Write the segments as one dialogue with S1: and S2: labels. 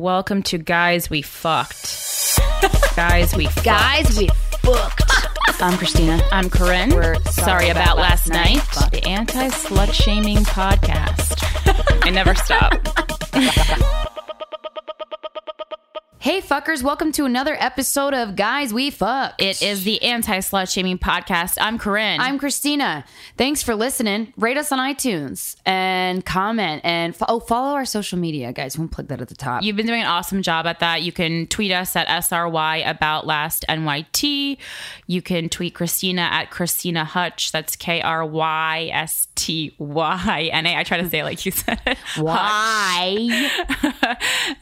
S1: Welcome to Guys We Fucked. Guys We Fucked.
S2: Guys, we booked. I'm Christina.
S1: I'm Corinne.
S2: We're
S1: sorry, about, last night.
S2: Fuck.
S1: The anti slut shaming podcast. I never stop.
S2: Hey, fuckers, welcome to another episode of Guys We Fuck.
S1: It is the anti slut shaming podcast. I'm Corinne.
S2: I'm Christina. Thanks for listening. Rate us on iTunes and comment and fo- oh, follow our social media, guys. We'll plug that at the top.
S1: You've been doing an awesome job at that. You can tweet us at SRY about last NYT. You can tweet Christina at Christina Hutch. That's K R Y S T Y N A. I try to say it like you said it.
S2: Why?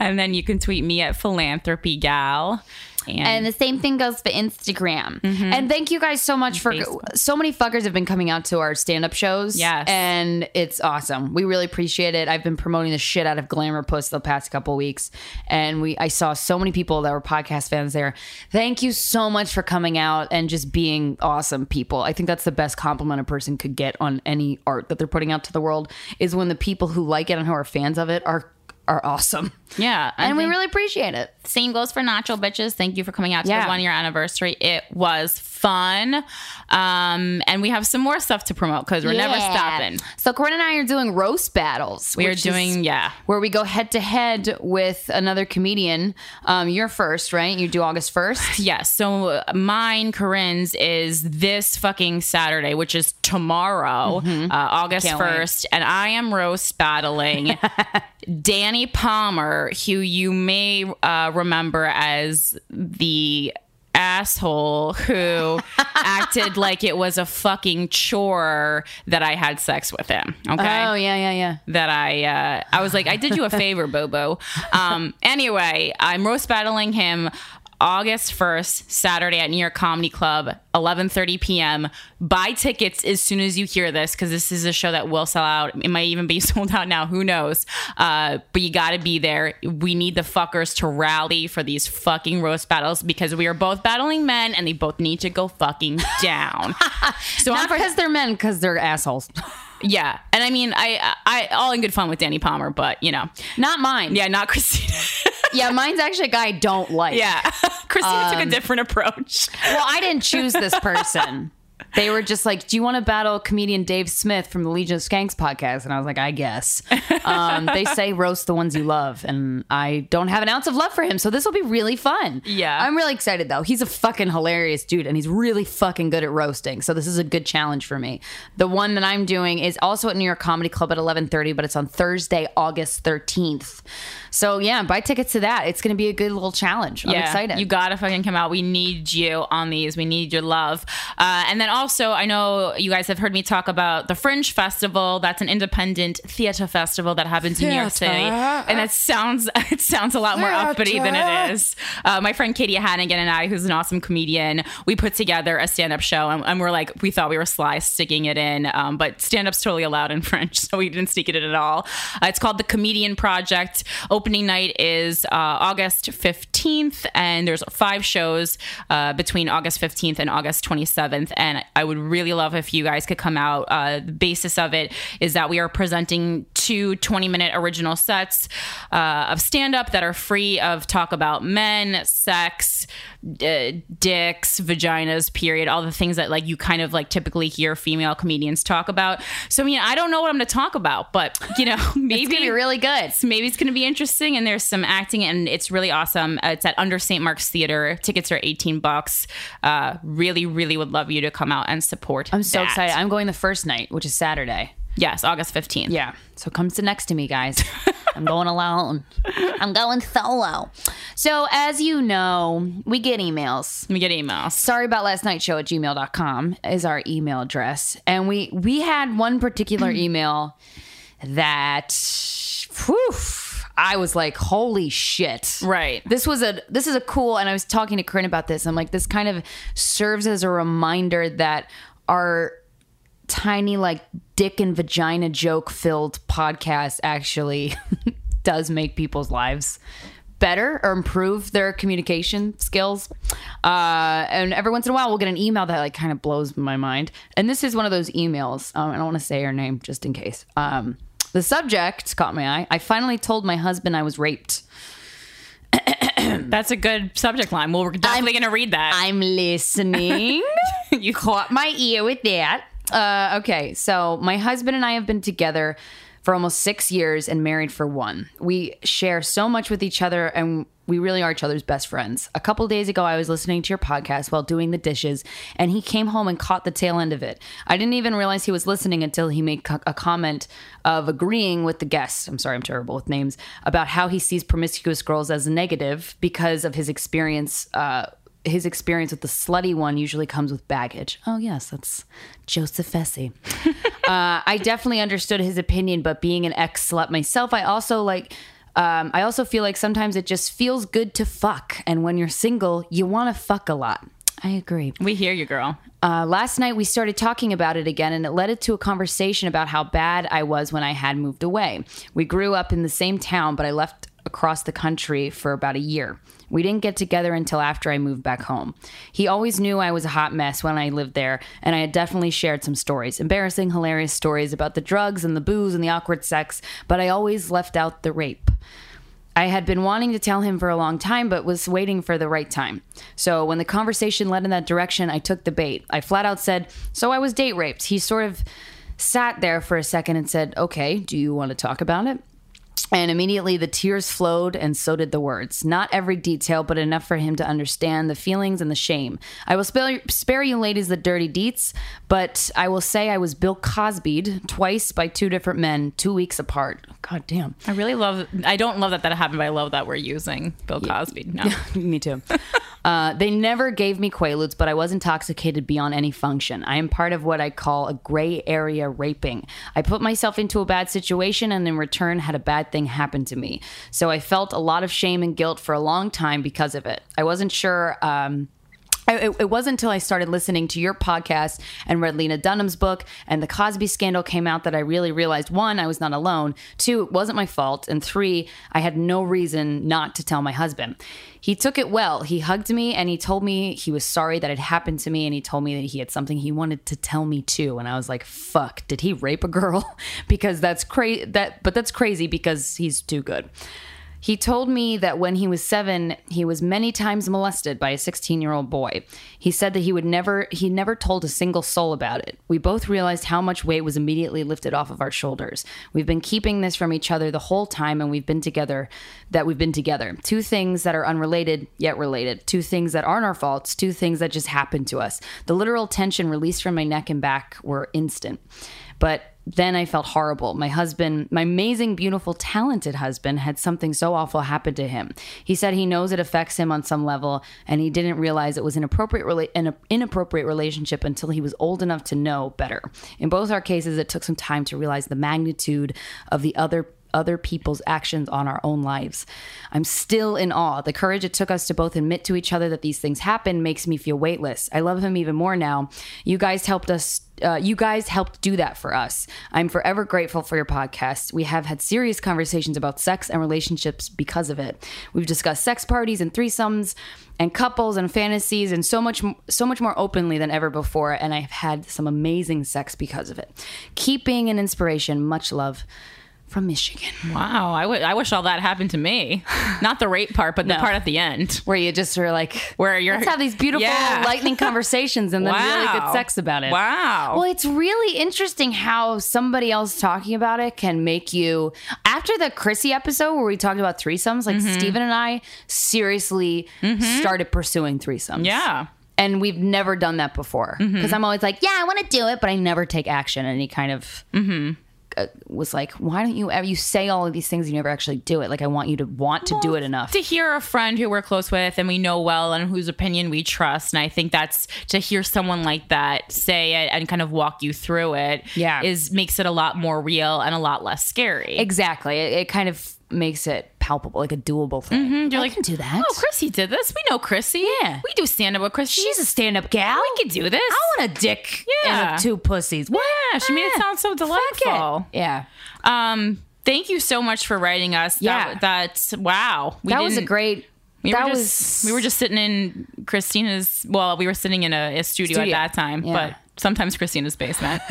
S1: and then you can tweet me at philanthropy gal and,
S2: And the same thing goes for Instagram. And thank you guys so much for
S1: Facebook.
S2: so many fuckers have been coming out to our stand up shows.
S1: Yes.
S2: And it's awesome. We really appreciate it. I've been promoting the shit out of Glamour Puss the past couple weeks. And we I saw so many people that were podcast fans there. Thank you so much for coming out and just being awesome people. I think that's the best compliment a person could get on any art that they're putting out to the world is when the people who like it and who are fans of it are are awesome. Mm-hmm.
S1: yeah
S2: And we
S1: think
S2: really appreciate it.
S1: same goes for nacho bitches thank you for coming out to
S2: Yeah.
S1: the one year anniversary it was fun um and we have some more stuff to promote because we're never
S2: Yeah.
S1: stopping
S2: So Corinne and I are doing roast battles.
S1: we are
S2: which is
S1: doing yeah
S2: where we go head to head with another comedian. Um, you're first, right? You do August first.
S1: Yes. So uh, mine, Corinne's, is this fucking Saturday, which is tomorrow, uh, August
S2: Mm-hmm. Can't wait.
S1: 1st. And I am roast battling Danny Palmer, who you may uh, remember as the asshole who acted like it was a fucking chore that I had sex with him. Okay
S2: Oh yeah, yeah, yeah.
S1: that I uh, I was like, I did you a favor, Bobo. Um, anyway, I'm roast battling him August 1st, Saturday at New York Comedy Club, 11:30 p.m. Buy tickets as soon as you hear this because this is a show that will sell out. It might even be sold out now. Who knows? Uh, but you got to be there. We need the fuckers to rally for these fucking roast battles because we are both battling men and they both need to go fucking down. so I'm
S2: Not because they're men, because they're assholes.
S1: yeah, and I mean, I, I all in good fun with Danny Palmer, but you know,
S2: Not mine.
S1: yeah, not Christina.
S2: yeah. Um, Mine's actually a guy I don't like.
S1: yeah, Christina took a different approach.
S2: Well, I didn't choose this person. They were just like, "Do you want to battle comedian Dave Smith from the Legion of Skanks podcast?" And I was like, "I guess." Um, they say roast the ones you love, and I don't have an ounce of love for him, so this will be really fun.
S1: Yeah.
S2: I'm really excited though. He's a fucking hilarious dude, and he's really fucking good at roasting. So this is a good challenge for me. The one that I'm doing is also at New York Comedy Club at 11:30, but it's on Thursday, August 13th. So yeah, buy tickets to that. It's going to be a good little challenge. I'm excited.
S1: You gotta fucking come out. We need you on these. We need your love. Uh, and then also, I know you guys have heard me talk about the Fringe Festival. That's an independent theater festival that happens in New York City, and that sounds it sounds a lot more uppity than it is. Uh, my friend Katie Hannigan and I, who's an awesome comedian, we put together a stand up show, and, and we're like, we thought we were sly sticking it in, um, but stand up's totally allowed in French, so we didn't sneak it in at all. Uh, it's called the Comedian Project. Opening night is uh, August 15th, and there's five shows uh, between August 15th and August 27th. And I would really love if you guys could come out. Uh, the basis of it is that we are presenting two 20 minute original sets uh, of stand up that are free of talk about men, sex, d- dicks, vaginas, period, all the things that like you kind of like typically hear female comedians talk about. So I mean, I don't know what I'm going to talk about, but you know, maybe
S2: it's going to be really good.
S1: it's- maybe it's going to be interesting and there's some acting and it's really awesome uh, it's at under st mark's theater tickets are 18 bucks uh, really really would love you to come out and support
S2: I'm so excited. I'm going the first night, which is Saturday.
S1: yes august 15th
S2: Yeah. So come sit next to me, guys. I'm going alone. I'm going solo. So, as you know, we get emails.
S1: let me get emails
S2: Sorry about last night show at gmail.com is our email address. And we we had one particular email that whew, I was like, holy shit.
S1: Right.
S2: This was a this is a cool and I was talking to Corinne about this. I'm like, this kind of serves as a reminder that our tiny like dick and vagina joke filled podcast actually does make people's lives better or improve their communication skills uh, and every once in a while we'll get an email that like kind of blows my mind and this is one of those emails um, i don't want to say her name just in case um, the subject caught my eye i finally told my husband i was raped
S1: That's a good subject line. Well, we're definitely going to read that.
S2: I'm listening.
S1: you caught
S2: caught my ear with that. Uh, okay, so my husband and I have been together for almost six years and married for one. We share so much with each other and we really are each other's best friends. A couple days ago, I was listening to your podcast while doing the dishes, and he came home and caught the tail end of it. I didn't even realize he was listening until he made co- a comment of agreeing with the guest. I'm sorry, I'm terrible with names about how he sees promiscuous girls as negative because of his experience. Uh, his experience with the slutty one usually comes with baggage. Oh, yes, that's Joseph Fessy. uh, I definitely understood his opinion, but being an ex slut myself, I also like. Um, I also feel like sometimes it just feels good to fuck, and when you're single, you want to fuck a lot. I agree.
S1: We hear you, girl.
S2: Uh, last night we started talking about it again, and it led to a conversation about how bad I was when I had moved away. We grew up in the same town, but I left across the country for about a year. We didn't get together until after I moved back home. He always knew I was a hot mess when I lived there, and I had definitely shared some stories embarrassing, hilarious stories about the drugs and the booze and the awkward sex, but I always left out the rape. I had been wanting to tell him for a long time, but was waiting for the right time. So when the conversation led in that direction, I took the bait. I flat out said, So I was date raped. He sort of sat there for a second and said, Okay, do you want to talk about it? And immediately the tears flowed, and so did the words. Not every detail, but enough for him to understand the feelings and the shame. I will spare, spare you ladies the dirty deets, but I will say I was Bill Cosby'd twice by two different men, two weeks apart. God damn.
S1: I really love. I don't love that that happened, but I love that we're using Bill Cosby. No,
S2: me too. Uh, they never gave me Quaaludes, but I was intoxicated beyond any function. I am part of what I call a gray area raping. I put myself into a bad situation and in return had a bad thing happen to me. So I felt a lot of shame and guilt for a long time because of it. I wasn't sure. Um, I, it, it wasn't until I started listening to your podcast and read Lena Dunham's book and the Cosby scandal came out that I really realized one, I was not alone, two, it wasn't my fault, and three, I had no reason not to tell my husband. He took it well. He hugged me and he told me he was sorry that it happened to me and he told me that he had something he wanted to tell me too. And I was like, fuck, did he rape a girl? because that's crazy that but that's crazy because he's too good. He told me that when he was seven, he was many times molested by a 16 year old boy. He said that he would never, he never told a single soul about it. We both realized how much weight was immediately lifted off of our shoulders. We've been keeping this from each other the whole time, and we've been together, that we've been together. Two things that are unrelated, yet related. Two things that aren't our faults. Two things that just happened to us. The literal tension released from my neck and back were instant but then I felt horrible. My husband, my amazing, beautiful, talented husband, had something so awful happen to him. He said he knows it affects him on some level, and he didn't realize it was an appropriate rela- an inappropriate relationship until he was old enough to know better. In both our cases, it took some time to realize the magnitude of the other other people's actions on our own lives. I'm still in awe. The courage it took us to both admit to each other that these things happen makes me feel weightless. I love him even more now. You guys helped us. Uh, you guys helped do that for us. I'm forever grateful for your podcast. We have had serious conversations about sex and relationships because of it. We've discussed sex parties and threesomes and couples and fantasies and so much so much more openly than ever before and I've had some amazing sex because of it. Keep being an inspiration. Much love from Michigan.
S1: wow. I, w- I wish all that happened to me. Not the rape part, but the part at the end
S2: where you just were like
S1: where you're.
S2: let's have these beautiful
S1: Yeah.
S2: lightning conversations and then really
S1: Wow.
S2: good sex about it
S1: Wow.
S2: well it's really interesting how somebody else talking about it can make you after the chrissy episode where we talked about threesomes like
S1: Mm-hmm.
S2: steven and i seriously started pursuing threesomes
S1: Yeah. Mm-hmm.
S2: and we've never done that before because i'm always like yeah i want to do it but i never take action and he kind of
S1: Mm-hmm.
S2: uh, was like why don't you ever you say all of these things you never actually do it like i want you to want to do it enough
S1: to hear a friend who we're close with and we know well and whose opinion we trust. And I think that's to hear someone like that say it and kind of walk you through it.
S2: Yeah.
S1: is makes it a lot more real and a lot less scary.
S2: Exactly. It, it kind of makes it palpable, like a doable thing.
S1: You're
S2: I
S1: like,
S2: can do that.
S1: Oh, Chrissy did this. We know Chrissy.
S2: Yeah.
S1: we do stand up with Chrissy.
S2: She's a stand-up gal.
S1: we could do this.
S2: I want a dick
S1: Yeah.
S2: and two pussies. What?
S1: yeah, she made it
S2: Ah,
S1: sound so delightful.
S2: Fuck it. Yeah.
S1: Um, thank you so much for writing us.
S2: Yeah.
S1: that, that's wow. We
S2: That was a
S1: didn't-
S2: great.
S1: We
S2: that
S1: were just,
S2: was.
S1: we were just sitting in Christina's. Well, we were sitting in a, a studio,
S2: Studio.
S1: at that time,
S2: Yeah.
S1: but sometimes Christina's basement.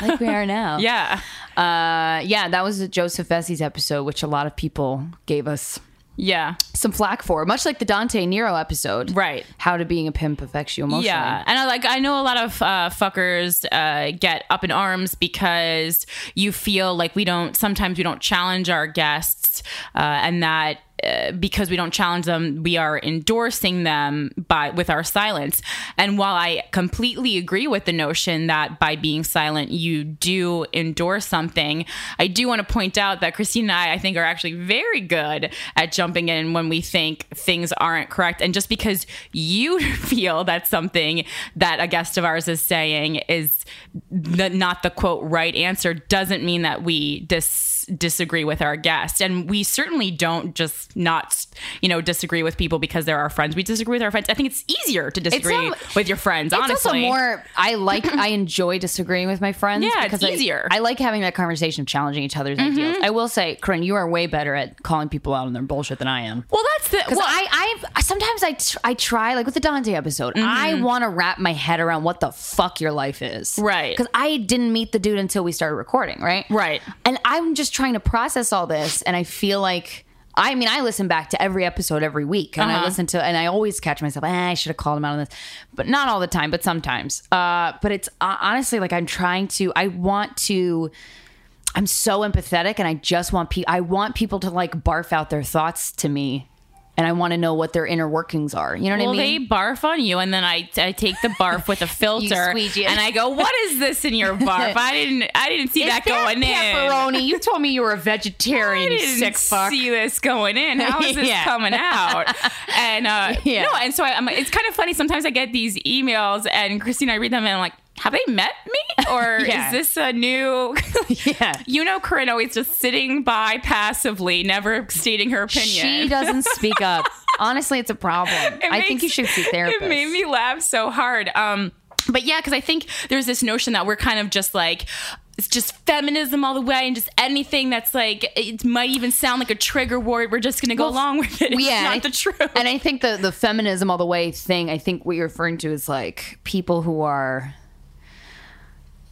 S2: like we are now.
S1: yeah,
S2: Uh, yeah. That was Joseph Fessy's episode, which a lot of people gave us
S1: Yeah.
S2: some flack for, much like the Dante Nero episode.
S1: Right.
S2: How to being a pimp affects you emotionally.
S1: Yeah, and I like I know a lot of uh, fuckers uh, get up in arms because you feel like we don't sometimes we don't challenge our guests, uh, and that uh, because we don't challenge them, we are endorsing them by with our silence. And while I completely agree with the notion that by being silent you do endorse something, I do want to point out that Christine and I I think are actually very good at jumping in when we think things aren't correct, and just because you feel that something that a guest of ours is saying is the, not the quote right answer doesn't mean that we dis- disagree with our guest. And we certainly don't just not, you know, disagree with people because they're our friends. We disagree with our friends. I think it's easier to disagree
S2: al-
S1: with your friends, honestly.
S2: It's also more. I like. I enjoy disagreeing with my friends.
S1: Yeah, it's
S2: because I-
S1: easier. Mm-hmm.
S2: I, like having that conversation of challenging each other's ideas. I will say, Corinne, you are way better at calling people out on their bullshit than I am.
S1: well, that's the.
S2: Because
S1: Well,
S2: I, I sometimes I, tr- I try like with the Dante episode,
S1: Mm-hmm.
S2: I want to wrap my head around what the fuck your life is,
S1: Right.
S2: Because I didn't meet the dude until we started recording, right?
S1: Right.
S2: And I'm just trying to process all this, and I feel like. I mean, I listen back to every episode every week, and
S1: Uh-huh.
S2: I listen to, and I always catch myself. Eh, I should have called him out on this, but not all the time, but sometimes. Uh, but it's uh, honestly like I'm trying to. I want to I'm so empathetic and I just want people I want people to like barf out their thoughts to me and I want to know what their inner workings are. You know what
S1: well,
S2: I mean?
S1: they barf on you, and then I, I take the barf with a filter,
S2: squeegee it.
S1: and I go, "What is this in your barf? I didn't, I didn't see that going in.
S2: pepperoni. You told me you were a
S1: I
S2: vegetarian, you
S1: didn't
S2: sick fuck.
S1: see this going in. How is this
S2: Yeah.
S1: coming out? And uh,
S2: Yeah.
S1: no, and so I, I'm, it's kind of funny. Sometimes I get these emails, and Christine, I read them, and I'm like, "Have they met me? Or
S2: Yeah.
S1: is this a new?"
S2: yeah.
S1: you know, Corinne always just sitting by passively, never stating her opinion.
S2: She doesn't speak up. Honestly, it's a problem.
S1: It
S2: I
S1: makes-
S2: think you should see therapy.
S1: It made me laugh so hard. Um, but yeah, because I think there's this notion that we're kind of just like it's just feminism all the way, and just anything that's like it might even sound like a trigger word. We're just gonna go
S2: Well,
S1: along with it. It's
S2: yeah,
S1: not
S2: I-
S1: the truth.
S2: And I think the the feminism all the way thing. I think what you're referring to is like people who are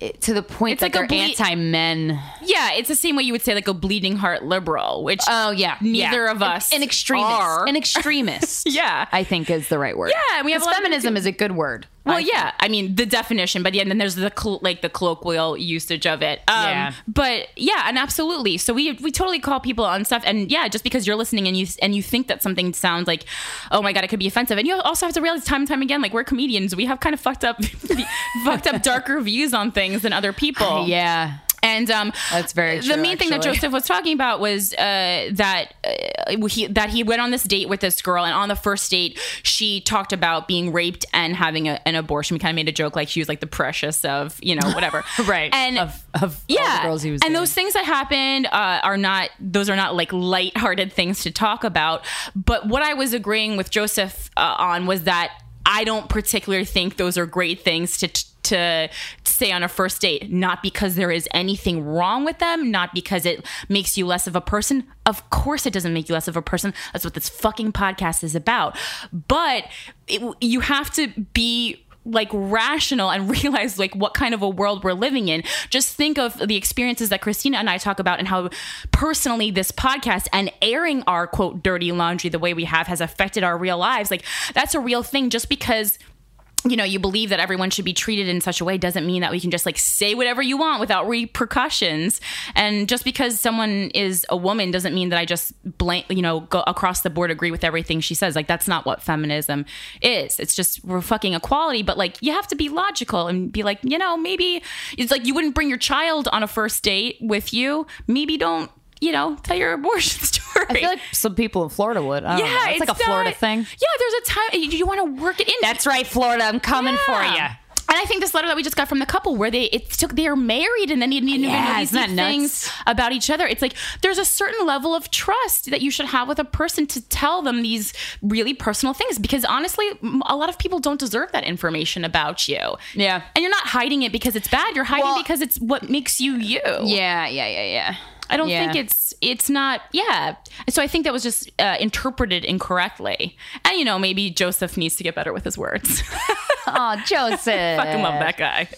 S2: it- to the point
S1: It's
S2: that
S1: like a
S2: they're
S1: ble-
S2: anti men.
S1: yeah, it's the same way you would say like a bleeding heart liberal, which
S2: Oh yeah,
S1: neither of us
S2: an, an extremist.
S1: are.
S2: An extremist.
S1: Yeah.
S2: I think is the right word.
S1: Yeah, and we have a
S2: 'Cause
S1: lot of
S2: feminism is a good word.
S1: Well,
S2: I-
S1: yeah, I mean the definition, but yeah, and then there's the col- like the colloquial usage of it. Um,
S2: Yeah.
S1: But yeah, and absolutely. So we we totally call people on stuff, and yeah, just because you're listening and you and you think that something sounds like, oh my god, it could be offensive, and you also have to realize time and time again, like we're comedians, we have kind of fucked up, fucked up darker views on things than other people.
S2: yeah.
S1: And um,
S2: That's very
S1: The
S2: true,
S1: main thing that
S2: actually.
S1: Joseph was talking about was uh, that uh, he that he went on this date with this girl, and on the first date, she talked about being raped and having a, an abortion. We kind of made a joke like she was like the precious of you know whatever,
S2: Right.
S1: And
S2: Of- of all the
S1: yeah,
S2: girls he
S1: and
S2: was dating.
S1: those things that happened uh, are not those are not like lighthearted things to talk about. But what I was agreeing with Joseph uh, on was that I don't particularly think those are great things to. to say on a first date, not because there is anything wrong with them, not because it makes you less of a person. Of course, it doesn't make you less of a person. That's what this fucking podcast is about. But it, you have to be like rational and realize like what kind of a world we're living in just think of the experiences that christina and i talk about and how personally this podcast and airing our quote dirty laundry the way we have has affected our real lives like that's a real thing just because you know you believe that everyone should be treated in such a way doesn't mean that we can just like say whatever you want without repercussions and just because someone is a woman doesn't mean that i just blank you know go across the board agree with everything she says like that's not what feminism is it's just we're fucking equality but like you have to be logical and be like you know maybe it's like you wouldn't bring your child on a first date with you maybe don't you know tell your abortion story
S2: I feel like some people in Florida would. I don't know. It's, like a
S1: not-
S2: Florida thing.
S1: Yeah, there's a time you, you want to work it in.
S2: right, Florida. I'm coming
S1: Yeah. And I think this letter that we just got from the couple, where they it took they are married and then you need to
S2: Yeah,
S1: know these
S2: isn't that nuts?
S1: things about each other. It's like there's a certain level of trust that you should have with a person to tell them these really personal things because honestly, m- a lot of people don't deserve that information about you.
S2: Yeah.
S1: and you're not hiding it because it's bad. You're hiding
S2: Well-
S1: because it's what makes you you.
S2: Yeah, yeah, yeah, yeah.
S1: I don't
S2: Yeah.
S1: think it's it's not yeah. So I think that was just uh, interpreted incorrectly. And you know maybe Joseph needs to get better with his words.
S2: Oh, Joseph.
S1: fucking love that guy.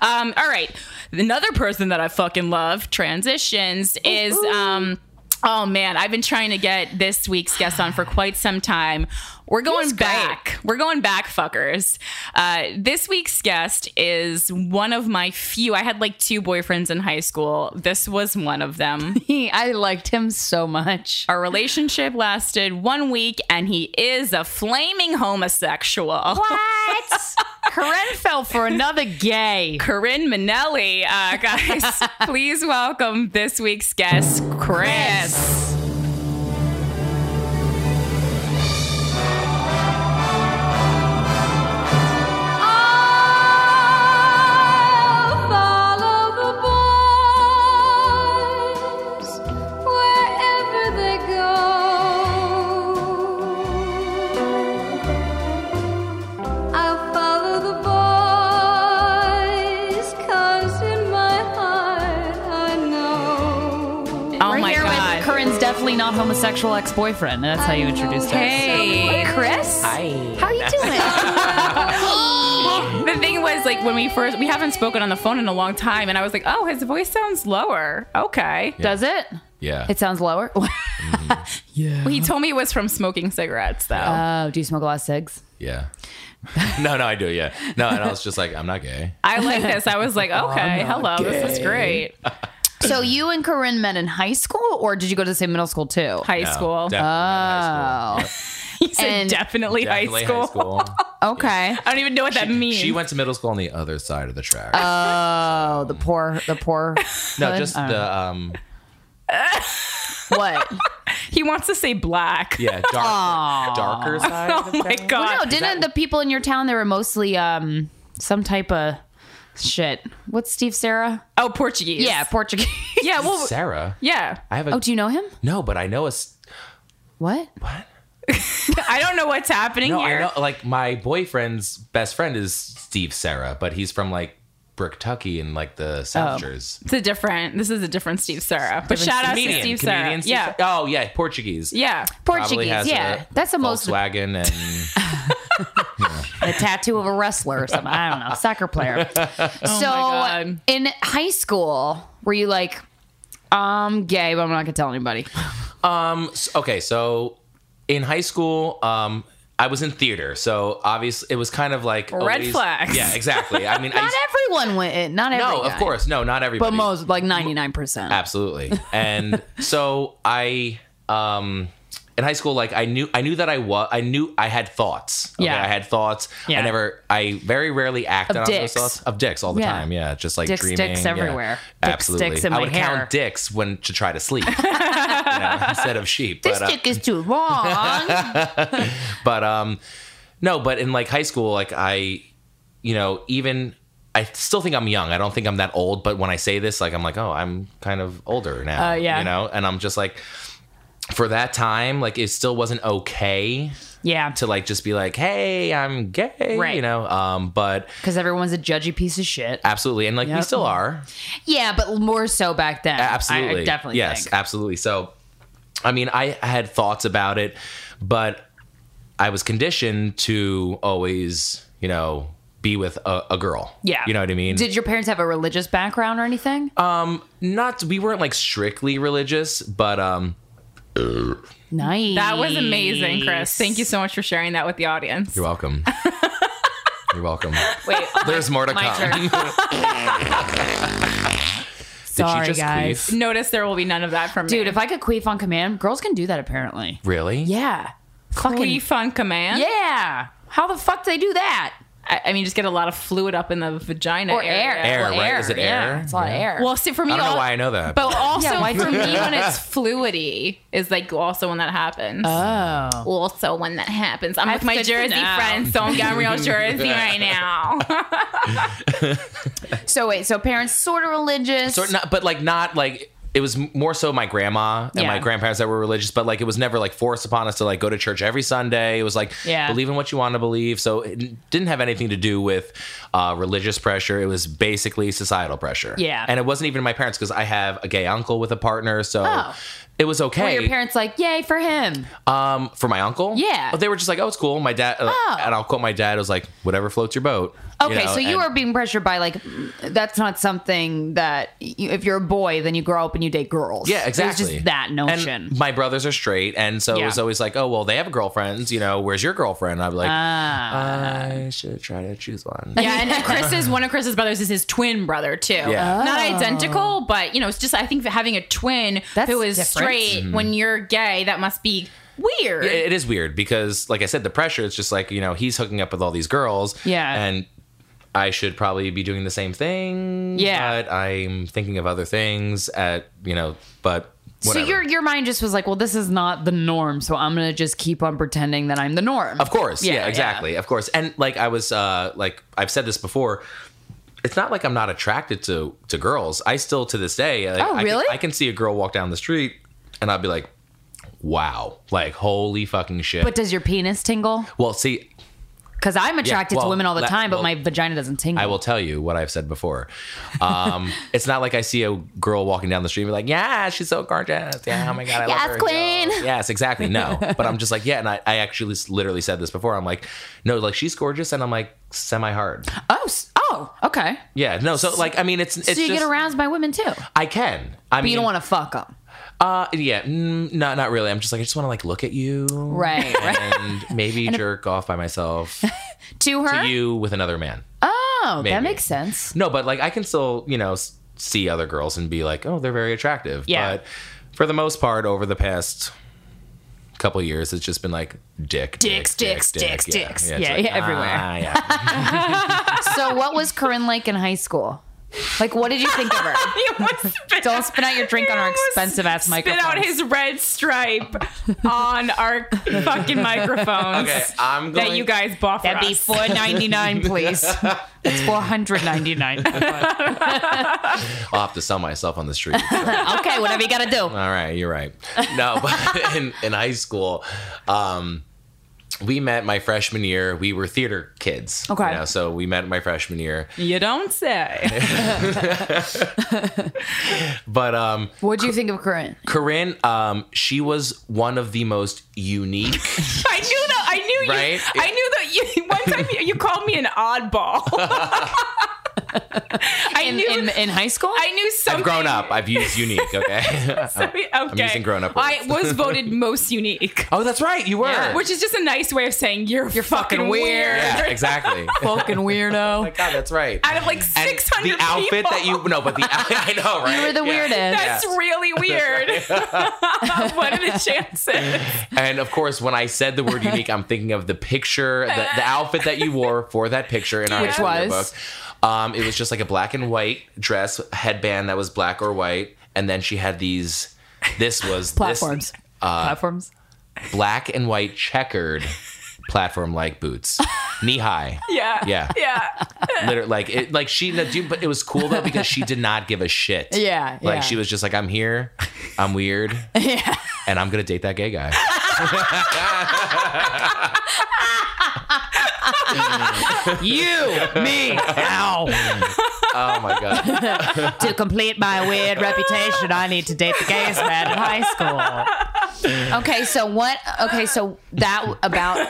S1: Um, all right, another person that I fucking love transitions is um, Oh man, I've been trying to get this week's guest on for quite some time. We're going back. We're going back, fuckers. Uh, this week's guest is one of my few. I had like two boyfriends in high school. This was one of them.
S2: He, I liked him so much.
S1: Our relationship lasted one week, and he is a flaming homosexual.
S2: What? Corinne fell for another gay.
S1: Corinne Minelli. Uh, guys, please welcome this week's guest, Chris. Oh
S2: We're
S1: my
S2: here
S1: god.
S2: with Corinne's definitely not homosexual ex-boyfriend. That's how you introduced us.
S1: Hey,
S2: Chris, how are you doing?
S1: the thing was like when we first we haven't spoken on the phone in a long time, and I was like, oh, his voice sounds lower. Okay,
S2: Does it?
S3: Yeah.
S2: It sounds lower.
S1: he told me it was from smoking cigarettes though.
S2: Uh, do you smoke a lot of cigs?
S3: yeah. no, no, I do. Yeah. No, and I was just like, I'm not gay.
S1: I like this. I was like, okay, hello, this is great.
S2: So you and Corinne met in high school, or did you go to the same middle school too?
S1: High
S3: No,
S1: school.
S3: Definitely not high school.
S1: He said
S2: And-
S1: definitely,
S3: Yeah, definitely
S1: high school. I
S2: Okay.
S1: don't even know what that means.
S3: She went to middle school on the other side of the track.
S1: Uh,
S2: Oh, the poor, the poor.
S3: no,
S2: hood?
S3: just
S2: I don't know.
S3: the um.
S2: what?
S1: he wants to say black.
S3: Yeah, dark, darker side.
S1: Oh my god.
S2: No, didn't the people in your town? They were mostly um some type of shit. What's Steve Sarah?
S1: Oh, Portuguese.
S2: Yeah, Portuguese.
S1: Yeah. Well.
S3: Sarah.
S1: Yeah.
S3: I have a
S2: Oh, do you know him?
S3: no, but I know a s-
S2: What?
S3: what?
S1: I don't know what's happening
S3: No,
S1: here.
S3: I know like my boyfriend's best friend is Steve Sarah, but he's from like Brookentucky and like
S1: Oh.
S3: the Southshires.
S1: It's a different. This is a different Steve Sarah. But shout out to Steve Sarah.
S3: comedian Steve
S1: Yeah.
S3: Sarah. Oh yeah, Portuguese.
S1: Yeah.
S3: Probably
S2: Portuguese.
S3: has
S2: Yeah,
S3: a
S2: that's the most
S3: Volkswagen and
S2: a tattoo of a wrestler or something. I don't know, soccer player. so
S1: God.
S2: in high school, were you like, I'm gay, but I'm not gonna tell anybody?
S3: Um. s- Okay. So in high school, um, I was in theater, so obviously it was kind of like
S1: Red
S3: always-
S1: flags.
S3: Yeah. Exactly. I mean, I
S2: Not
S3: used-
S2: everyone went. Not every
S3: no,
S2: guy,
S3: of course, no, not everybody.
S2: but most, like 99. percent
S3: Absolutely. And so I um in high school like I knew I knew that I was I knew I had thoughts. Okay?
S2: Yeah.
S3: I had thoughts.
S2: Yeah.
S3: I never I very rarely acted on
S2: dicks.
S3: those thoughts of dicks all the
S2: Yeah.
S3: time. Yeah, just like
S2: Dicks,
S3: dreaming.
S2: dicks
S3: yeah.
S2: everywhere. Dicks,
S3: Absolutely.
S2: dicks in
S3: I
S2: my
S3: would
S2: hair.
S3: count dicks when to try to sleep. you know, instead of sheep.
S2: This
S3: but, uh,
S2: dick is too long.
S3: but um no but in like high school like i you know even i still think i'm young i don't think i'm that old but when i say this like i'm like oh i'm kind of older now
S1: Uh, yeah.
S3: you know and i'm just like for that time like it still wasn't okay
S2: yeah,
S3: to like just be like hey i'm gay
S2: Right.
S3: you know um but
S2: because everyone's a judgy piece of shit.
S3: absolutely and like we
S2: Yep.
S3: still are
S2: Yeah, but more so back then. I-
S3: absolutely
S2: I, definitely.
S3: yes
S2: think.
S3: absolutely so i mean i had thoughts about it but i was conditioned to always you know be with a, a girl
S2: Yeah.
S3: you know what i mean
S2: Did your parents have a religious background or anything?
S3: Uh, not we weren't like strictly religious but um
S2: nice.
S1: That was amazing, Chris. Thank you so much for sharing that with the audience.
S3: you're welcome you're welcome
S1: Wait.
S3: there's more to
S2: My
S3: come
S2: turn. Sorry, guys.
S3: queef?
S1: Notice there will be none of that from
S2: Dude,
S1: me.
S2: if I could queef on command, girls can do that apparently.
S3: really
S2: Yeah.
S1: we
S2: Fucking
S1: fun command.
S2: yeah. How the fuck do they do that?
S1: I, I mean, just get a lot of fluid up in the vagina
S2: Or
S1: area.
S2: air?
S3: Air,
S2: Well,
S3: right? Is it
S2: yeah,
S3: air?
S2: It's a lot
S3: Yeah.
S2: of air.
S1: Well, see, for me,
S3: i don't know
S1: all-
S3: why i know that
S1: But also
S2: why
S1: for
S2: do
S1: me,
S2: you-
S1: when it's fluidy, is like also when that happens.
S2: oh,
S1: Uh, also when that happens. I'm
S2: That's
S1: with my
S2: good to
S1: Jersey
S2: know.
S1: friends, so I'm getting real Jersey right now.
S2: so wait, so parents sort of religious.
S3: Sort not, but like not like it was m- more so my grandma and
S2: Yeah.
S3: my grandparents that were religious, but like it was never like forced upon us to like go to church every Sunday. It was like
S2: Yeah.
S3: believe in what you want to believe. So it n- didn't have anything to do with uh, religious pressure. It was basically societal pressure.
S2: Yeah.
S3: and it wasn't even my parents because I have a gay uncle with a partner, so
S2: Oh.
S3: it was
S2: Were
S3: okay.
S2: your parents like, yay for him?
S3: Um, for my uncle,
S2: Yeah.
S3: but they were just like, "Oh, it's cool." My dad, uh, and I'll quote my dad, was like, "Whatever floats your boat."
S2: Okay,
S3: know,
S2: so you
S3: and-
S2: are being pressured by like that's not something that you, if you're a boy, then you grow up and you date girls.
S3: Yeah, exactly.
S2: It's just that
S3: And
S2: notion.
S3: my brothers are straight, and so
S2: Yeah.
S3: it was always like, "Oh, well, they have girlfriends. You know, where's your girlfriend?" I'd be like,
S2: Ah.
S3: "I should try to choose one."
S1: Yeah, and Chris's one of Chris's brothers is his twin brother too.
S2: Uh,
S3: Yeah.
S1: Not identical, but you know, it's just I think that having a twin
S2: Oh. That's
S1: who is
S2: different.
S1: straight
S3: Mm-hmm.
S1: when you're gay, that must be weird.
S3: It- it is weird because, like I said, the pressure. It's just like you know, he's hooking up with all these girls.
S2: Yeah.
S3: and. I should probably be doing the same thing.
S1: Yeah.
S3: But I'm thinking of other things at, you know, but whatever.
S2: So your your mind just was like, well, this is not the norm, so I'm gonna just keep on pretending that I'm the norm.
S3: Of course. Yeah,
S1: Yeah,
S3: exactly. Of course. And like I was uh like I've said this before, it's not like I'm not attracted to to girls. I still to this day like,
S2: Oh,
S3: I
S2: really?
S3: can, I can see a girl walk down the street and I'd be like, "Wow." Like, holy fucking shit.
S2: But does your penis tingle?
S3: well, see,
S2: Because I'm attracted
S3: well,
S2: to women all the
S3: that-
S2: time, but my
S3: well,
S2: vagina doesn't tingle.
S3: I will tell you what I've said before. Um, it's not like I see a girl walking down the street and be like, "Yeah, she's so gorgeous. Yeah, oh my god, I
S2: Yes,
S3: love her.
S2: queen.
S3: Yo. Yes, exactly. No, but I'm just like, yeah. And I, I actually s- literally said this before. I'm like, no, like she's gorgeous, and I'm like semi hard.
S2: Oh, s- oh, okay.
S3: Yeah, no. So like, I mean, it's it's
S2: so you
S3: just,
S2: get aroused by women too, but
S3: I can. I mean,
S2: you don't want to fuck them,
S3: to. Uh, yeah, mm, not not really. I'm just like I just want to like look at you,
S2: right? right.
S3: And maybe jerk off by myself
S2: to her.
S3: to you with another man.
S2: oh,
S3: Maybe.
S2: that makes sense.
S3: No, but like I can still you know s- see other girls and be like, oh, they're very attractive.
S2: Yeah.
S3: But for the most part, over the past couple years, it's just been like dick,
S1: Dicks, dicks, dicks,
S3: dick.
S1: dicks.
S3: it's
S2: Yeah,
S3: like,
S2: yeah, everywhere.
S3: ah, yeah.
S2: so what was Corinne like in high school? Like, what did you think of her? Don't spit out your drink on our expensive ass
S1: Spit
S2: microphone.
S1: out his red stripe on our fucking microphones
S3: Okay, I'm going.
S1: that you guys bought for
S2: That'd be
S1: us.
S2: four ninety nine, please. It's four hundred ninety nine. okay,
S3: I'll have to sell myself on the street.
S2: whatever you gotta do.
S3: All right, you're right. No, but in, in high school, um, we met my freshman year. We were theater kids. you
S2: Okay.
S3: know, so we met my freshman year.
S1: You don't say.
S3: But um,
S2: What do you think of Corinne?
S3: Corinne, um, she was one of the most unique.
S1: I knew that. I knew you.
S3: Right?
S1: I knew that you. One time you, you called me an oddball. I
S2: In,
S1: knew.
S2: in, in high school?
S1: I knew something.
S3: I've grown up. I've used unique. Okay.
S1: Sorry, okay. I'm
S3: using grown-up
S1: I
S3: words.
S1: was voted most unique.
S3: oh, that's right. You were.
S1: Which is just a nice way of saying you're, you're
S2: fucking
S1: fucking,
S2: weird.
S1: weird.
S3: yeah, exactly. oh
S2: fucking
S3: my
S2: weirdo.
S3: god, that's right.
S1: Out of like
S3: And
S1: 600
S3: the outfit
S1: people.
S3: that you no, but the I know right.
S2: You were the
S3: Yeah.
S2: weirdest.
S1: That's
S3: Yeah.
S1: really weird. what are the chances?
S3: And of course, when I said the word unique, I'm thinking of the picture, the, the outfit that you wore for that picture in our
S2: Which
S3: high school
S2: was?
S3: yearbook. Um, it was just like a black and white dress headband that was black or white, and then she had these. This was this
S2: Platforms. Platforms.
S3: black and white checkered platform like boots, knee high.
S1: Yeah.
S3: Yeah.
S1: Yeah.
S3: Literally, like it, like she, no, dude, but it was cool though because she did not give a shit.
S2: Yeah,
S3: like
S2: yeah.
S3: she was just like, I'm here, I'm weird,
S2: Yeah.
S3: and I'm gonna date that gay guy.
S2: You, me, now.
S3: Oh my god.
S2: to complete my weird reputation, I need to date the gayest man in high school. Okay, so what? Okay, so that about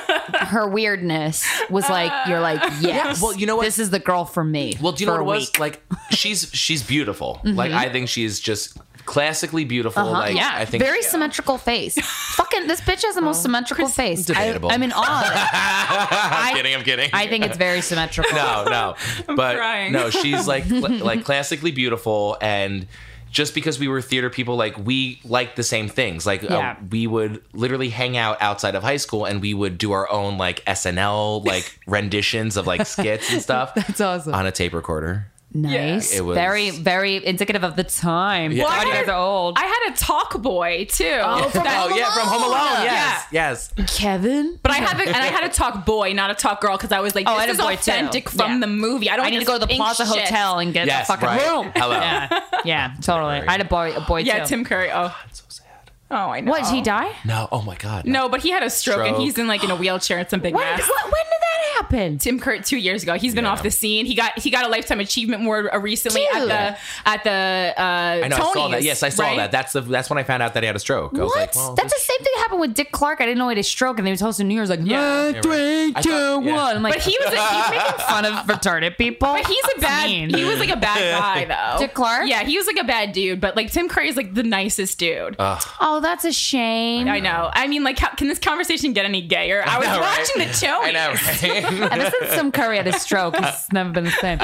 S2: her weirdness was like you're like yes.
S3: well, you know what-
S2: This is the girl for me.
S3: Well, do you know
S2: for
S3: what
S2: a
S3: it was?
S2: week. Mm-hmm.
S3: Like she's she's beautiful. Like I think she's just classically beautiful. Like
S2: Uh-huh. yeah,
S3: I think
S2: very symmetrical face. Fucking this bitch has the most symmetrical face.
S3: Debatable.
S2: I, I'm in awe. Of it.
S3: I'm kidding. I'm kidding.
S2: I think it's very symmetrical.
S3: no, no. but
S1: crying.
S3: no, she's like cl- like classically beautiful and just because we were theater people, like we liked the same things. Like
S2: Yeah.
S3: uh, we would literally hang out outside of high school, and we would do our own like SNL like renditions of like skits and stuff. That's
S2: awesome.
S3: on a tape recorder.
S2: Nice.
S3: It was-
S2: very, very indicative of the time.
S3: Yeah. Well, I
S2: God, you
S1: had
S2: guys
S1: a-
S2: are old.
S1: I had a talk boy too.
S2: from
S1: That-
S3: Oh
S2: Home
S3: yeah, from Home
S2: Alone.
S3: Alone. Yes, yes.
S2: Ah, Kevin.
S1: But I have a, and I had a talk boy, not a talk girl, because I was like,
S2: Oh, I
S1: this
S2: had a
S1: is
S2: boy, too.
S1: authentic from
S2: Yeah.
S1: the movie. I don't.
S2: I need to go to the
S1: pink
S2: Plaza
S1: shit.
S2: Hotel and get
S3: Yes,
S2: a fucking
S3: right.
S2: room.
S3: Hello.
S2: Yeah, yeah, totally.
S3: Very.
S2: I had a boy, a boy
S1: Yeah,
S2: too.
S1: Tim Curry. Oh,
S3: So sad.
S1: oh, I know.
S2: What did he die?
S3: No. Oh my God.
S1: No, but he had a stroke, and
S3: Stroke.
S1: he's in like in a wheelchair and some big
S2: When,
S1: mess.
S2: what, when did that happened?
S1: Tim Kurt two years ago. He's been
S3: Yeah.
S1: off the scene. He got he got a lifetime achievement award uh, recently
S2: Dude.
S1: at the at the uh,
S3: I know. I saw that.
S1: Tonys,
S3: Yes, I saw
S1: right?
S3: that. That's the. That's when I found out that he had a stroke. I was
S2: What?
S3: like, well,
S2: That's the same thing that happened with Dick Clark. I didn't know he had a stroke, and he was hosting New Year's like,
S3: Yeah,
S2: yeah,
S3: yeah,
S2: three,
S3: right. I
S2: two,
S3: thought- yeah.
S2: one." I'm like,
S1: But he was a, he's making
S2: fun of retarded people.
S1: But he's a bad. He was like a bad guy though.
S2: Dick Clark?
S1: Yeah, he was like a bad dude. But like Tim Curry is like the nicest dude.
S2: oh, that's a shame.
S1: I know. I mean, like, how, can this conversation get any gayer? I, was
S3: know, right?
S1: watching the show.
S3: I know, right?
S2: Ever since Tim Curry had a stroke, it's never been the same.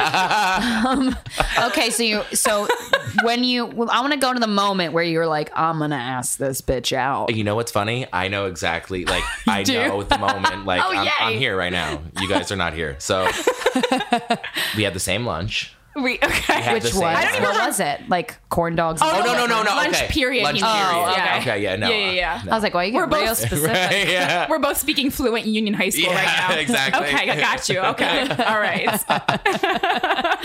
S2: Um, okay, so you, so when you, well, I want to go to the moment where you're like, I'm gonna ask this bitch out.
S3: you know what's funny? I know exactly. Like I
S2: do?
S3: know at the moment. Like
S1: Oh,
S3: I'm, I'm
S1: yay.
S3: here right now. You guys are not here. So we had the same lunch.
S1: We, okay.
S3: had
S2: Which
S3: the
S2: was
S3: same- I don't even
S2: what
S1: remember-
S2: was it? Like corn dogs.
S1: Oh,
S3: Oh no no no no.
S1: Lunch
S3: okay.
S1: period,
S3: Lunch
S1: he
S3: period.
S1: means.
S2: Oh,
S3: yeah.
S1: okay.
S3: Okay. Yeah. No.
S1: Yeah, yeah, yeah.
S3: no.
S2: I was like, well, you
S1: We're
S2: get real
S1: both-
S2: specific.
S3: Right, yeah.
S1: We're both speaking fluent Union High School
S3: Yeah,
S1: right now.
S3: exactly.
S1: Okay, I got you. Okay. All right.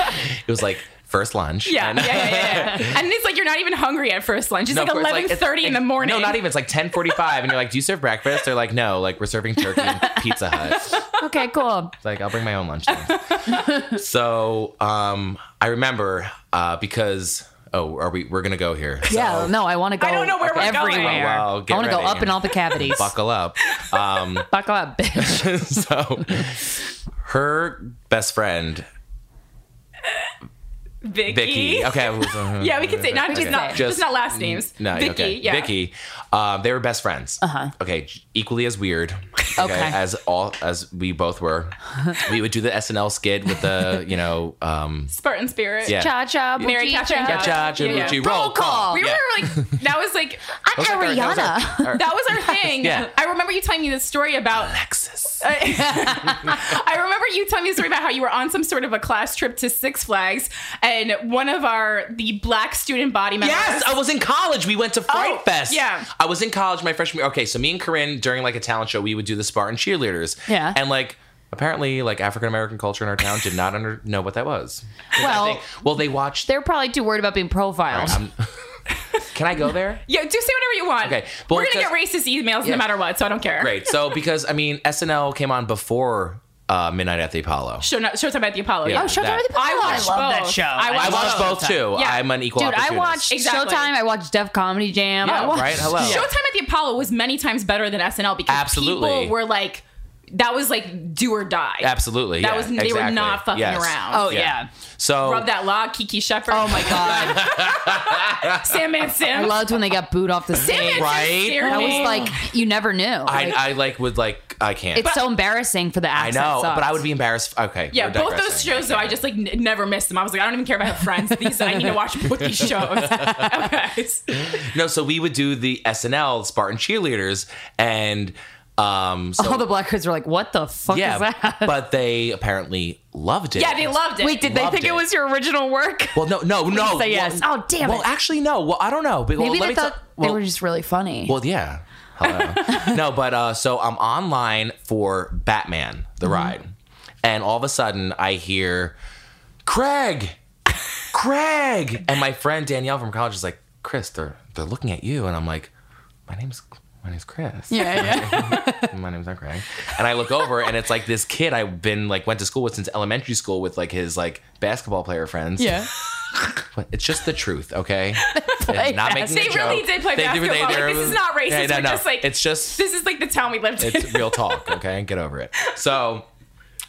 S3: It was like first lunch.
S1: Yeah,
S3: and-
S1: yeah, yeah, yeah, yeah. And it's like you're not even hungry at first lunch. It's
S3: No,
S1: like
S3: for- it's like-
S1: eleven
S3: it's-
S1: thirty in the
S3: it's-
S1: morning.
S3: No, not even. It's like ten forty-five, and you're like, "Do you serve breakfast?" They're like, "No, like we're serving turkey and Pizza Hut."
S2: Okay, cool.
S3: It's like I'll bring my own lunch. then." so um, I remember uh, because oh, are we? We're gonna go here. So
S2: Yeah, no, I want to go.
S1: don't know where we're going.
S2: everywhere.
S3: Well,
S2: I
S3: get
S2: want to go
S3: ready.
S2: up in all the cavities.
S3: Buckle up. Um,
S2: Buckle up, bitch.
S3: so her best friend
S1: Vicky.
S3: Vicky. Okay.
S1: Yeah, we can say not just
S3: Okay.
S1: not just
S3: Just-
S1: not last names.
S3: No,
S1: Vicky.
S3: okay.
S1: Yeah.
S3: Vicky. Um, they were best friends. Uh-huh. Okay, j- equally as weird.
S2: Okay.
S3: as all as we both were. we would do the SNL skit with the you know um,
S1: Spartan Spirit.
S3: Yeah.
S2: Cha cha,
S1: Mary Catherine
S3: cha cha cha
S1: Yeah.
S3: Gucci,
S2: Roll
S3: roll call.
S2: call.
S1: We
S3: Yeah.
S1: were like that was like
S2: I'm
S3: That was like our- that was
S2: Ariana.
S3: our- our-
S1: that was our thing.
S3: Yeah.
S1: I remember you telling me this story about
S3: Alexis.
S1: I remember you telling me a story about how you were on some sort of a class trip to Six Flags, and one of our the black student body members.
S3: Yes, Oh. I was in college. We went to Fright
S1: Oh,
S3: Fest.
S1: yeah.
S3: I was in college my freshman year. Okay, so me and Corinne during like a talent show, we would do the Spartan cheerleaders.
S2: Yeah.
S3: And like apparently like African American culture in our town did not under- know what that was. 'Cause I
S2: Well-
S3: think- well they watched
S2: They're probably too worried about being profiled.
S3: I'm- Can I go there?
S1: yeah. Do say whatever you want.
S3: Okay, but
S1: we're
S3: because-
S1: gonna get racist emails
S3: Yeah.
S1: no matter what, so I don't care.
S3: Great. So because I mean SNL came on before uh, Midnight at the Apollo.
S1: Show not, Showtime at the Apollo.
S3: Yeah.
S2: oh, Showtime
S3: that.
S2: with the
S1: I
S2: Power.
S1: watched both.
S2: Oh,
S1: I
S3: I
S1: watched,
S3: watched
S1: both.
S3: both too.
S1: Yeah.
S3: I'm an equal
S2: Dude, I
S3: opportunist.
S2: watched
S1: Exactly.
S2: Showtime. I watched Def Comedy Jam.
S3: Yeah,
S2: I watched
S3: right? Hello.
S1: Showtime at the Apollo was many times better than SNL because
S3: Absolutely.
S1: people were like, that was like do or die.
S3: Absolutely.
S1: That
S3: yeah,
S1: was they were
S3: exactly.
S1: not fucking
S3: Yes.
S1: around.
S2: Oh yeah.
S3: So
S1: Rub that log, Kiki Shepard. Oh my
S2: God,
S1: Sandman Sam.
S2: I loved when they got booed off the
S1: Sandman
S2: stage.
S1: Sam
S3: Right?
S1: scared
S2: That was
S1: me.
S2: like you never knew.
S3: I,
S2: Like,
S3: I like would like I can't.
S2: it's so embarrassing for the
S3: I
S2: accent.
S3: know,
S2: sucks.
S3: but I would be embarrassed. Okay.
S1: Yeah,
S3: we're
S1: both those
S3: digressing.
S1: shows though, I just like n- never missed them. I was like, I don't even care if I have friends. These I need to watch both these shows. Okay.
S3: No, so we would do the SNL Spartan cheerleaders, and um, so,
S2: All the black kids were like, "What the fuck
S3: yeah,
S2: is that?"
S3: but they apparently loved it.
S1: Yeah, they loved it.
S2: Wait, did they
S3: loved
S2: think it.
S3: it.
S2: was your original work?
S3: Well, no, no, no.
S2: say
S3: well,
S2: yes. Oh, damn
S3: Well,
S2: it.
S3: actually, no. Well, I don't know. But, well,
S2: Maybe
S3: let
S2: they
S3: me
S2: thought
S3: tell- well,
S2: they were just really funny.
S3: Well, yeah. Hello. no, but uh, so I'm online for Batman the
S1: Mm-hmm.
S3: ride, and all of a sudden I hear Craig, Craig, and my friend Danielle from college is like, Chris, they're they're looking at you, and I'm like, my name's my name's Chris.
S2: yeah, yeah.
S3: My name's not Craig. And I look over and it's like this kid I've been like went to school with since elementary school with like his like basketball player friends.
S2: yeah.
S3: But it's just the truth, okay?
S2: play
S3: not making
S1: They
S3: a
S1: really
S3: joke.
S1: did play
S3: They do- they-
S1: basketball. Like,
S3: they're-
S1: this is not racist.
S3: Yeah, no,
S1: We're
S3: no.
S1: just, like-
S3: it's just
S1: This is like the town we lived in.
S3: it's real talk, okay? Get over it. So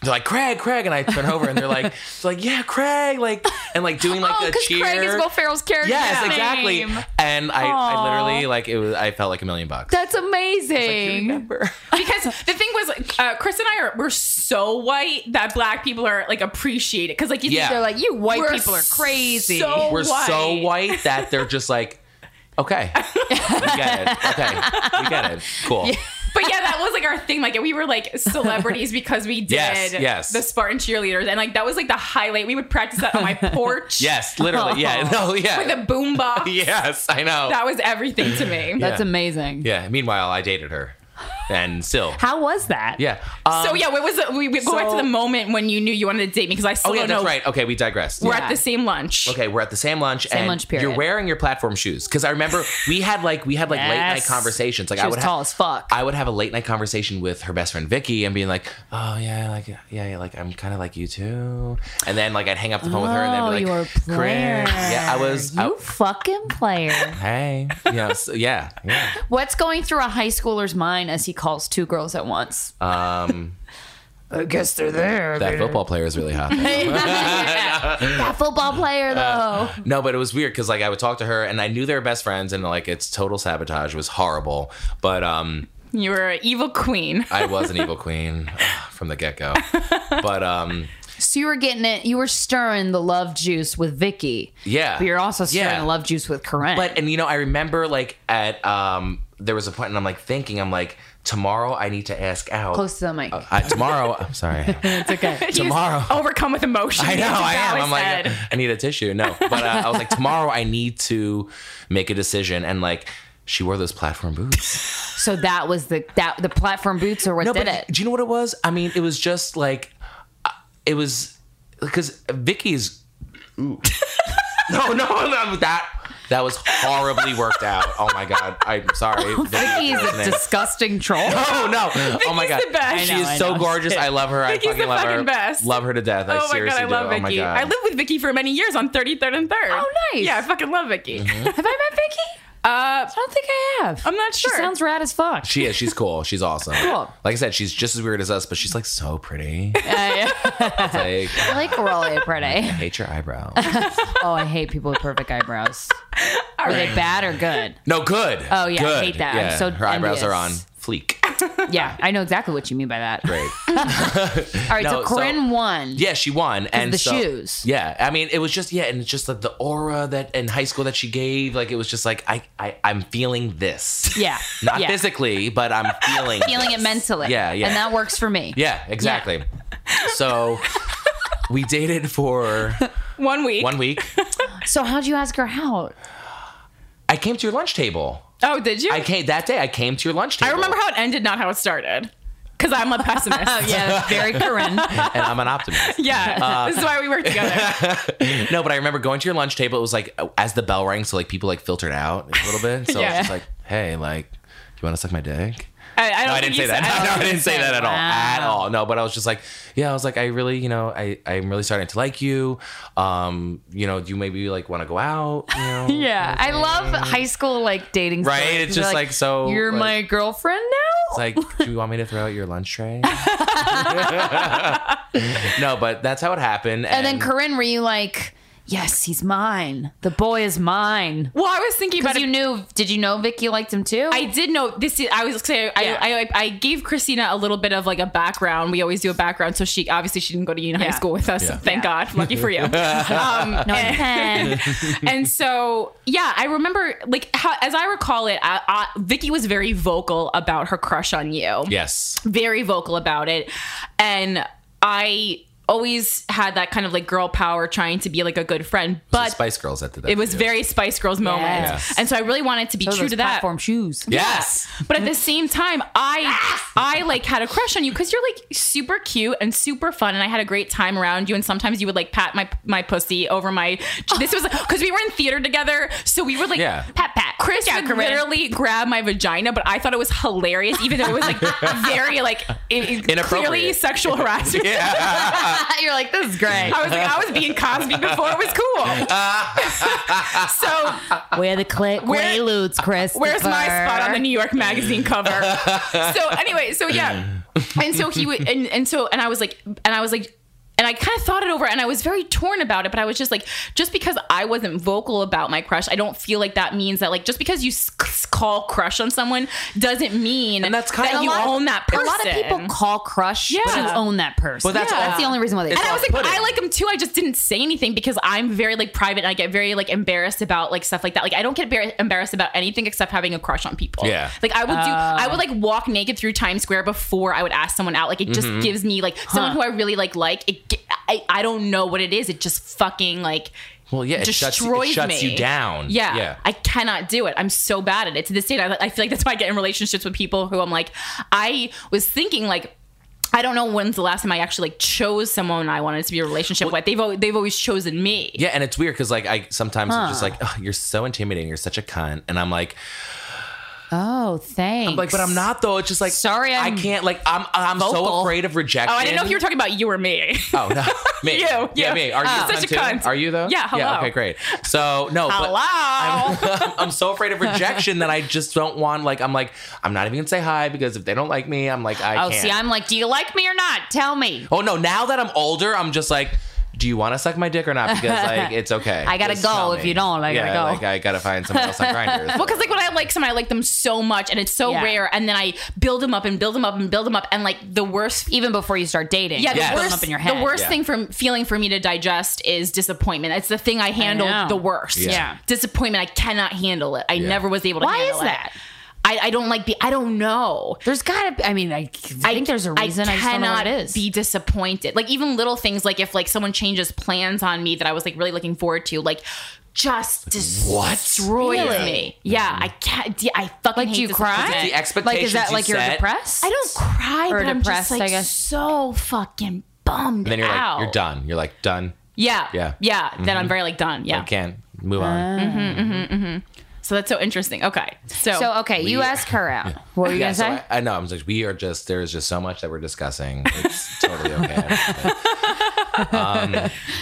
S3: they're like Craig, Craig, and I turn over and they're like, they're like yeah, Craig, like and like doing like
S2: oh,
S3: a
S2: because
S3: cheer.
S2: Craig is Will Ferrell's character.
S3: yes, exactly. And I,
S2: Aw.
S3: I literally like it was. I felt like a million bucks.
S2: That's amazing.
S1: because the thing was, like, uh, Chris and I are we're so white that black people are like appreciated because like you
S3: Yeah.
S1: think
S2: They're like, you white
S1: We're
S2: people are crazy.
S1: so
S3: We're so white that they're just like, okay, we get it. Okay, we get it. Cool.
S1: but yeah, that was like our thing. Like we were like celebrities because we did
S3: Yes, yes.
S1: the Spartan cheerleaders, and like that was like the highlight. We would practice that on my porch.
S3: Yes, literally. Yeah. No. Yeah.
S1: with a boombox.
S3: yes, I know.
S1: That was everything to me.
S2: That's
S3: Yeah.
S2: amazing.
S3: yeah. Meanwhile, I dated her. and still.
S1: How was that?
S3: Yeah.
S1: so
S3: Um,
S1: yeah, what was it? We, we go back to
S3: so-
S1: the moment when you knew you wanted to date me because I still
S3: Oh yeah,
S1: don't
S3: that's
S1: know.
S3: right. Okay, we digressed.
S1: We're
S2: Yeah.
S1: at the same lunch.
S3: Okay, we're at the same lunch. and
S2: lunch period.
S3: You're wearing your platform shoes because I remember we had like we had like late night
S1: Yes.
S3: conversations. Like
S2: She
S3: I
S2: was
S3: would
S2: tall
S3: have,
S2: as fuck.
S3: I would have a late night conversation with her best friend Vicky and being like, "Oh yeah, like yeah, yeah like I'm kind of like you too." And then like I'd hang up the phone with her and then
S2: Oh,
S3: be
S2: you were a
S3: like,
S2: player.
S3: "Chris." Yeah, I was. I-
S2: you fucking player.
S3: hey, yeah, so, yeah, yeah.
S2: What's going through a high schooler's mind as he calls two girls at once?
S3: Um,
S2: I guess they're there.
S3: that football player is really hot.
S2: that football
S3: Uh,
S2: player though.
S3: No, but it was weird because like I would talk to her and I knew they were best friends and like it's total sabotage. It was horrible, but um.
S1: You were an evil queen.
S3: I was an evil queen ugh, from the get go. But um,
S2: so you were getting it. You were stirring the love juice with Vicky.
S3: yeah.
S2: But you're also stirring
S3: Yeah.
S2: the love juice with Corinne.
S3: But and you know, I remember like at um, there was a point, and I'm like thinking, I'm like, tomorrow I need to ask out.
S2: close to the mic.
S3: I, tomorrow, I'm sorry.
S2: it's okay.
S1: He's
S3: Tomorrow.
S1: overcome with emotion.
S3: I know,
S1: That's
S3: I am.
S1: how
S3: I'm like,
S1: said.
S3: I need a tissue. No, but uh, I was like, tomorrow I need to make a decision, and like. She wore those platform boots.
S2: So that was the that the platform boots or what
S3: No,
S2: did
S3: but
S2: it?
S3: do you know what it was? I mean, it was just like, uh, it was because Vicky's. Ooh. no, no, no, that that was horribly worked out. Oh my god, I'm sorry. Vicky's
S2: Vicky's a disgusting troll.
S3: Oh no! oh my god,
S1: the best.
S3: she
S1: I
S3: is
S1: know, I
S3: so
S1: know.
S3: gorgeous. I love her.
S1: Vicky's
S3: I fucking
S1: the
S3: love her.
S1: fucking best.
S3: Love her to death.
S1: Oh
S3: I
S1: my god,
S3: seriously
S1: I love Vicky.
S3: do. Oh my god,
S1: I lived with Vicky for many years on 33rd and 3rd.
S2: Oh, nice.
S1: Yeah, I fucking love Vicky.
S3: Mm-hmm.
S2: Have I met Vicky?
S1: Uh,
S2: I don't think I have.
S1: I'm not
S2: She
S1: sure.
S2: sounds rad as fuck.
S3: She is. She's cool. She's awesome.
S2: Cool.
S3: Like I said, she's just as weird as us, but she's like so pretty. It's like,
S2: I like really pretty.
S3: I hate your eyebrow.
S2: Oh, I hate people with perfect eyebrows. Are they bad or good?
S3: No, good.
S2: Oh, yeah, I
S3: good.
S2: hate that. I'm so
S3: her eyebrows are on
S2: envious.
S3: fleek.
S2: Yeah, I know exactly what you mean by that.
S3: Great.
S2: All right,
S3: No,
S2: so
S3: so-
S2: Corinne won.
S3: Yeah, she won, and
S2: the
S3: so-
S2: shoes.
S3: Yeah, I mean, it was just yeah, and it's just like the aura that in high school that she gave, like it was just like I, I I'm feeling this.
S2: Yeah,
S3: Not
S2: yeah.
S3: physically, but I'm feeling
S2: Feeling
S3: this.
S2: it mentally.
S3: Yeah, yeah.
S2: And that works for me.
S3: Yeah, exactly. So we dated for
S1: One week.
S3: one week.
S2: So how'd you ask her out?
S3: I came to your lunch table.
S1: Oh, did you?
S3: I came that day. I came to your lunch
S1: I
S3: table.
S1: remember how it ended, not how it started. Because I'm a pessimist.
S2: Oh, Yeah, that's very Corinne.
S3: and I'm an optimist.
S1: Yeah.
S3: Uh,
S1: this is why we work together.
S3: No, but I remember going to your lunch table. It was like uh, as the bell rang, so like people like filtered out a little bit. So I
S1: Yeah.
S3: was just like, hey, like, you want to suck my dick?
S1: I, I don't
S3: No,
S1: think
S3: I didn't
S1: you
S3: say that.
S1: said- I
S3: No,
S1: don't
S3: no, I didn't say that at all.
S2: Wow.
S3: At all. No, but I was just like, yeah, I was like, I really, you know, I, I'm really starting to like you. Um, you know, do you maybe like want to go out? You know?
S2: Yeah, I love high school like dating.
S3: Right?
S2: stories.
S3: It's
S2: You're
S3: just like, so,
S2: You're
S3: like-
S2: my girlfriend now.
S3: It's like, do you want me to throw out your lunch tray? no, but that's how it happened.
S2: and then Corinne, were you like, yes, he's mine. The boy is mine.
S1: Well, I was thinking about
S2: Because
S1: it
S2: you knew. Did you know Vicky liked him too?
S1: I did know this. Is, I was saying I,
S2: Yeah.
S1: I, I I gave Christina a little bit of like a background. We always do a background, so she obviously she didn't go to Union
S2: Yeah.
S1: High School with us.
S3: Yeah.
S1: Thank God, lucky for you. Um,
S2: No,
S1: and,
S2: I can.
S1: and so yeah, I remember like how, as I recall it, I, I, Vicky was very vocal about her crush on you
S3: yes.
S1: very vocal about it and i always had that kind of like girl power trying to be like a good friend
S3: But
S1: but
S3: Spice Girls at the
S1: it was very spice girls moment
S2: Yes.
S1: and so i really wanted to be
S2: Those
S1: true to that
S2: platform shoes.
S3: Yes.
S1: but at the same time i i like had a crush on you because you're like super cute and super fun and i had a great time around you and sometimes you would like pat my my pussy over my this was because we were in theater together so we were like
S3: Yeah.
S2: Pat, pat.
S1: Chris would
S2: Corinne.
S1: literally grab my vagina, but I thought it was hilarious, even though it was like very like it, it, clearly
S3: Inappropriate.
S1: sexual harassment.
S3: Yeah.
S2: You're like, this is great.
S1: I was like, I was being Cosby before it was cool. so
S2: Where the cl-
S1: Where-
S2: Quaaludes, Chris?
S1: where's my spot on the New York Magazine cover? so anyway, so yeah, and so he would, and, and so, and I was like, and I was like. And I kind of thought it over and I was very torn about it, but I was just like, just because I wasn't vocal about my crush, I don't feel like that means that, like, just because you s- s- call crush on someone doesn't mean
S3: And that's
S1: that
S3: kinda
S1: you
S3: a lot-
S1: own that
S2: A
S1: person.
S2: lot of people call crush, but you
S1: Yeah.
S2: own that person.
S3: But that's
S1: Yeah.
S2: that's the only reason why they.
S1: and
S2: call.
S1: I was like,
S3: Pudding.
S1: I like him too. I just didn't say anything because I'm very like private and I get very like embarrassed about like stuff like that. Like I don't get embar- embarrassed about anything except having a crush on people.
S3: Yeah.
S1: Like I would do, I would like walk naked through Times Square before I would ask someone out. Like it
S3: Mm-hmm.
S1: just gives me like someone who I really like, like it, ge- I, I don't know what it is. It just fucking like
S3: Well, yeah, it shuts, it
S1: destroys
S3: shuts
S1: me.
S3: you down.
S1: Yeah,
S3: yeah.
S1: I cannot do it. I'm so bad at it. To this day, I, I feel like that's why I get in relationships with people who I'm like, I was thinking like. I don't know when's the last time I actually like chose someone I wanted to be in a relationship with. They've always, they've always chosen me.
S3: Yeah, and it's weird because like I sometimes I'm just like, oh, you're so intimidating, you're such a cunt, and I'm like,
S2: Oh, thanks.
S3: I'm like, but I'm not though. It's just like,
S2: Sorry,
S3: I
S2: I'm
S3: can't. Like, I'm I'm so
S2: vocal.
S3: afraid of rejection.
S1: Oh, I didn't know if you were talking about you or me.
S3: Oh no, me.
S1: You, you.
S3: yeah, me. Are you
S1: You're
S3: the
S1: such a
S3: cunt too?
S1: cunt.
S3: Are you though?
S1: Yeah, hello.
S3: okay, great. So no, but
S1: Hello.
S3: I'm, I'm so afraid of rejection that I just don't want. Like, I'm like, I'm not even gonna say hi because if they don't like me, I'm like, I
S2: oh,
S3: can't.
S2: see, I'm like, do you like me or not? Tell me.
S3: oh no, now that I'm older, I'm just like. Do you want to suck my dick or not? Because like it's okay.
S2: I gotta
S3: Just
S2: go.
S3: tell
S2: If
S3: me.
S2: you don't, I gotta
S3: Yeah,
S2: go.
S3: Like I gotta find someone else on Grindr.
S1: Well, because like when I like someone, I like them so much, and it's so
S2: Yeah.
S1: rare. And then I build them up and build them up and build them up, and like the worst
S2: Even before you start dating,
S1: Yeah, the
S2: you
S3: Yes.
S2: put 'em
S1: worst,
S2: up in your head.
S1: The worst
S3: Yeah.
S1: thing from feeling for me to digest is disappointment. It's the thing I handle
S2: know.
S1: the worst.
S3: Yeah. Yeah.
S1: Disappointment, I cannot handle it. I
S3: Yeah.
S1: never was able to
S2: Why
S1: handle
S2: is that?
S1: It. I, I don't like be I don't know.
S2: There's gotta. Be, I mean, I, I think there's a reason. I,
S1: I
S2: just don't know
S1: cannot
S2: what it is.
S1: be disappointed. Like even little things like if like someone changes plans on me that I was like really looking forward to, like just
S3: What? Mm-hmm.
S1: destroys
S2: Really?
S1: me. Yeah, I can't. d- I fucking
S2: like,
S1: hate
S2: do you
S1: disappointment.
S2: cry?
S3: The expectations
S2: Like, is that
S3: you
S2: like you're
S3: set-
S2: depressed?
S1: I don't cry,
S2: Or
S1: but I'm
S2: depressed,
S1: just like
S2: I guess.
S1: so fucking bummed.
S3: And then you're
S1: out.
S3: like, you're done. You're like done.
S1: Yeah.
S3: Yeah.
S1: Yeah. Then I'm very like done. Yeah.
S3: I can't move on.
S1: So that's so interesting. Okay. So,
S2: So okay, you
S3: We-
S2: ask her out. What were you
S3: Yeah,
S2: gonna
S3: so
S2: say?
S3: I, I know. I'm just like, we are just, there is just so much that we're discussing. It's totally okay. um,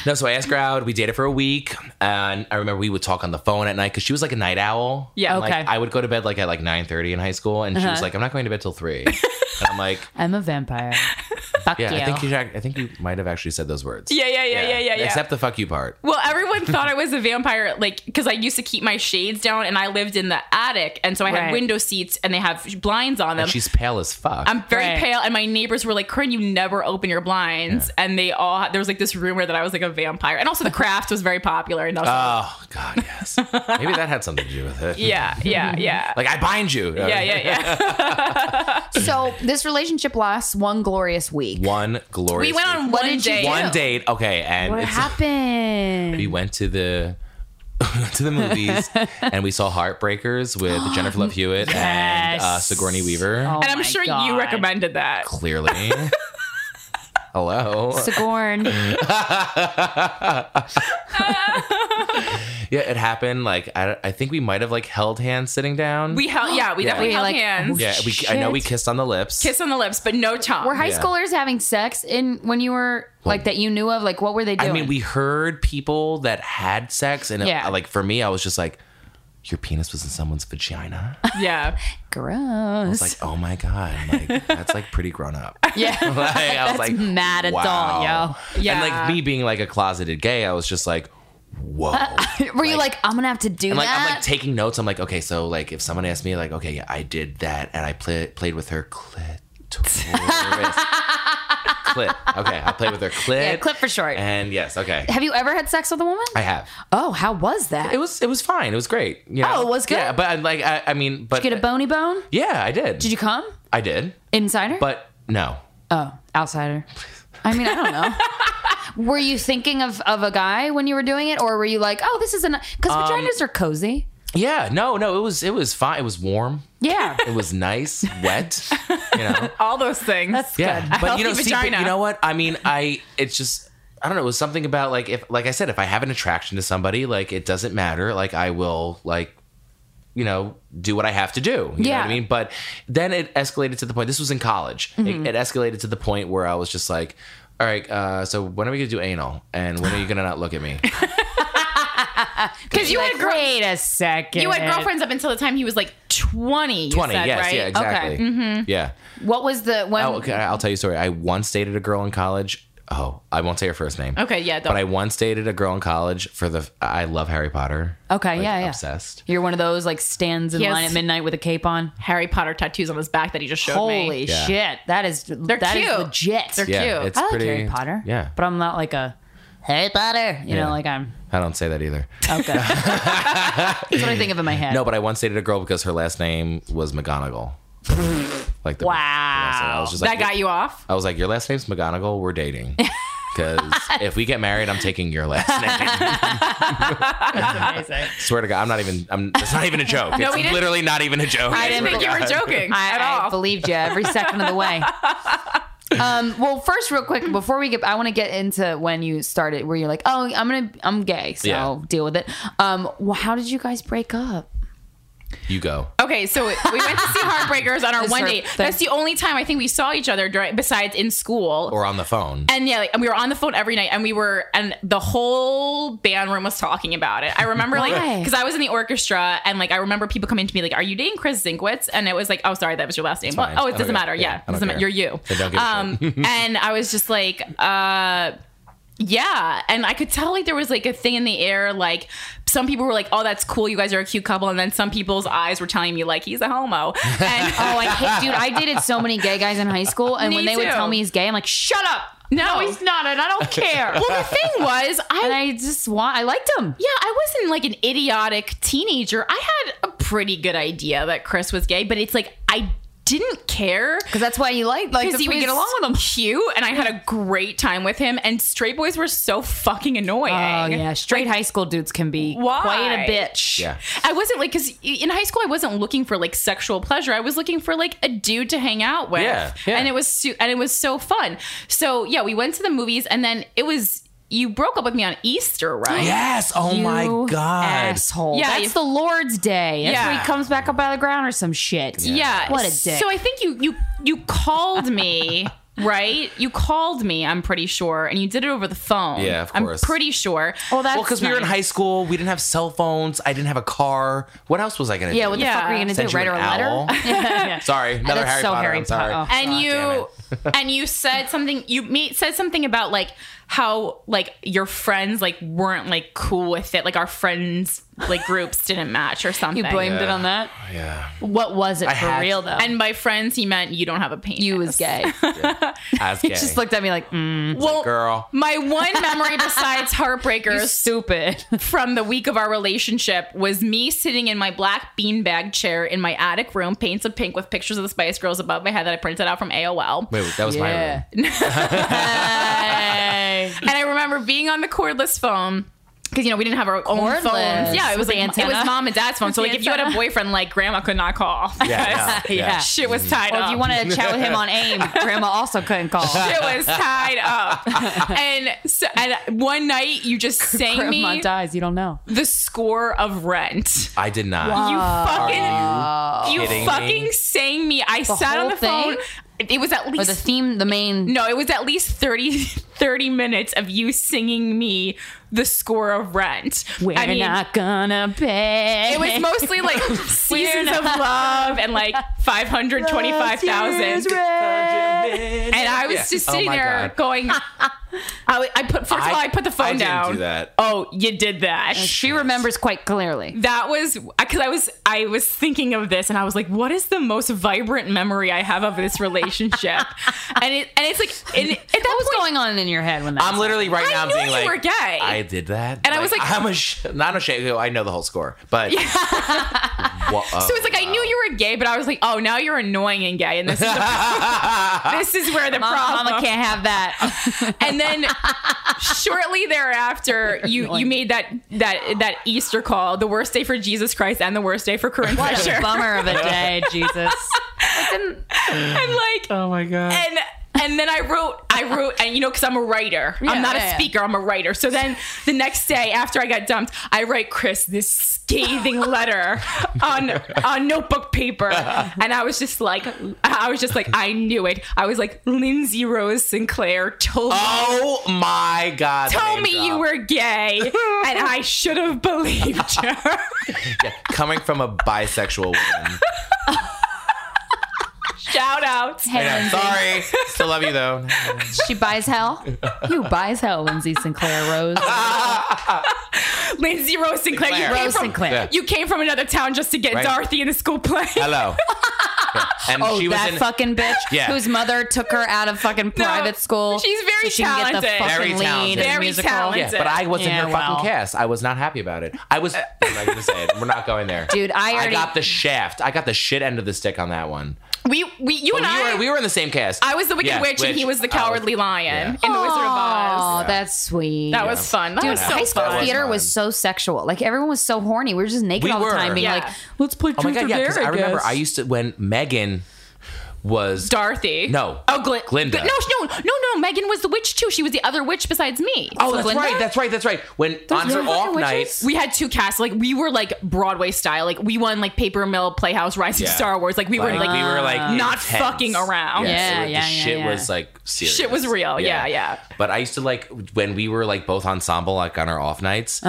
S3: no, so I asked her out. We dated for a week. And I remember we would talk on the phone at night because she was like a night owl.
S1: Yeah, Uh-huh.
S3: And, like,
S2: okay.
S3: I would go to bed like at like 9.30 in high school. And she was like, I'm not going to bed till 3. and I'm like,
S2: I'm a vampire. Fuck
S3: yeah,
S2: you.
S3: I think you, should- I think you might have actually said those words.
S1: Yeah, yeah, yeah, yeah, yeah, yeah.
S3: Except the fuck you part.
S1: well, everyone thought I was a vampire, like, because I used to keep my shades down and I lived in the attic. And so I
S2: Right.
S1: had window seats and they have blinds on them.
S3: She's pale as fuck.
S1: I'm very
S2: Right.
S1: pale. And my neighbors were like, Corinne, you never open your blinds. And they all, there was like this rumor that I was like a vampire. And also the craft was very popular. And I was like,
S3: oh, God, yes. Maybe that had something to do with it.
S1: yeah, yeah, yeah.
S3: Like, I bind you.
S1: yeah, yeah, yeah.
S2: so this relationship lasts one glorious week.
S3: One glorious
S1: We went
S3: week.
S1: on
S2: What
S1: one
S2: did you
S1: day.
S2: do?
S3: one date. Okay, and
S2: What
S3: it's-
S2: happened?
S3: we went to the to the movies and we saw Heartbreakers with Jennifer Love Hewitt and uh,
S2: Yes.
S3: Sigourney Weaver.
S2: Oh
S1: And I'm
S2: my
S1: sure
S2: God.
S1: you recommended that.
S3: Clearly. Hello.
S2: Sigourn.
S3: yeah, it happened. Like I, I think we might have like held hands sitting down.
S1: We held, yeah, we
S3: Yeah.
S1: definitely
S3: We,
S1: held
S2: like,
S1: hands.
S3: yeah, we. I know
S2: Shit.
S3: we kissed on the lips.
S1: Kiss on the lips, but no tongue.
S2: Were high
S3: Yeah.
S2: schoolers having sex in when you were like that you knew of? Like what were they doing?
S3: I mean, we heard people that had sex, and it-
S2: Yeah.
S3: like for me, I was just like, your penis was in someone's vagina.
S1: yeah.
S2: gross.
S3: It's like, oh my god, like that's like pretty grown up.
S2: yeah.
S3: like, I was like,
S2: mad adult,
S3: wow.
S1: yo.
S3: And
S1: Yeah.
S3: like me being like a closeted gay, I was just like, whoa.
S2: Were you like, I'm gonna have to do
S3: And like
S2: that?
S3: I'm like taking notes. I'm like, okay, so like if someone asked me like, okay, yeah, I did that and I play, played with her clit. clit. Okay, I played with her clit.
S2: yeah, clip for short.
S3: And yes, okay,
S2: have you ever had sex with a woman?
S3: I have.
S2: oh, how was that?
S3: It was it was fine. It was great. You know?
S2: Oh, it was good?
S3: Yeah, but I, like I, I mean, but
S2: Get a bony bone?
S3: yeah, I did.
S2: Did you come?
S3: I did,
S2: Insider?
S3: but no.
S2: oh, outsider. I mean, I don't know. were you thinking of, of a guy when you were doing it, or were you like, oh, this is an because
S3: Um,
S2: vaginas are cozy?
S3: Yeah, no, no. It was it was fine. It was warm.
S2: Yeah,
S3: It was nice, wet. You know.
S1: All those things.
S2: that's
S3: Yeah,
S2: good.
S1: A
S3: but you know,
S1: healthy
S3: see, but
S1: vagina.
S3: you know what? I mean, I it's just I don't know. It was something about like if like I said, if I have an attraction to somebody, like it doesn't matter. Like I will like you know do what I have to do. You know
S2: Yeah.
S3: what I mean? But then it escalated to the point. This was in college.
S1: Mm-hmm.
S3: It, it escalated to the point where I was just like. All right, uh, so when are we gonna do anal? And when are you gonna not look at me?
S1: Because you
S2: Like,
S1: had girl-
S2: wait a second.
S1: you had girlfriends up until the time he was like twenty. You
S3: Twenty,
S1: said,
S3: yes,
S1: right?
S3: yeah, exactly,
S1: Okay. Mm-hmm.
S3: yeah.
S2: What was the when?
S3: Oh, okay, I'll tell you a story. I once dated a girl in college. Oh, I won't say her first name.
S1: Okay, yeah,
S3: But
S1: don't-
S3: I once dated a girl in college for the. I love Harry Potter.
S2: Okay,
S3: Like,
S2: yeah, yeah.
S3: Obsessed.
S2: You're one of those like stands in
S1: Yes.
S2: line at midnight with a cape on.
S1: Harry Potter tattoos on his back that he just showed me.
S2: Holy
S3: Yeah.
S2: shit, that is they're
S1: cute.
S2: legit.
S1: They're
S3: Yeah,
S1: Cute.
S3: it's
S2: I like
S3: pretty.
S2: Harry Potter.
S3: Yeah,
S2: but I'm not like a Harry Potter. You
S3: Yeah.
S2: know, like I'm
S3: I don't say that either.
S2: okay. That's what I think of in my head.
S3: No, but I once dated a girl because her last name was McGonagall. like the
S2: Wow.
S3: yeah, so I was just
S1: That
S3: like,
S1: got you off.
S3: I was like, your last name's McGonagall. We're dating. Because because if we get married, I'm taking your last name. Swear to God, I'm not even. I'm. It's not even a joke. it's
S1: we didn't-
S3: literally not even a joke.
S1: I didn't
S3: swear to
S1: think you were
S3: God.
S1: joking
S2: I,
S1: at
S2: I
S1: all.
S2: believed you every second of the way. Um, well, first, real quick, before we get, I want to get into when you started, where you're like, "Oh, I'm gonna, I'm gay, so
S3: Yeah.
S2: deal with it." Um, well, how did you guys break up?
S3: You go.
S1: Okay, so we went to see Heartbreakers on our
S2: This
S1: one
S2: her
S1: date.
S2: thing.
S1: That's the only time I think we saw each other during, besides in school.
S3: Or on the phone.
S1: and yeah, like, and we were on the phone every night, and we were, and the whole band room was talking about it. I remember, like,
S2: Why?
S1: because I was in the orchestra, and like I remember people coming to me like, "Are you dating Chris Zinkwitz?" And it was like, "Oh, sorry, that was your last name."
S3: fine.
S1: Well, oh,
S3: I
S1: it
S3: don't
S1: doesn't
S3: care.
S1: matter.
S3: Yeah,
S1: Yeah,
S3: I
S1: doesn't
S3: don't
S1: matter.
S3: care.
S1: You're you.
S3: I don't give a
S1: Um, and I was just like, uh, yeah, and I could tell like there was like a thing in the air. Like some people were like, "Oh, that's cool. You guys are a cute couple," and then some people's eyes were telling me like, "He's a homo." And
S2: Oh, I hate, dude. I dated so many gay guys in high school, and
S1: Me
S2: when they would
S1: too.
S2: tell me he's gay, I'm like, "Shut up!
S1: No.
S2: he's not, and I don't care."
S1: well, the thing was, I
S2: and I just want, I liked him.
S1: Yeah, I wasn't like an idiotic teenager. I had a pretty good idea that Chris was gay, but it's like I didn't care
S2: Because that's why you like, like,
S1: because he would get along with him. Cute, and I had a great time with him. And straight boys were so fucking annoying.
S2: Oh yeah, straight high school dudes can be
S1: Why?
S2: quite a bitch.
S3: Yeah.
S1: I wasn't like because in high school I wasn't looking for like sexual pleasure. I was looking for like a dude to hang out with.
S3: Yeah, yeah.
S1: and it was su- and it was so fun. So yeah, we went to the movies, and then it was you broke up with me on Easter, right?
S3: Yes. Oh my
S2: You
S3: God.
S2: Asshole.
S1: Yeah,
S2: That's
S1: you-
S2: the Lord's Day. That's
S1: Yeah.
S2: when he comes back up out of the ground or some shit.
S1: Yeah.
S2: What a dick.
S1: So I think you you you called me, right? You called me, I'm pretty sure, and you did it over the phone.
S3: Yeah, of course.
S1: I'm pretty sure.
S2: well, that's
S3: Well, because we were in
S2: nice.
S3: high school, we didn't have cell phones. I didn't have a car. What else was I gonna
S2: Yeah,
S3: do?
S2: what the
S1: Yeah. Oh,
S2: fuck are you gonna
S3: Send
S2: do?
S3: you
S2: Write her
S3: an
S2: a
S3: owl?
S2: letter? Yeah.
S3: Sorry, another
S2: That's
S3: Harry
S2: so
S3: Potter.
S2: Harry
S3: I'm sorry.
S2: Potter.
S1: and you and you said something you me said something about like how like your friends like weren't like cool with it like our friends like groups didn't match or something
S2: You blamed it
S3: Yeah.
S2: on that.
S1: oh.
S3: Yeah.
S2: What was it for
S3: had-
S2: real though?
S1: and by friends he meant you don't have a penis
S2: you was gay.
S3: As
S2: He
S3: gay.
S2: just looked at me like, mm,
S1: well
S3: girl.
S1: my one memory besides
S2: you're
S1: heartbreakers
S2: stupid.
S1: from the week of our relationship was me sitting in my black beanbag chair in my attic room, painted pink with pictures of the Spice Girls above my head that I printed out from AOL.
S3: Wait, that was my room.
S2: Hey.
S1: And I remember being on the cordless phone. Because you know we didn't have our own
S2: Cordless.
S1: phones. Yeah, it was
S2: With
S1: like
S2: the
S1: it was
S2: antenna.
S1: mom and dad's phone. So
S2: With
S1: like
S2: the
S1: if you had a
S2: antenna.
S1: boyfriend, like grandma could not call.
S3: Yeah.
S2: Yeah.
S3: yeah.
S1: Shit was tied
S2: Well,
S1: up.
S2: if you wanted to chat with him on AIM, Grandma also couldn't call.
S1: Shit was tied up. and so, and one night you just sang
S2: Grandma
S1: me
S2: dies. You don't know.
S1: the score of Rent.
S3: I did not.
S1: You
S2: Oh.
S1: fucking
S3: Are you
S1: You
S3: kidding
S1: fucking
S3: me?
S1: sang me. I sat on
S2: whole
S1: the phone.
S2: thing?
S1: It was at
S2: Or
S1: least
S2: the theme, the main.
S1: no, it was at least 30, 30 minutes of you singing me the score of Rent.
S2: We're
S1: I mean,
S2: not gonna pay.
S1: it was mostly like seasons of love and like five hundred twenty-five thousand. And I was
S3: Yeah.
S1: just
S3: Oh
S1: sitting
S3: my
S1: there
S3: God.
S1: going, I, I put first of all, I put the phone
S3: I didn't
S1: down.
S3: do that.
S1: Oh, you did that.
S2: She remembers quite clearly.
S1: that was because I was I was thinking of this and I was like, what is the most vibrant memory I have of this relationship? and it and it's like and, at that
S2: What was
S1: point,
S2: going on in your head when that?
S3: I'm literally right
S1: I
S3: now. I'm
S1: knew
S3: being
S1: you
S3: like,
S1: were gay.
S3: I did that,
S1: And I was like-
S3: I'm a sh- not ashamed. I know the whole score, but Wha- oh,
S1: so it's like I knew you were gay, but I was like, oh, now you're annoying and gay, and this is the, this is where the
S2: Mama,
S1: problem.
S2: Mama can't have that.
S1: And then shortly thereafter, you you
S2: annoying.
S1: made that that that Easter call, the worst day for Jesus Christ and the worst day for Corinne
S2: What
S1: Fisher,
S2: a bummer of a day, Jesus.
S1: and like
S3: Oh my god.
S1: and and then I wrote, I wrote, and you know, because I'm a writer, I'm
S2: Yeah,
S1: not
S2: yeah,
S1: a
S2: yeah.
S1: speaker, I'm a writer. So then the next day after I got dumped, I write Chris this scathing letter on on notebook paper, and I was just like, I was just like, I knew it. I was like, Lindsay Rose Sinclair told
S3: oh my god.
S1: me, told
S3: name
S1: me you
S3: drop.
S1: were gay, and I should have believed her.
S3: Yeah, coming from a bisexual woman.
S1: Shout out.
S3: Yeah, sorry, still love you though.
S2: She buys hell. You buys hell, Lindsay Sinclair Rose.
S3: Uh,
S1: Lindsay Rose Sinclair. You
S3: Sinclair.
S1: came
S2: Rose
S1: from
S2: Sinclair.
S1: you came from another town just to get
S3: Right.
S1: Dorothy in the school play.
S3: Hello. And
S2: Oh,
S3: she was
S2: that
S3: in
S2: fucking bitch
S3: Yeah.
S2: whose mother took her out of fucking private school.
S1: she's very
S2: so she can get the
S1: talented.
S2: fucking
S3: Very
S2: lead in
S3: talented.
S2: a
S1: Very
S2: musical.
S1: talented.
S3: yeah, but I wasn't
S1: Yeah,
S3: her
S1: well.
S3: fucking cast. I was not happy about it. I was. I'm not gonna say it. We're not going there,
S2: Dude, I already-
S3: got the shaft. I got the shit end of the stick on that one.
S1: we we you
S3: But
S1: and
S3: we
S1: I
S3: were Oh, we were in the same cast. Oh
S1: I was the Wicked
S3: Yeah,
S1: Witch, and he was the
S3: I
S1: Cowardly Lion
S3: yeah.
S1: in The Wizard of
S2: Oh,
S1: Oz.
S2: that's sweet.
S1: That was fun. That
S2: Dude,
S1: was so
S2: high school
S1: fun.
S2: theater was
S3: Fun.
S2: so sexual. Like everyone was so horny. We were just naked
S3: We
S2: all the
S3: were.
S2: time, being
S1: Yeah.
S2: like, "Let's play
S3: Oh
S2: truth
S3: my god,
S2: or
S3: yeah.
S2: dare."
S3: Because I remember
S2: guess."
S3: I used to when Megan was
S1: Dorothy.
S3: No.
S1: Oh, Gl-
S3: Glinda.
S1: Gl- no, no, no, no. Megan was the witch too. She was the other witch besides me.
S3: Oh,
S1: So
S3: that's
S1: Glinda-
S3: right. That's right. That's right. When on her
S2: were
S3: off
S2: fucking
S3: night,
S2: witches?
S1: we had two casts. Like we were like Broadway style. Like we won like Paper Mill, Playhouse, Rising
S3: Yeah.
S1: Star Wars. Like we were like
S3: we were like
S1: not
S3: intense.
S1: fucking around.
S2: Yeah,
S3: so it-
S2: yeah,
S3: the
S2: yeah,
S3: shit
S2: yeah.
S3: was like serious.
S1: Shit was real. Yeah, yeah.
S3: But I used to like when we were like both ensemble, like on our off nights,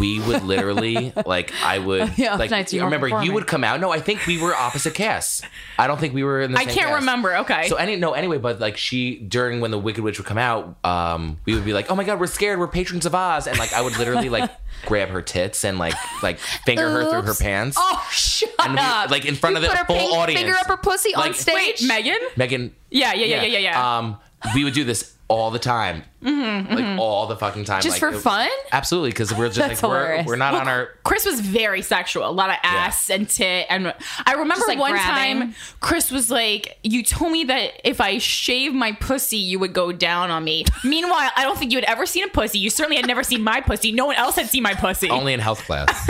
S3: we would literally like I would
S2: Yeah, off
S3: like
S2: nights you
S3: I
S2: weren't
S3: remember you
S2: performing.
S3: would come out. No, I think we were opposite casts. I don't think we were in the
S1: I
S3: same
S1: can't
S3: cast.
S1: remember. Okay.
S3: So any no anyway, but like she during when the Wicked Witch would come out, um, we would be like, oh my god, we're scared, we're patrons of Oz, and like I would literally like grab her tits and like like finger her through her
S2: Oops.
S3: pants.
S1: oh, shut
S3: And we-
S1: up.
S3: like in front
S2: You
S3: of
S2: put
S3: the
S2: her
S3: full
S2: pink
S3: audience.
S2: finger up her pussy on
S3: Like-
S2: stage.
S1: wait, Megan.
S3: Megan.
S1: Yeah, yeah, yeah, yeah, yeah, yeah. Mm-hmm,
S3: Um, we would do this all the time, like all the fucking time,
S2: Just
S3: like,
S2: for
S3: it-
S2: fun?
S3: Absolutely, because we're just
S2: That's
S3: like we're,
S2: hilarious.
S3: we're not on our.
S1: Chris was very sexual, a lot of ass and tit, and I remember
S2: like,
S1: one
S2: grabbing.
S1: time Chris was like, "You told me that if I shave my pussy, you would go down on me." Meanwhile, I don't think you had ever seen a pussy. You certainly had never seen my pussy. No one else had seen my pussy.
S3: Only in health class.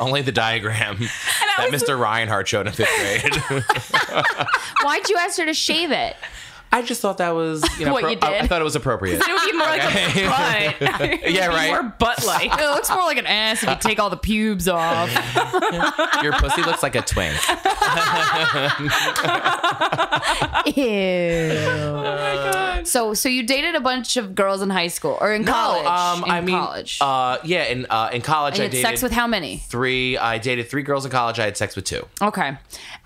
S3: only the diagram
S1: I
S3: that
S1: was-
S3: Mr. Reinhardt showed in fifth grade.
S2: Why'd you ask her to shave it?
S3: I just thought that was you know
S1: What you
S3: I, I
S1: did?
S3: thought it was appropriate.
S1: It would be more like a butt. It would
S3: Yeah,
S1: be
S3: right.
S1: More butt like.
S2: It looks more like an ass if you take all the pubes off.
S3: Your pussy looks like a twink. Oh
S2: Ew. So, so you dated a bunch of girls in high school or in college?
S3: um,
S2: in
S3: I mean,
S2: college.
S3: uh, yeah, in uh, in college
S2: you
S3: I
S2: had
S3: dated
S2: sex with how many?
S3: three. I dated three girls in college. I had sex with two.
S2: Okay.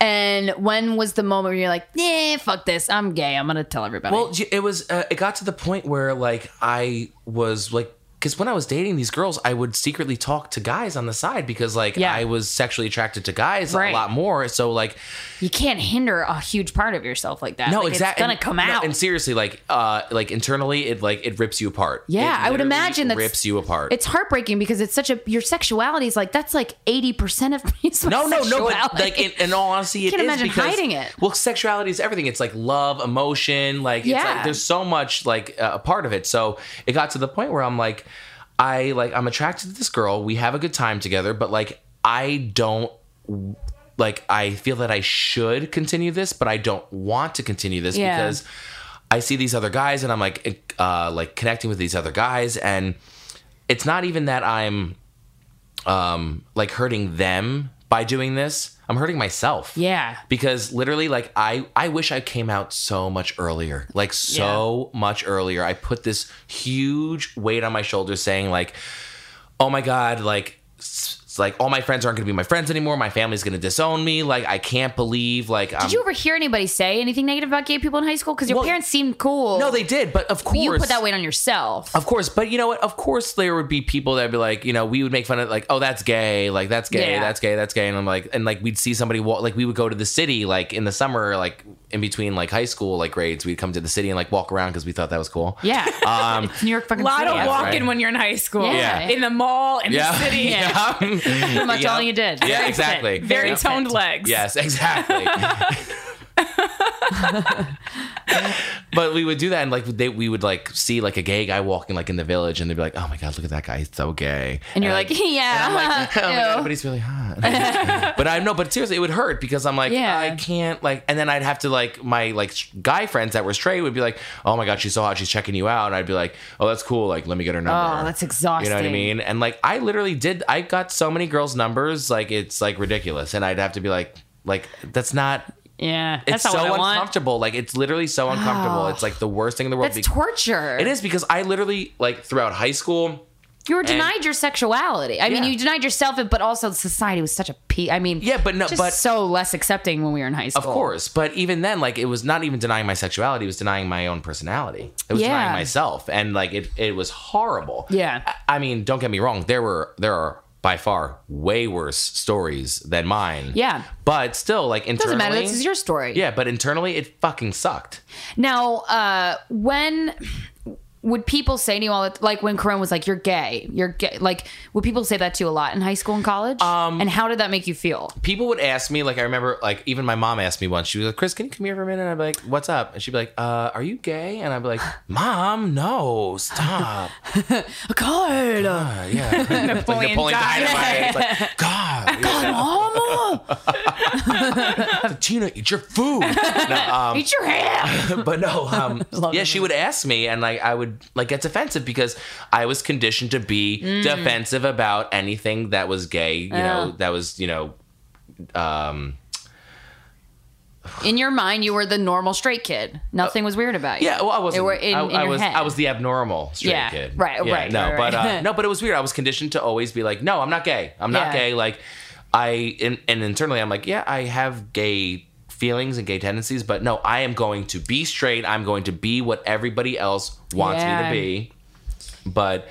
S2: And when was the moment where you're like, nah, fuck this, I'm gay, I'm gonna tell everybody.
S3: Well, j- it was. Uh, it got to the point where like I was like, because when I was dating these girls, I would secretly talk to guys on the side because like
S2: Yeah.
S3: I was sexually attracted to guys
S2: Right.
S3: a lot more. So like,
S2: you can't hinder a huge part of yourself like that.
S3: no,
S2: like,
S3: exactly,
S2: It's gonna come out.
S3: and seriously, like, uh, like internally, it like it rips you apart.
S2: Yeah,
S3: It
S2: I would
S3: literally
S2: imagine that's-
S3: rips you apart.
S2: it's heartbreaking because it's such a your sexuality is like that's like eighty percent of me. is my
S3: no, no, no. But
S2: sexuality.
S3: like in, in all honesty, it
S2: Can't
S3: is
S2: imagine
S3: because,
S2: hiding it.
S3: Well, sexuality is everything. It's like love, emotion. Like it's
S2: Yeah.
S3: like there's so much like uh, a part of it. So it got to the point where I'm like, I like I'm attracted to this girl. We have a good time together, but like I don't like I feel that I should continue this, but I don't want to continue this
S2: Yeah.
S3: because I see these other guys and I'm like uh like connecting with these other guys and it's not even that I'm um like hurting them by doing this. I'm hurting myself.
S2: yeah,
S3: Because literally like I I wish I came out so much earlier. Like so much earlier. I put this huge weight on my shoulders saying like oh my god like s- s- like all my friends aren't going to be my friends anymore. My family's going to disown me. Like I can't believe like I'm
S2: Did you ever hear anybody say anything negative about gay people in high school? Because your
S3: Well,
S2: parents seemed cool.
S3: No, they did, but of course
S2: you put that weight on yourself.
S3: Of course, but you know what? Of course, there would be people that'd be like, you know, we would make fun of like, oh, that's gay, like that's gay,
S2: Yeah.
S3: that's gay, that's gay, and I'm like, and like we'd see somebody walk, like we would go to the city, like in the summer, like in between like high school like grades, we'd come to the city and like walk around because we thought that was cool.
S2: Yeah,
S3: Um,
S2: New York fucking
S1: A lot
S2: city.
S1: of
S3: Yeah,
S1: walking
S3: right.
S1: when you're in high school.
S2: Yeah.
S1: In the mall, in
S3: yeah,
S1: the city.
S3: yeah, pretty
S2: much all you did. Very
S3: Yeah,
S2: fit.
S3: exactly.
S1: Very
S3: Yeah.
S1: toned legs.
S3: Yes, exactly. but we would do that, and like they, we would like see like a gay guy walking like in the village, and they'd be like, "Oh my god, look at that guy! He's so gay."
S2: And you're like, yeah,
S3: I'm like, oh my
S2: ew."
S3: god, but he's really hot. but I know, but seriously, it would hurt because I'm like,
S2: Yeah.
S3: I can't like, and then I'd have to like my like sh- guy friends that were straight would be like, oh my god, she's so hot, she's checking you out, and I'd be like, oh that's cool, like let me get her number.
S2: Oh, that's
S3: You know what I
S2: exhausting.
S3: mean? And like I literally did, I got so many girls' numbers, like it's like ridiculous, and I'd have to be like, like that's not.
S2: yeah.
S3: It's
S2: That's not
S3: so
S2: what I want.
S3: uncomfortable. Like it's literally so uncomfortable. It's like the worst thing in the world.
S2: That's
S3: Be-
S2: torture.
S3: it is because I literally like throughout high school.
S2: You were denied your sexuality. I mean,
S3: Yeah.
S2: you denied yourself, it, but also society was such a pe. I mean,
S3: Yeah, but no-
S2: just
S3: but-
S2: so less accepting when we were in high school.
S3: Of course, but even then, like it was not even denying my sexuality; it was denying my own personality. It was
S2: Yeah.
S3: denying myself, and like it, it was horrible.
S2: Yeah.
S3: I- I mean, don't get me wrong. There were there are by far way worse stories than mine.
S2: Yeah.
S3: But still, like internally,
S2: Doesn't matter. This is your story.
S3: Yeah, but internally, it fucking sucked.
S2: Now, uh, when would people say to you all that, like when Corinne was like, "You're gay," you're gay, like would people say that to you a lot in high school and college? Um, and how did that make you feel?
S3: People would ask me, like I remember, like even my mom asked me once. She was like, "Chris, can you come here for a minute?" And I'd be like, "What's up?" And she'd be like, "Uh, are you gay?" And I'd be like, "Mom, no, stop."
S2: God,
S3: God, yeah. It's like
S1: Napoleon
S3: Ah, Napoleon
S1: Dynamite.
S3: Dynamite. It's like, God, Tina, eat your food. No, um,
S2: eat your hair.
S3: but no, um,
S2: Love
S3: yeah,
S2: that
S3: she would ask me, and like I would like get defensive because I was conditioned to be
S2: Mm.
S3: defensive about anything that was gay. You know, that was you know, um,
S2: In your mind, you were the normal straight kid. Nothing was weird about you.
S3: yeah. Well, I wasn't.
S2: were in-
S3: I,
S2: in
S3: I
S2: your
S3: was.
S2: head.
S3: I was the abnormal straight
S2: Yeah,
S3: kid.
S2: right,
S3: Yeah,
S2: right,
S3: No,
S2: right,
S3: but
S2: right.
S3: uh, no, but it was weird. I was conditioned to always be like, no, I'm not gay. I'm not
S2: Yeah.
S3: gay. Like, I and, and internally, I'm like, yeah, I have gay feelings and gay tendencies, but no, I am going to be straight. I'm going to be what everybody else wants
S2: Yeah.
S3: me to be. But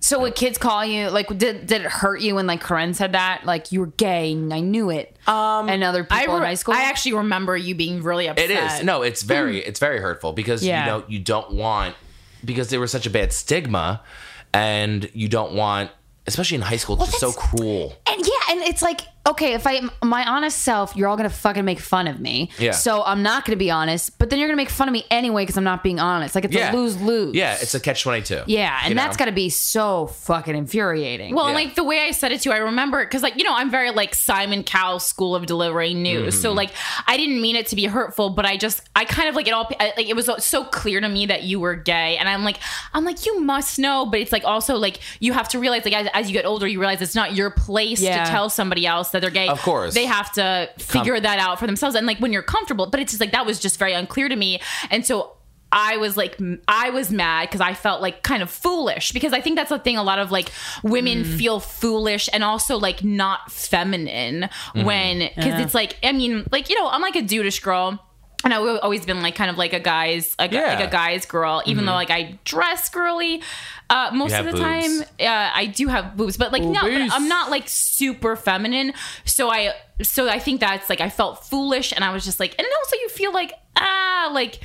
S2: So would kids call you like did did it hurt you when like Corinne said that like you were gay and I knew it? Um, and other people
S1: I,
S2: in
S1: re-
S2: high school.
S1: I actually remember you being really upset.
S3: It is. No, it's
S2: Mm.
S3: very it's very hurtful because
S1: Yeah.
S3: you know you don't want because there was such a bad stigma and you don't want especially in high school it's just so
S2: that's-
S3: cruel.
S2: And yeah, and it's like, okay, if I my honest self, you're all gonna fucking make fun of me.
S3: Yeah.
S2: So I'm not gonna be honest, but then you're gonna make fun of me anyway because I'm not being honest. Like it's
S3: Yeah.
S2: a lose lose.
S3: Yeah, it's a catch 22.
S2: yeah, and
S3: you
S2: that's
S3: know?
S2: gotta be so fucking infuriating.
S1: Well, and,
S3: Yeah.
S1: like the way I said it to you, I remember because, like, you know, I'm very like Simon Cowell School of Delivering News.
S3: Mm-hmm.
S1: So, like, I didn't mean it to be hurtful, but I just, I kind of like it all. I, like, it was so clear to me that you were gay, and I'm like, I'm like, you must know, but it's like also like you have to realize, like, as, as you get older, you realize it's not your place
S2: Yeah.
S1: to tell somebody else that they're gay.
S3: Of course.
S1: they have to figure that out for themselves, and like when you're comfortable. But it's just like that was just very unclear to me, and so. I was like, m- I was mad because I felt like kind of foolish because I think that's the thing. A lot of like women feel foolish and also like not feminine when because it's like I mean like you know I'm like a dudish girl. And I've always been like kind of like a guy's like, a- like
S3: Yeah.
S1: a guy's girl, even though like I dress girly uh, most
S3: You
S1: of the
S3: have
S1: time.
S3: boobs.
S1: Uh, I do have boobs, but like no, but
S2: Boobies.
S1: I'm not like super feminine. So I so I think that's like I felt foolish, and I was just like, and also you feel like ah like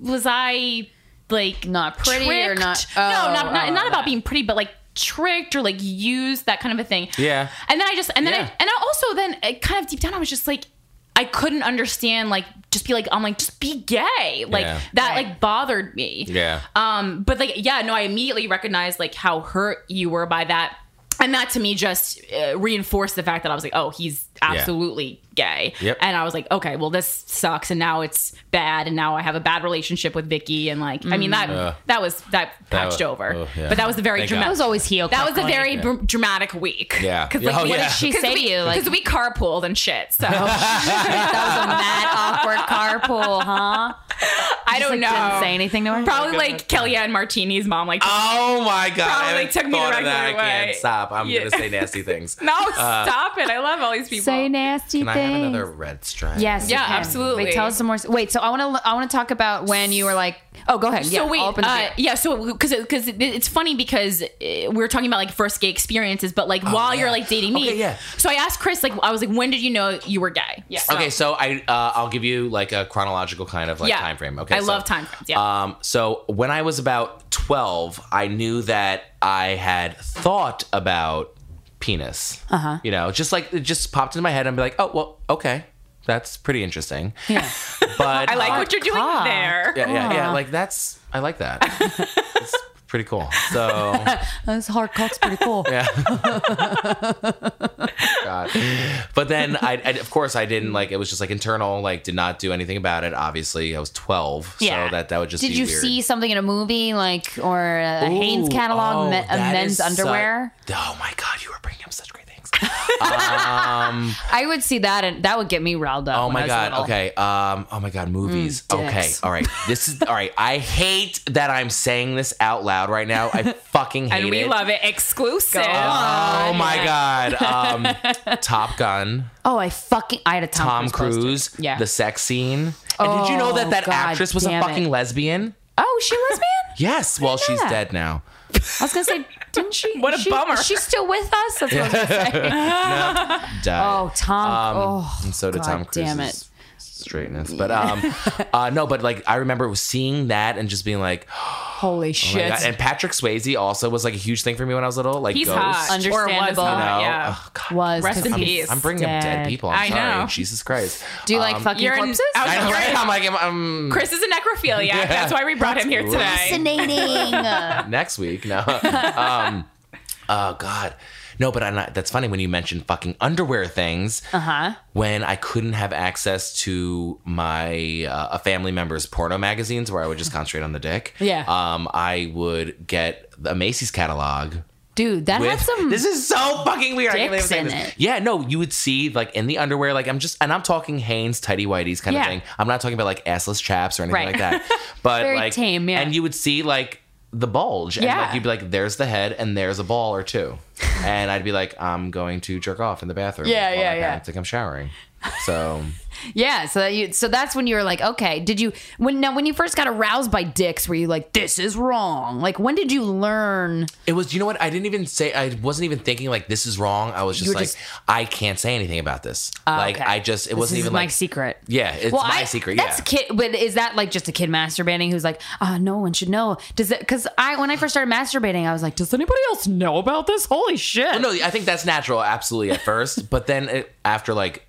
S1: was I like
S2: Not pretty or
S1: tricked?
S2: not-
S1: no,
S2: oh,
S1: not not,
S2: oh,
S1: not about
S2: that.
S1: being pretty, but like tricked or like used that kind of a thing.
S3: Yeah.
S1: And then I just and then
S3: Yeah.
S1: I, and I also then I kind of deep down I was just like I couldn't understand like just be like I'm like just be gay like
S3: Yeah.
S1: that
S2: Right.
S1: like bothered me.
S3: Yeah.
S1: Um, but like, yeah, no, I immediately recognized like how hurt you were by that. And that to me just uh, reinforced the fact that I was like, oh, he's absolutely gay.
S3: Yep.
S1: And I was like, okay, well, this sucks. And now it's bad. And now I have a bad relationship with Vicky. And like, I mean, that
S3: Ugh.
S1: that was that patched
S3: wa-
S1: over.
S3: Mm. oh, yeah.
S1: But that was a very
S3: Thank God.
S1: dramatic.
S2: that was always heel.
S1: That was a
S2: cuckolding.
S1: very br- dramatic week.
S3: Yeah.
S1: Because
S3: Yeah,
S1: like,
S3: oh,
S1: what
S3: yeah.
S1: did she
S2: Cause
S1: say
S2: we-
S1: to you? Because we carpooled and shit. So
S2: that was a mad awkward carpool, huh?
S1: I don't know.
S2: Didn't say anything to her.
S1: Probably like Kellyanne Martini's mom. Like,
S3: Oh my god. I
S1: Probably
S3: haven't
S1: took me the
S3: thought of
S1: regular
S3: that. I
S1: way.
S3: can't stop. I'm
S1: Yeah.
S3: going to say nasty things.
S1: no,
S3: uh,
S1: stop it. I love all these people.
S2: say nasty
S3: Can I
S2: things.
S3: have another red stripe?
S2: Yes. you
S1: Yeah,
S2: can.
S1: absolutely.
S2: Wait, tell us some more. Wait, so I want to. I want to talk about when you were like, oh, go ahead. yeah,
S1: so wait,
S2: I'll open the
S1: uh,
S2: beer.
S1: yeah. So because because it's funny because uh, we're talking about like first gay experiences, but like while
S3: yeah.
S1: you're like dating me,
S3: Okay, yeah.
S1: So I asked Chris, like, I was like, when did you know you were gay? Yeah.
S3: Okay, so I uh, I'll give you like a chronological kind of like
S1: Yeah.
S3: time frame. Okay,
S1: I
S3: so,
S1: love time frames, yeah.
S3: Um, so when I was about twelve, I knew that I had thought about penis. Uh
S1: Uh-huh.
S3: huh. You know, just like it just popped into my head. and be like, oh well, okay, that's pretty interesting.
S2: Yeah.
S3: But
S1: I like
S3: uh,
S1: what you're doing
S2: cock.
S1: there.
S3: Yeah, yeah, yeah.
S2: Aw.
S3: Like that's I like that. it's pretty cool. So
S2: This hard cock's pretty cool.
S3: Yeah. God. But then I, I, of course, I didn't like. It was just like internal. Like, did not do anything about it. Obviously, I was twelve,
S1: Yeah.
S3: so that that would just.
S2: Did
S3: be
S2: you
S3: weird.
S2: see something in a movie, like, or a
S3: Ooh,
S2: Haynes catalog,
S3: oh,
S2: me- a
S3: that
S2: men's
S3: is su-
S2: underwear?
S3: oh my God, you were bringing up such great things.
S2: I would see that, and that would get me riled up.
S3: Oh
S2: when I
S3: my
S2: was
S3: god.
S2: little. Mm,
S3: Okay. Um. Oh my god. Movies. okay.
S2: dicks.
S3: All right. This is all right. I hate that I'm saying this out loud right now. I fucking hate
S1: And we
S3: it.
S1: love it. Exclusive.
S3: Oh my god. Um, Top Gun.
S2: Oh, I fucking I had a Tom,
S3: Tom
S2: Cruise. poster.
S3: Cruise,
S2: Yeah.
S3: the sex scene. And did you know
S2: Oh,
S3: that that
S2: God
S3: actress was a
S2: damn
S3: fucking
S2: it.
S3: lesbian?
S2: Oh, she was man.
S3: Yes. Well, she's
S2: that.
S3: dead now.
S2: I was gonna say, didn't she?
S1: What a
S2: she-
S1: bummer.
S2: is She still with us. That's what I'm saying.
S3: Died.
S2: Oh, Tom. oh,
S3: and so did
S2: God
S3: Tom Cruise.
S2: Damn it.
S3: Straightness, but um, uh, no, but like I remember seeing that and just being like, oh
S2: Holy
S3: my
S2: shit.
S3: God. and Patrick Swayze also was like a huge thing for me when I was little. Like
S1: He's
S3: Ghost,
S1: hot.
S2: Understandable.
S1: Or was
S3: you
S1: hot,
S3: know?
S1: yeah.
S3: Oh, God.
S2: was
S1: Rest
S2: 'cause
S1: in
S2: he's
S1: peace.
S3: I'm bringing up dead people. I'm
S1: I
S3: sorry.
S1: know.
S3: Jesus Christ.
S2: Do you like
S3: Um,
S2: fucking
S1: You're in-
S2: corpses?
S1: I was-
S3: I know, right? I'm like, I'm, I'm-
S1: Chris is an necrophiliac. That's why we brought him here today.
S2: Fascinating.
S3: next week. No. um, oh God. No, but I'm not, that's funny when you mentioned fucking underwear things.
S2: uh huh.
S3: When I couldn't have access to my uh, a family member's porno magazines, where I would just concentrate on the dick.
S2: Yeah.
S3: Um, I would get a Macy's catalog.
S2: Dude, that
S3: with-
S2: had some.
S3: this is so fucking weird. I can't believe
S2: dicks
S3: I'm saying
S2: in
S3: this.
S2: it.
S3: Yeah, no, you would see like in the underwear, like I'm just, and I'm talking Hanes, tidy whities kind
S1: Yeah.
S3: of thing. I'm not talking about like assless chaps or
S2: Right.
S3: anything like that. But
S2: Very
S3: like,
S2: tame, yeah.
S3: and you would see like the bulge, and
S2: Yeah.
S3: like you'd be like, "There's the head, and there's a ball or two. and I'd be like, "I'm going to jerk off in the bathroom."
S2: Yeah,
S3: while
S2: yeah,
S3: my
S2: yeah.
S3: parents think I'm showering. So
S2: yeah. So that you. So that's when you were like, okay. Did you when now when you first got aroused by dicks? Were you like, this is wrong? Like, when did you learn?
S3: it was. You know what? I didn't even say. I wasn't even thinking like this is wrong. I was just
S2: were
S3: like,
S2: just- Ah,
S3: I can't say anything about this. like
S2: okay.
S3: I just, it
S2: This
S3: wasn't
S2: is
S3: even
S2: my
S3: like.
S2: secret.
S3: yeah, it's
S2: Well,
S3: my
S2: I-
S3: secret.
S2: That's
S3: yeah.
S2: kid, but is that like just a kid masturbating who's like, ah, no one should know? Does it? Because I, when I first started masturbating, I was like, does anybody else know about this? Holy shit!
S3: no, I think that's natural, absolutely at first, but then it, after like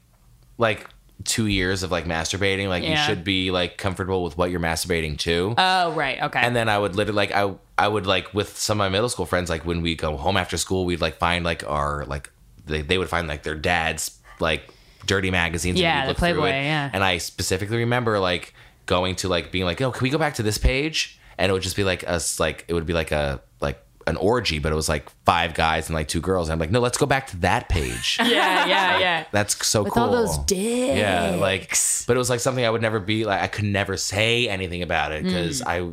S3: like two years of like masturbating, like you
S2: Yeah.
S3: should be like comfortable with what you're masturbating to.
S2: Oh, right. Okay.
S3: and then I would literally like I I would like with some of my middle school friends like when we go home after school we'd like find like our like they, they would find like their dad's like dirty magazines and
S2: Yeah,
S3: we'd
S2: the
S3: look through
S2: Playboy,
S3: it.
S2: yeah.
S3: and I specifically remember like going to like being like oh can we go back to this page and it would just be like us like it would be like a like an orgy but it was like five guys and like two girls and I'm like no let's go back to that page
S2: yeah, yeah, yeah.
S3: that's so
S2: With
S3: cool
S2: all those dicks.
S3: yeah, like, but it was like something I would never be like. I could never say anything about it because
S2: Mm.
S3: I,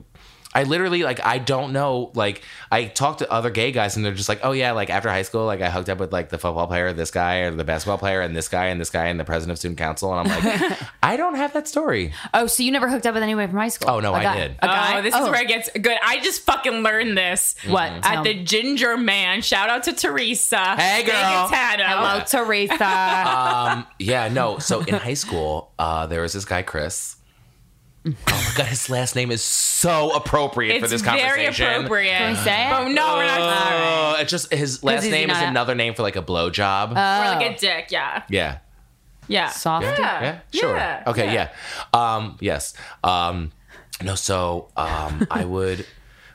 S3: I literally like I don't know. Like I talk to other gay guys and they're just like, oh yeah, like after high school, like I hooked up with like the football player, this guy, or the basketball player, and this guy, and this guy, and the president of student council, and I'm like, I don't have that story.
S2: Oh, so you never hooked up with anyone from high school?
S3: Oh, no,
S2: I
S3: I did.
S2: A guy?
S1: Oh, this
S2: Oh.
S1: is where it gets good. I just fucking learned this.
S2: What?
S1: At
S2: Tell
S1: the
S2: me.
S1: Ginger Man. Shout out to Teresa.
S3: Hey, girl.
S2: hello,
S1: Hello.
S2: Oh, Teresa.
S3: Um, yeah, no. So in high school, uh, there was this guy Chris. Oh my god, his last name is so appropriate for
S1: It's
S3: this
S1: very
S3: conversation.
S1: appropriate.
S2: Can we say it?
S1: But no, we're not.
S3: Oh, it's just his last
S2: he's
S3: name is
S2: not-
S3: another name for like a blowjob.
S1: Or
S2: Oh.
S1: like a dick. Yeah.
S3: yeah.
S1: Yeah.
S2: Soft.
S1: Yeah.
S3: Yeah. Sure.
S1: Yeah.
S3: Okay. Yeah. Um. Yes. Um. No. So um, I would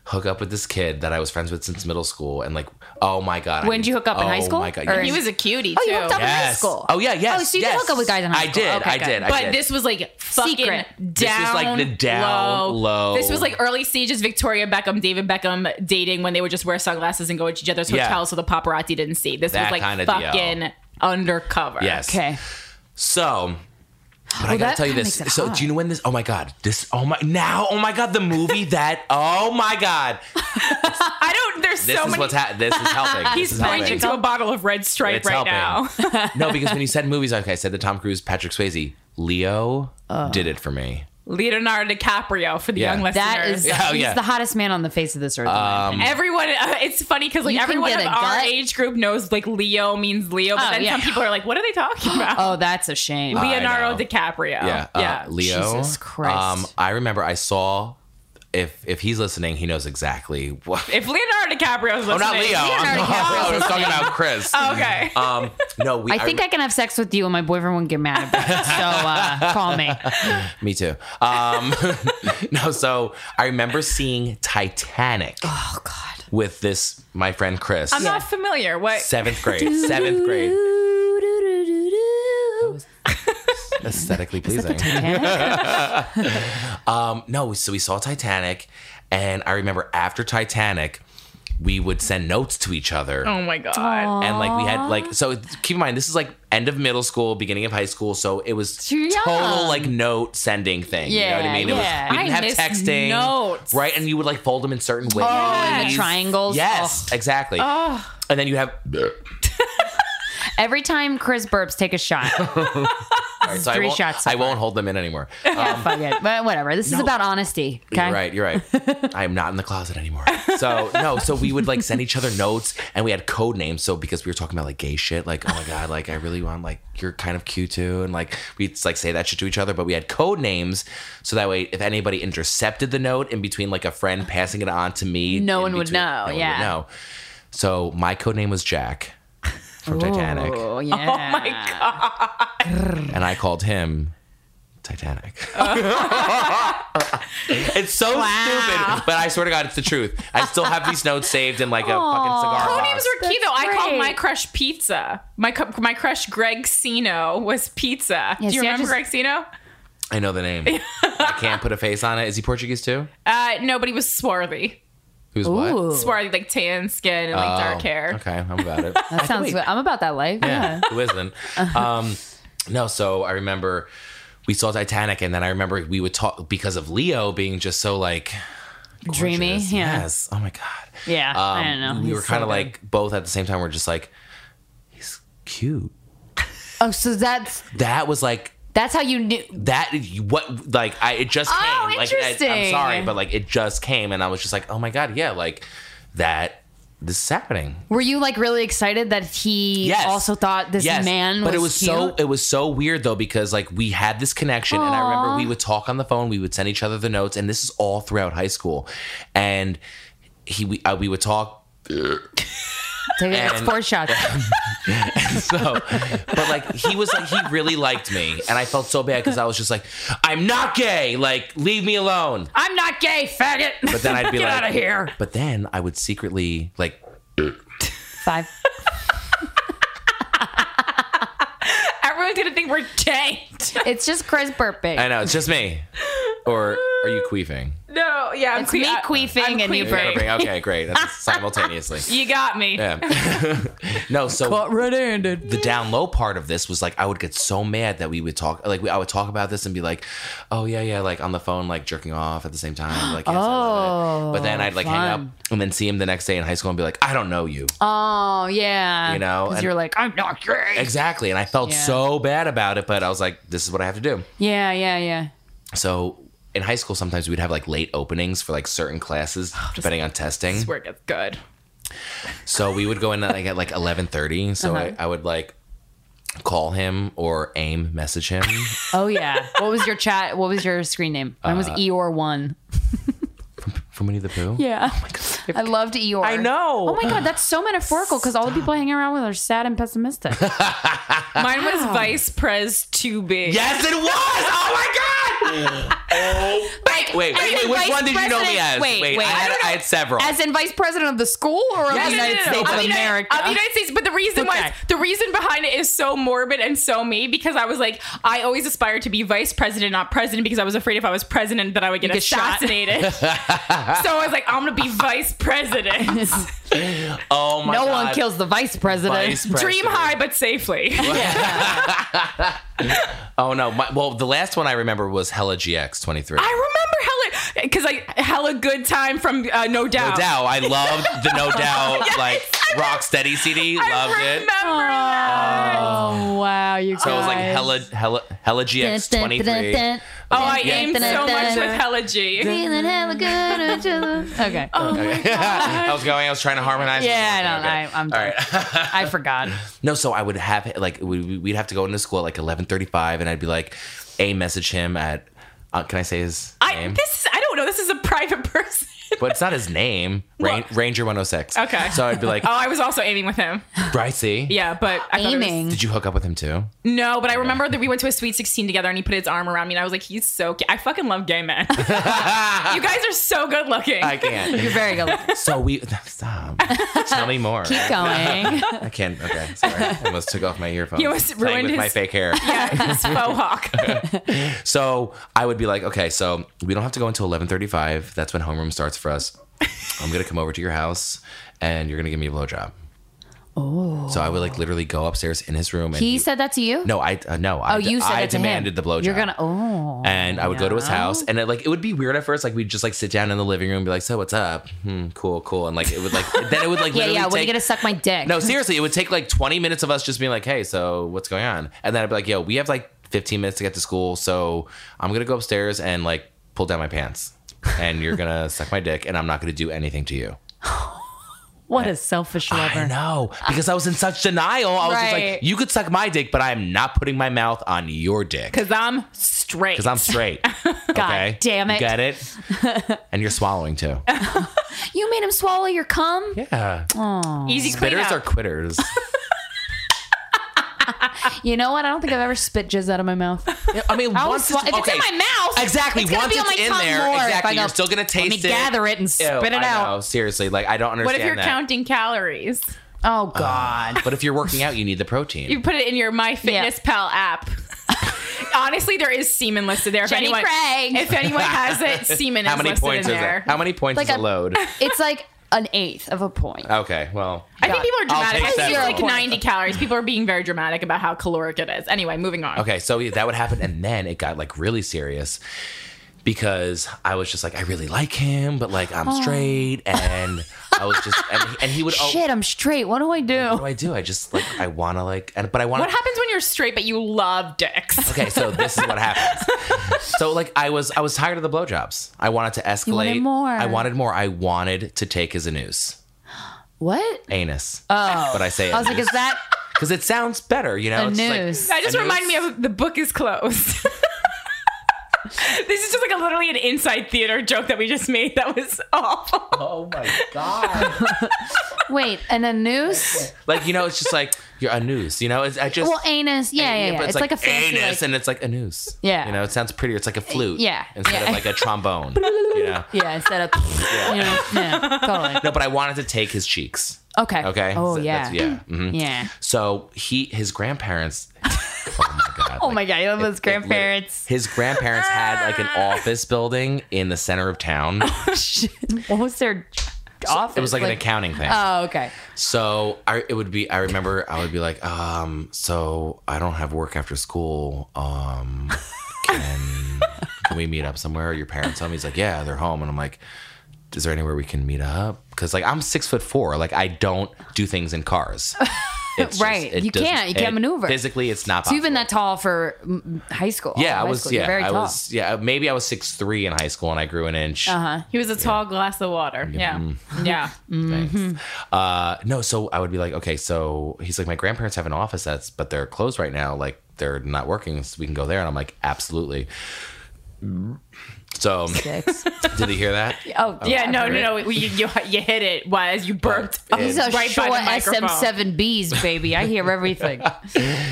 S3: hook up with this kid that I was friends with since middle school, and like, oh my god. I
S2: When'd you
S3: didn't-
S2: hook up in high
S3: oh
S2: school?
S3: my god.
S2: Or-
S1: He was a cutie
S2: Oh,
S1: too.
S2: you hooked up in high
S3: Yes.
S2: school.
S3: Oh yeah. Yes.
S2: Oh, so you
S3: yes.
S2: did hook up with guys in high school.
S3: I did.
S2: Okay,
S3: I
S2: good.
S3: did. I
S1: but
S3: did.
S1: this was like fucking
S2: Secret.
S1: down.
S3: This was, like, the down low.
S1: This was like early stages Victoria Beckham, David Beckham dating when they would just wear sunglasses and go into each other's
S3: Yeah.
S1: hotels so the paparazzi didn't see. This
S3: That
S1: was
S3: kinda
S1: like fucking
S3: deal.
S1: undercover.
S3: Yes.
S2: Okay.
S3: So, but I
S2: that
S3: gotta tell you
S2: kinda
S3: this.
S2: makes it
S3: So,
S2: hot.
S3: do you know when this? Oh my god! This. Oh my. Now. Oh my god! The movie that. Oh my god!
S1: I don't. There's
S3: This
S1: so
S3: is
S1: many.
S3: what's happening. This is helping. This
S1: He's
S3: is
S1: pointing
S3: helping.
S1: to a bottle of Red Stripe
S3: It's
S1: right
S3: helping.
S1: now.
S3: no, because when you said movies, okay, I said the Tom Cruise, Patrick Swayze, Leo
S1: Uh,
S3: did it for me.
S1: Leonardo DiCaprio for the
S3: Yeah.
S1: young listeners.
S2: That is,
S3: Yeah, oh,
S2: he's
S3: yeah.
S2: the hottest man on the face of this earth. in my opinion.
S1: Everyone, uh, it's funny because like
S2: You can
S1: everyone
S2: get
S1: of
S2: a
S1: our
S2: gut.
S1: age group knows like Leo means Leo, but
S2: Oh,
S1: then
S2: yeah.
S1: some people are like, "What are they talking about?"
S2: oh, that's a shame.
S3: I
S1: Leonardo
S3: know.
S1: DiCaprio.
S3: Yeah, uh, Leo. um,
S2: Jesus Christ.
S3: I remember I saw. If if he's listening, he knows exactly what.
S1: If Leonardo DiCaprio's
S3: Oh,
S1: listening,
S3: not Leo. I'm
S2: Leonardo DiCaprio's
S3: I was talking about Chris.
S1: okay.
S3: Um, no, we.
S2: I think I can have sex with you and my boyfriend won't get mad about it. So uh, call me.
S3: Me too. Um, no, so I remember seeing Titanic
S2: Oh, God.
S3: with this my friend Chris.
S1: I'm not familiar. What?
S3: seventh grade. seventh grade. Aesthetically pleasing. um, no, so we saw Titanic, and I remember after Titanic, we would send notes to each other.
S1: Oh my god.
S3: And like we had like so keep in mind this is like end of middle school, beginning of high school, so it was
S2: Too young.
S3: total like note sending thing. you know what
S2: Yeah,
S3: I mean?
S2: yeah.
S3: It was we didn't
S1: I
S3: have
S1: miss
S3: texting.
S1: notes.
S3: Right. And you would like fold them in certain ways.
S2: Oh, and the triangles. Oh.
S3: Yes, exactly. And then you have
S2: Oh, Every time Chris burps, take a shot.
S3: All right, so I
S1: Three
S3: won't,
S1: shots so
S3: I won't hold them in anymore. Um,
S2: Fuck it. But whatever. This is about honesty. Okay.
S3: You're right. You're right. I am not in the closet anymore. So no. So we would like send each other notes, and we had code names. So because we were talking about like gay shit, like oh my god, like I really want like you're kind of cute too, and like we'd like say that shit to each other. But we had code names, so that way if anybody intercepted the note in between like a friend passing it on to me,
S2: No
S3: in
S2: one would know, yeah.
S3: know. So my code name was Jack from Titanic,
S2: Oh yeah.
S1: Oh my god.
S3: and I called him. Titanic. it's so stupid, but I swear to God, it's the truth. I still have these notes saved in like a fucking cigar
S1: Code
S3: box.
S1: names were cute though. I called
S2: great.
S1: my crush Pizza. My cu- my crush Greg Sino was Pizza. Do you
S2: see, I
S1: remember
S2: just-
S1: Greg Sino?
S3: I know the name. I can't put a face on it. Is he Portuguese too?
S1: Uh, no, but he was swarthy.
S3: Who's
S2: Ooh.
S3: what?
S1: Swarthy, like tan skin and like dark
S3: Oh,
S1: hair.
S3: Okay, I'm about it.
S2: That sounds good. I'm about that life.
S3: yeah, who
S1: Uh-huh.
S3: isn't? Um, no, so I remember we saw Titanic, and then I remember we would talk because of Leo being just so like gorgeous.
S2: Dreamy, yeah.
S3: Yes. Oh my god.
S2: Yeah, I
S3: Um,
S2: don't know.
S3: We
S2: He's
S3: were kind
S2: so
S3: of
S2: good.
S3: like both at the same time. We're just like, he's cute.
S2: Oh, so that's
S3: That was like
S2: that's how you knew.
S3: that what like I it just
S2: Oh,
S3: came. Like, I, am
S2: interesting.
S3: sorry, but like it just came, and I was just like, oh my god, yeah, like that. This is happening.
S2: Were you like really excited that he
S3: Yes.
S2: also thought this
S3: Yes.
S2: man?
S3: but
S2: was
S3: it was
S2: cute?
S3: so it was so weird though because like we had this connection, and I remember
S2: Aw.
S3: we would talk on the phone, we would send each other the notes, and this is all throughout high school, and he we, uh, we would talk
S2: Take it, it's
S3: and-
S2: four shots.
S3: so but like he was like he really liked me and i felt so bad because i was just like i'm not gay like leave me alone
S1: I'm not gay, faggot.
S3: but then i'd be
S1: Get
S3: like
S1: out of here.
S3: but then i would secretly like
S2: Five.
S1: Everyone's gonna think we're tanked.
S2: It's just Chris burping.
S3: i know it's just me or are you queefing
S1: No, yeah, I'm
S2: It's me
S1: I-
S2: queefing
S1: I'm
S2: and you
S1: queefing.
S2: burp.
S3: okay great That's simultaneously
S1: You got me.
S3: yeah no so
S2: red-handed.
S3: the down low part of this was like I would get so mad that we would talk like we, I would talk about this and be like, oh yeah yeah like on the phone like jerking off at the same time like yes, I love it. but then I'd like hang
S2: Oh, fun.
S3: up and then see him the next day in high school and be like I don't know you
S2: Oh yeah.
S3: You know,
S2: because
S3: and-
S2: you're like I'm not gay.
S3: exactly and I felt
S2: Yeah.
S3: so bad about it but I was like this is what I have to do
S2: yeah, yeah, yeah.
S3: so in high school sometimes we'd have like late openings for like certain classes depending on testing
S1: Where it gets good.
S3: So we would go in at like at like eleven thirty. So
S2: Uh-huh.
S3: I, I would like call him or aim message him.
S2: Oh yeah. what was your chat? What was your screen name? Mine
S3: Uh,
S2: was Eeyore one.
S3: From Winnie the Pooh.
S2: Yeah. I loved Eeyore. I
S3: know.
S2: Oh my god, that's so metaphorical because all the people I hang around with are sad and pessimistic.
S1: Mine was Vice Pres 2B.
S3: Yes, it was. Oh my god. Oh. Wait, wait, wait, wait. Which
S2: Vice
S3: one did you know me
S2: President-
S3: as?
S2: wait, wait,
S3: I,
S2: I
S3: had,
S2: don't
S3: I had several.
S2: As in vice president of the school or
S3: Yes.
S2: of the
S1: No, no, no,
S2: United
S1: no, no.
S2: States
S1: Of
S2: of,
S1: the United-
S2: America?
S1: Of the United States, but the reason why
S2: Okay.
S1: the reason behind it is so morbid and so me because I was like, I always aspired to be vice president, not president, because I was afraid if I was president that I would get,
S2: get shot.
S1: assassinated. so I was like, I'm gonna be vice president.
S3: oh my
S2: no
S3: god.
S2: one kills the vice president.
S3: Vice
S1: Dream
S3: president.
S1: high but safely.
S3: Oh no. My, well, the last one I remember was Hella GX twenty three.
S1: I remember hella because I hella good time from uh, No Doubt.
S3: No doubt. I loved the No Doubt like rock steady CD.
S1: I
S3: loved
S1: remember
S3: it.
S1: that.
S2: oh wow, you guys.
S3: So it was like Hella Hella Hella GX twenty three.
S1: Oh, I
S3: Yeah.
S1: aimed so much with Hella G.
S2: Feeling hella good Oh, at each other. Okay.
S3: I was going. I was trying to harmonize.
S2: yeah,
S3: Okay,
S2: no,
S3: okay.
S2: I, I'm done. I forgot.
S3: No, so I would have like we, we'd have to go into school at like eleven thirty-five, and I'd be like, a message him at. Uh, can I say his
S1: I
S3: name?
S1: this is, I don't know. This is a private person.
S3: but it's not his name. Ran- Ranger one hundred six.
S1: Okay.
S3: So I'd be like,
S1: Oh, I was also aiming with him.
S3: Brycey.
S1: Yeah, but I thought it was-
S2: Aiming.
S3: Did you hook up with him too?
S1: no, but I remember that we went to a Sweet 16 together and he put his arm around me and I was like, he's so cute. I fucking love gay men. you guys are so good looking.
S3: I can't.
S2: You're very good.
S3: so we stop. Tell me more.
S2: Keep going.
S3: I can't. Okay. Sorry. I almost took off my earphones.
S1: You almost
S3: Playing
S1: ruined
S3: with my
S1: his-
S3: fake hair.
S1: yeah, he's faux hawk.
S3: So I would be like, okay, so we don't have to go until eleven thirty-five. That's when homeroom starts for us. I'm gonna come over to your house, and you're gonna give me a blowjob. Oh. So I would like literally go upstairs in his room. And
S2: He said that to you?
S3: no, I uh, no.
S2: Oh, you said
S3: I
S2: that to him.
S3: demanded the blowjob.
S2: You're gonna oh.
S3: And I would go to his house, and it, like it would be weird at first. Like we'd just like sit down in the living room, and be like, "So what's up? Hmm, cool, cool." And like it would like then it would like
S2: Yeah,
S3: literally
S2: yeah. When you
S3: take-
S2: gonna suck my dick?
S3: no, seriously, it would take like 20 minutes of us just being like, hey, so what's going on? And then I'd be like, yo, we have like 15 minutes to get to school. So I'm gonna go upstairs and like pull down my pants, and you're gonna suck my dick, and I'm not gonna do anything to you.
S1: What a selfish
S3: I
S1: lover.
S3: know because I was in such denial. I was just
S1: Right.
S3: like, you could suck my dick, but I am not putting my mouth on your dick
S1: Because I'm straight.
S3: because I'm straight.
S1: God
S3: okay,
S1: damn
S3: You
S1: it.
S3: get it? and you're swallowing too.
S2: You made him swallow your cum?
S3: Yeah,
S1: Easy clean
S3: bitters
S1: up.
S3: are quitters.
S2: You know what? I don't think I've ever spit jizz out of my mouth.
S3: Yeah, I mean,
S1: I always
S3: once
S1: swa-
S3: it's,
S1: if it's
S3: okay,
S1: in my mouth,
S3: exactly.
S1: it's gonna
S3: once
S1: be on
S3: it's
S1: my
S3: in
S1: tongue
S3: there,
S1: more if
S3: exactly,
S1: I go,
S3: you're still gonna taste
S1: Let me
S3: it.
S1: gather it and
S3: Ew,
S1: spit it
S3: I
S1: out.
S3: know, Seriously, like I don't understand.
S1: What if you're
S3: that.
S1: counting calories?
S3: Uh,
S2: Oh God.
S3: But if you're working out, you need the protein.
S1: You put it in your My Fitness Pal app. Honestly, there is semen listed there. If
S2: Jenny
S1: anyone,
S2: Craig.
S1: if anyone has it, semen
S3: How
S1: is
S3: many
S1: listed
S3: points
S1: in
S3: is
S1: there.
S3: it? How many points
S2: Like
S3: is
S2: a-
S3: a load?
S2: it's like an eighth of a point.
S3: Okay, well,
S1: I think
S2: God.
S1: people are
S3: I'll
S1: dramatic.
S3: take
S1: I think it's
S2: seven.
S1: like 90 calories. People are being very dramatic about how caloric it is. Anyway, moving on.
S3: okay. So that would happen, and then it got like really serious because I was just like, I really like him, but like
S1: Oh.
S3: I'm straight, and I was just, and, and he would. oh,
S2: Shit, I'm straight. What do I
S3: what
S2: do?
S3: do I do? I just like I want to like, and but I want.
S1: oh. What happens when you're straight but you love dicks?
S3: Okay, so this is what happens. so like I was I was tired of the blowjobs. I wanted to escalate.
S2: wanted more.
S3: I wanted more. I wanted to take his anus.
S2: What?
S3: Anus. Oh. But I say
S2: I was like, is that
S3: because it sounds better, you know?
S2: a
S3: It's just like-
S2: news?
S1: That just
S3: Anus.
S1: reminded me of the book is closed. this is just like a, literally an inside theater joke that we just made. That was awful.
S3: oh my god.
S2: Wait, and a noose?
S3: like, you know, it's just like you're a noose, you know? It's I just
S2: Well, anus. Yeah, yeah, yeah.
S3: but
S2: It's, like, a fancy.
S3: anus
S2: like-
S3: and it's like a noose.
S2: Yeah.
S3: You know, it sounds prettier. It's like a flute.
S2: Yeah.
S3: Instead of
S2: Yeah.
S3: like a trombone. you know?
S2: yeah, instead of you know, yeah, totally.
S3: No, but I wanted to take his cheeks.
S2: Okay.
S3: Okay.
S2: Oh
S3: So
S2: yeah.
S3: that's- yeah. Mhm.
S2: Yeah.
S3: So he, his grandparents. Oh my god!
S2: Oh my god, I love those grandparents.
S3: His grandparents had like an office building in the center of town.
S2: Oh, what was their office?
S3: It was like, an accounting thing.
S2: Oh, okay.
S3: so I, it would be. I remember I would be like, um, so I don't have work after school. Um, can can we meet up somewhere? Are your parents home? He's like, yeah, they're home, and I'm like. Is there anywhere we can meet up? Because like I'm six foot four, like I don't do things in cars. It's just-
S2: Right.
S3: it
S2: You
S3: doesn't-
S2: can't. You can't
S3: it-
S2: maneuver.
S3: Physically, it's not.
S2: So you've been
S3: possible.
S2: that tall for mm, high school.
S3: Yeah, I
S2: High
S3: was.
S2: school,
S3: Yeah,
S2: You're very
S3: I
S2: tall.
S3: was. Yeah, uh, maybe I was six three in high school and I grew an inch.
S2: Uh-huh.
S1: He was a tall glass of water. Yeah.
S2: Mm.
S1: Yeah.
S3: Thanks.
S2: Mm-hmm.
S3: Uh, no, so I would be like, okay, so he's like, my grandparents have an office that's, but they're closed right now. Like they're not working, so we can go there. And I'm like, absolutely. So
S2: Six.
S3: did he hear that?
S2: Oh,
S1: Yeah, no, no, no. You, you, you hit it, was you burped
S3: But
S1: up
S3: it's-
S2: These are
S1: right by
S2: short
S1: the microphone.
S2: SM7Bs, baby. I hear everything.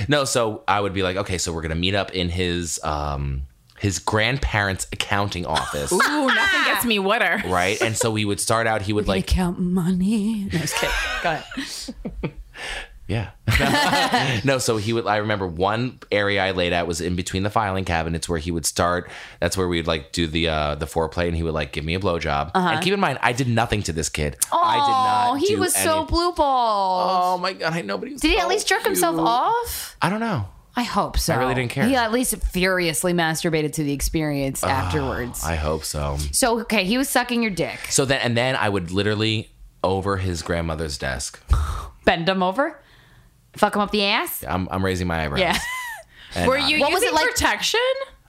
S3: No, so I would be like, okay, so we're gonna meet up in his um his grandparents' accounting office,
S1: Ooh, nothing gets me wetter.
S3: right? And so we would start out. He would
S2: like,
S3: like
S2: count money. No, just kidding. Go ahead.
S3: Yeah. no, so he would. I remember one area I laid out was in between the filing cabinets where he would start. That's where we would like do the uh, the foreplay, and he would like give me a blowjob. And keep in mind, I did nothing to this kid. I did
S2: Oh,
S3: not.
S2: Uh-huh. he
S3: Uh, do
S2: was so
S3: any-
S2: blue ball.
S3: Oh my god, I nobody.
S2: Did he at least jerk himself off?
S3: I don't know.
S2: I hope so. I
S3: really didn't care. Ah.
S2: He at least furiously masturbated to the experience afterwards.
S3: I hope so.
S2: so okay, he was sucking your dick.
S3: So then, and then I would literally over his grandmother's desk.
S2: Bend him over. Fuck him up the ass.
S3: I'm, I'm raising my eyebrows.
S2: Yeah.
S3: And
S1: Were
S3: I-
S1: you
S2: What was
S1: using
S2: it like-
S1: protection?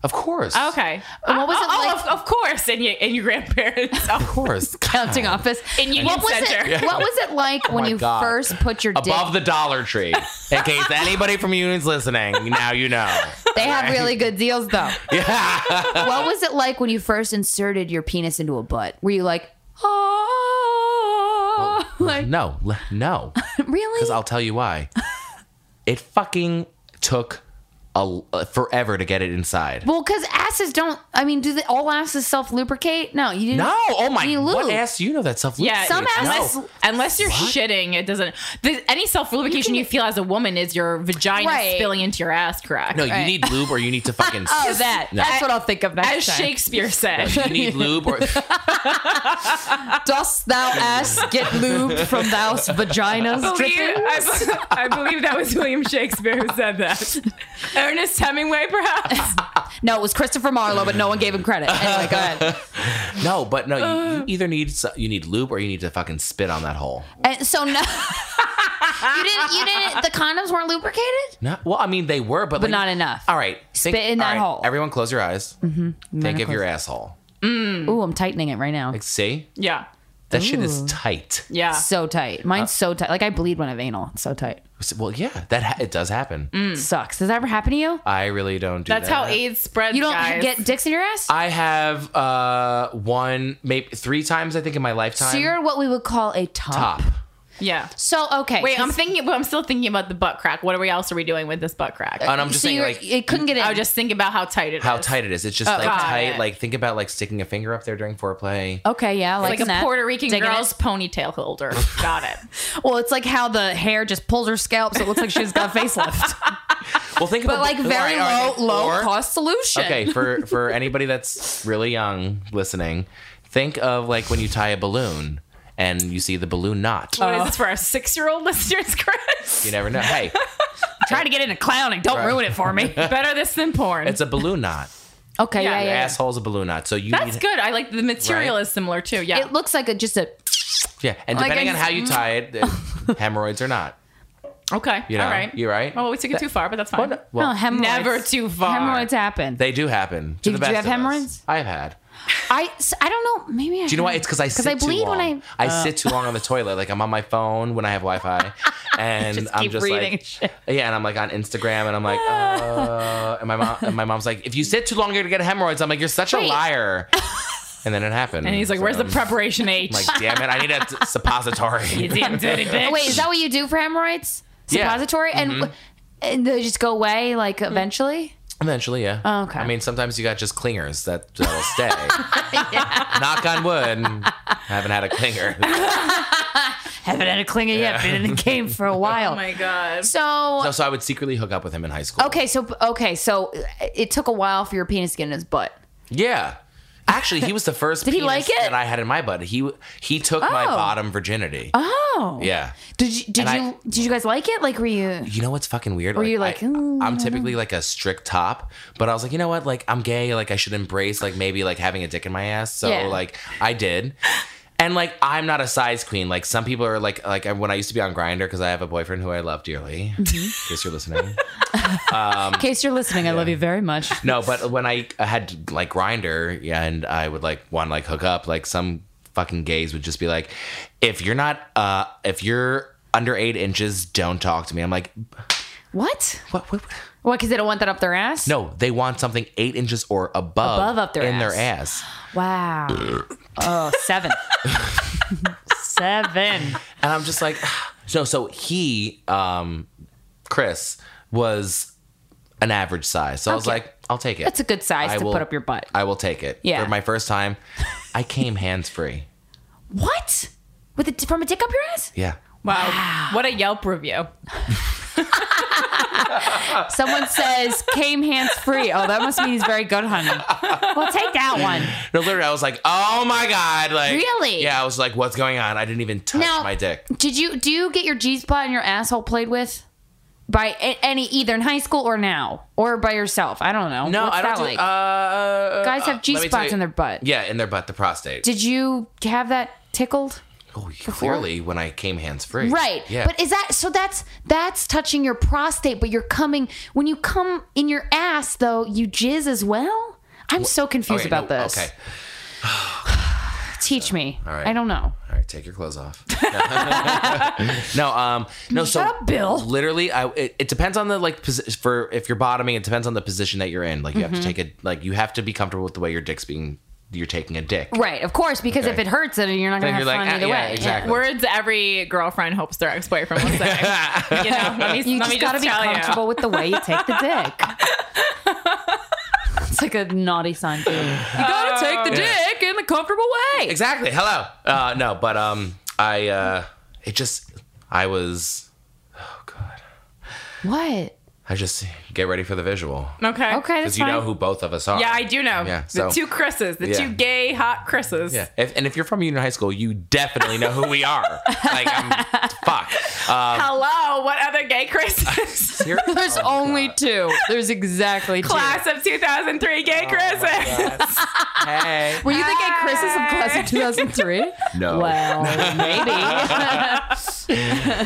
S3: Of course.
S1: Okay.
S2: And what was
S1: Oh,
S2: it
S1: oh,
S2: like-
S1: of, of course, in your, in your grandparents'
S3: Of course.
S2: Counting office.
S1: In Union
S2: what was
S1: Center.
S2: it? What was it like when
S3: Oh my
S2: you
S3: God.
S2: first put your dick?
S3: Above the Dollar Tree. In case anybody from Union's listening, now you know.
S2: they have really good deals though.
S3: Yeah.
S2: what was it like when you first inserted your penis into a butt? Were you like, "Ah." oh, like
S3: no, l- no. Because
S2: really?
S3: I'll tell you why. It fucking took a, l- uh, forever to get it inside.
S2: Well, because asses don't. I mean, do they, all asses self lubricate? No, you didn't.
S3: No. Oh my.
S2: You
S3: What
S2: lube.
S3: ass? do You know that stuff.
S1: Yeah,
S2: Some
S3: No.
S2: ass-
S1: unless, unless you're shitting, it doesn't. The, any self lubrication you, feel as a woman is your vagina
S2: Right.
S1: spilling into your ass crack.
S3: No, you
S2: Right.
S3: need lube or you need to fucking.
S2: Oh,
S3: s-
S2: that. That's what I'll think of next
S1: as
S2: time.
S1: Shakespeare said.
S3: You need lube or
S2: Dost thou ass get lubed from thous vaginas?
S1: I, I believe that was William Shakespeare who said that. Ernest Hemingway, perhaps.
S2: No, it was Christopher Marlowe, but no one gave him credit. Anyway, go ahead.
S3: no, but no.
S2: Uh.
S3: You, you either need s- you need lube or you need to fucking spit on that hole.
S2: And so now, You didn't. You didn't. The condoms weren't lubricated.
S3: No, well, I mean they were, but
S2: But
S3: like-
S2: not enough.
S3: All right, think-
S2: Spit in that
S3: all
S2: hole. Mm-hmm.
S3: Everyone, close your eyes. Think of your asshole.
S1: Mm.
S2: Ooh, I'm tightening it right now.
S3: Like, see,
S1: Yeah.
S3: that shit is tight.
S1: Yeah. Uh.
S2: So tight. Mine's so tight. Like I bleed when I have anal. It's so tight.
S3: Well, yeah, that ha- it does happen.
S1: Hmm.
S2: Sucks. Does that ever happen to you?
S3: I really don't do
S1: That's
S3: that.
S1: how AIDS spreads.
S2: You don't
S1: guys.
S2: get dicks in your ass.
S3: I have uh one, maybe three times I think in my lifetime.
S2: so you're what we would call a top.
S3: top.
S1: Yeah.
S2: So okay.
S1: Wait, I'm thinking. But I'm still thinking about the butt crack. What are we else are we doing with this butt crack?
S3: And I'm just
S2: so
S3: saying,
S2: you're-
S3: like,
S2: it Uh, Oh, couldn't get in.
S1: I was just thinking about how tight it is.
S3: how tight it is. It's just like
S1: got
S3: tight.
S1: it.
S3: Like think about like sticking a finger up there during foreplay.
S2: okay. Yeah, like,
S1: Like a
S2: that.
S1: Puerto Rican
S2: Digging it.
S1: girl's ponytail holder. Got it.
S2: Well, it's like how the hair just pulls her scalp, so it looks like she's got a facelift.
S3: Well, think
S2: But
S3: about
S2: like very
S3: All right,
S2: low,
S3: all right.
S2: low
S3: Or-
S2: cost solution.
S3: Okay, for for anybody that's really young listening, think of like when you tie a balloon and you see the balloon knot.
S2: Oh.
S1: What is this for our six-year-old listeners, Chris?
S3: You never know. Hey,
S2: Try to get into clowning. Don't
S3: Right.
S2: ruin it for me.
S1: Better this than porn.
S3: it's a balloon knot.
S2: Okay.
S1: Yeah,
S2: Yeah. Yeah.
S1: your
S3: Your
S2: yeah.
S3: asshole's a balloon knot. So you
S1: That's
S3: need
S1: good. I like the material
S3: Right?
S1: is similar too. Yeah.
S2: It looks like a, just a. oh,
S3: yeah, and
S2: Like
S3: depending
S2: I-
S3: on how you tie it, uh, hemorrhoids or not.
S1: okay.
S3: You know,
S1: All right.
S3: you right?
S1: Well, we took it too far, but that's fine.
S2: Well,
S3: Well,
S2: hemorrhoids.
S1: Never too far.
S2: Hemorrhoids happen.
S3: they do happen. To
S2: oh, Did
S3: the
S2: you
S3: best
S2: have
S3: of us.
S2: hemorrhoids?
S3: I've had.
S2: I, s- I don't know. Maybe I.
S3: Do you know why? It's because I
S2: because
S3: sit
S2: I bleed
S3: too long.
S2: when I. Oh.
S3: I sit too long on the toilet. Like I'm on my phone when I have Wi-Fi, and
S2: Just
S3: I'm
S2: keep
S3: just
S2: reading
S3: like,
S2: shit.
S3: yeah, and I'm like on Instagram, and I'm like, uh, and my mom, and my mom's like, if you sit too long, you're gonna get hemorrhoids. I'm like, you're such a
S2: Wait.
S3: liar. And then it happened.
S1: And he's like,
S3: So
S1: "Where's the
S3: I'm
S1: preparation H?"
S3: Like, damn it, I need a t- suppository.
S1: Damn dirty bitch.
S2: Wait, is that what you do for hemorrhoids?
S3: Yeah.
S2: Suppository, and w and they just go away like eventually.
S3: Eventually, yeah.
S2: Oh, okay.
S3: I mean, sometimes you got just clingers that that'll stay. Knock on wood. I haven't had a clinger.
S2: Haven't had a clinger yet. Been in the game for a while.
S1: Oh my god.
S2: so
S3: No, so I would secretly hook up with him in high school.
S2: Okay, so okay, so uh, it took a while for your penis to get in his butt.
S3: Yeah. Actually, he was the first
S2: he
S3: penis
S2: like it?
S3: that I had in my butt. He he took my
S2: Oh.
S3: bottom virginity.
S2: Oh,
S3: Yeah.
S2: Did you did
S3: And
S2: you
S3: I-
S2: did you guys like it? Like, were you?
S3: You know what's fucking weird? Were
S2: you
S3: I,
S2: like, "Ooh,
S3: I'm typically like a strict top, but I was like, you know what? Like I'm gay, like I should embrace like maybe like having a dick in my ass. So
S2: Yeah.
S3: like I did. And like I'm not a size queen. Like some people are like like when I used to be on Grinder because I have a boyfriend who I love dearly. In
S2: Mm-hmm.
S3: case you're listening.
S2: In case you're listening, I love you very much.
S3: No, but when I had like grinder and I would like want to like hook up, like some fucking gays would just be like, if you're not, uh, if you're under eight inches, don't talk to me. I'm like,
S2: What?
S3: what? what, what?
S2: What? Because they don't want that up their ass?
S3: No, they want something eight inches or above,
S2: Above up their
S3: in
S2: ass.
S3: their ass.
S2: Wow. oh, seven. seven.
S3: And I'm just like, so so he, um, Chris was an average size. So I was
S2: Okay.
S3: like, I'll take it.
S2: That's a good size
S3: I
S2: to
S3: will-
S2: put up your butt.
S3: I will take it.
S2: Yeah.
S3: For my first time, I came hands free.
S2: What? With a, from a dick up your ass?
S3: Yeah.
S1: Wow. What a Yelp review.
S2: Someone says came hands free. Oh, that must mean he's very good, honey. Well, take that one.
S3: No, literally, I was like, "Oh my god!" Like,
S2: Really?
S3: Yeah, I was like, "What's going on?" I didn't even touch
S2: Now-
S3: my dick.
S2: Did you do you get your G spot and your asshole played with by a- any either in high school or now or by yourself? I don't know.
S3: No,
S2: What's
S3: I don't.
S2: that
S3: do-
S2: like?
S3: uh,
S2: Guys have
S3: uh, let me tell
S2: G-spots
S3: you-
S2: in their butt.
S3: Yeah, in their butt, the prostate.
S2: Did you have that tickled?
S3: oh, clearly, when I came hands free.
S2: Right.
S3: Yeah.
S2: But is that so? That's that's touching your prostate, but you're coming when you come in your ass though. You jizz as well. I'm so confused
S3: Okay,
S2: about
S3: no,
S2: this.
S3: Okay.
S2: Teach me.
S3: right.
S2: I don't know.
S3: All right, take your clothes off. no, um, no. so
S2: up, Bill.
S3: Literally, I it, it depends on the like posi- for if you're bottoming, it depends on the position that you're in. Like you
S2: Mm-hmm.
S3: have to take a like you have to be comfortable with the way your dick's being. You're taking a dick.
S2: Right. Of course, because
S3: Okay.
S2: if it hurts, then you're not
S3: Then
S2: gonna have fun
S3: you're like, ah,
S2: either
S3: yeah,
S2: way.
S3: exactly.
S1: Words every girlfriend hopes their ex boyfriend will say. you know, let me,
S2: You
S1: let
S2: just
S1: me
S2: gotta be
S1: tell
S2: comfortable
S1: you.
S2: with the way you take the dick. it's like a naughty sign. Dude. You gotta take the dick in a comfortable way.
S3: Exactly. Hello. Uh, no, but um, I uh, it just I was. Oh god.
S2: What?
S3: I just get ready for the visual.
S1: Okay.
S2: Okay, that's
S3: Because you
S2: fine.
S3: know who both of us are.
S1: Yeah, I do know.
S3: Yeah,
S1: the
S3: so-
S1: two Chris's, the
S3: Yeah.
S1: two gay hot Chris's.
S3: Yeah. If, and if you're from Union High School, you definitely know who we are. like, I'm, fuck. Uh,
S1: Hello, what other gay Chris's?
S3: here-
S2: There's only two. There's exactly two.
S1: Class of 2003 gay Chris's.
S3: hey.
S2: Were you the gay Chris's of class of 2003?
S3: No.
S2: Well, maybe.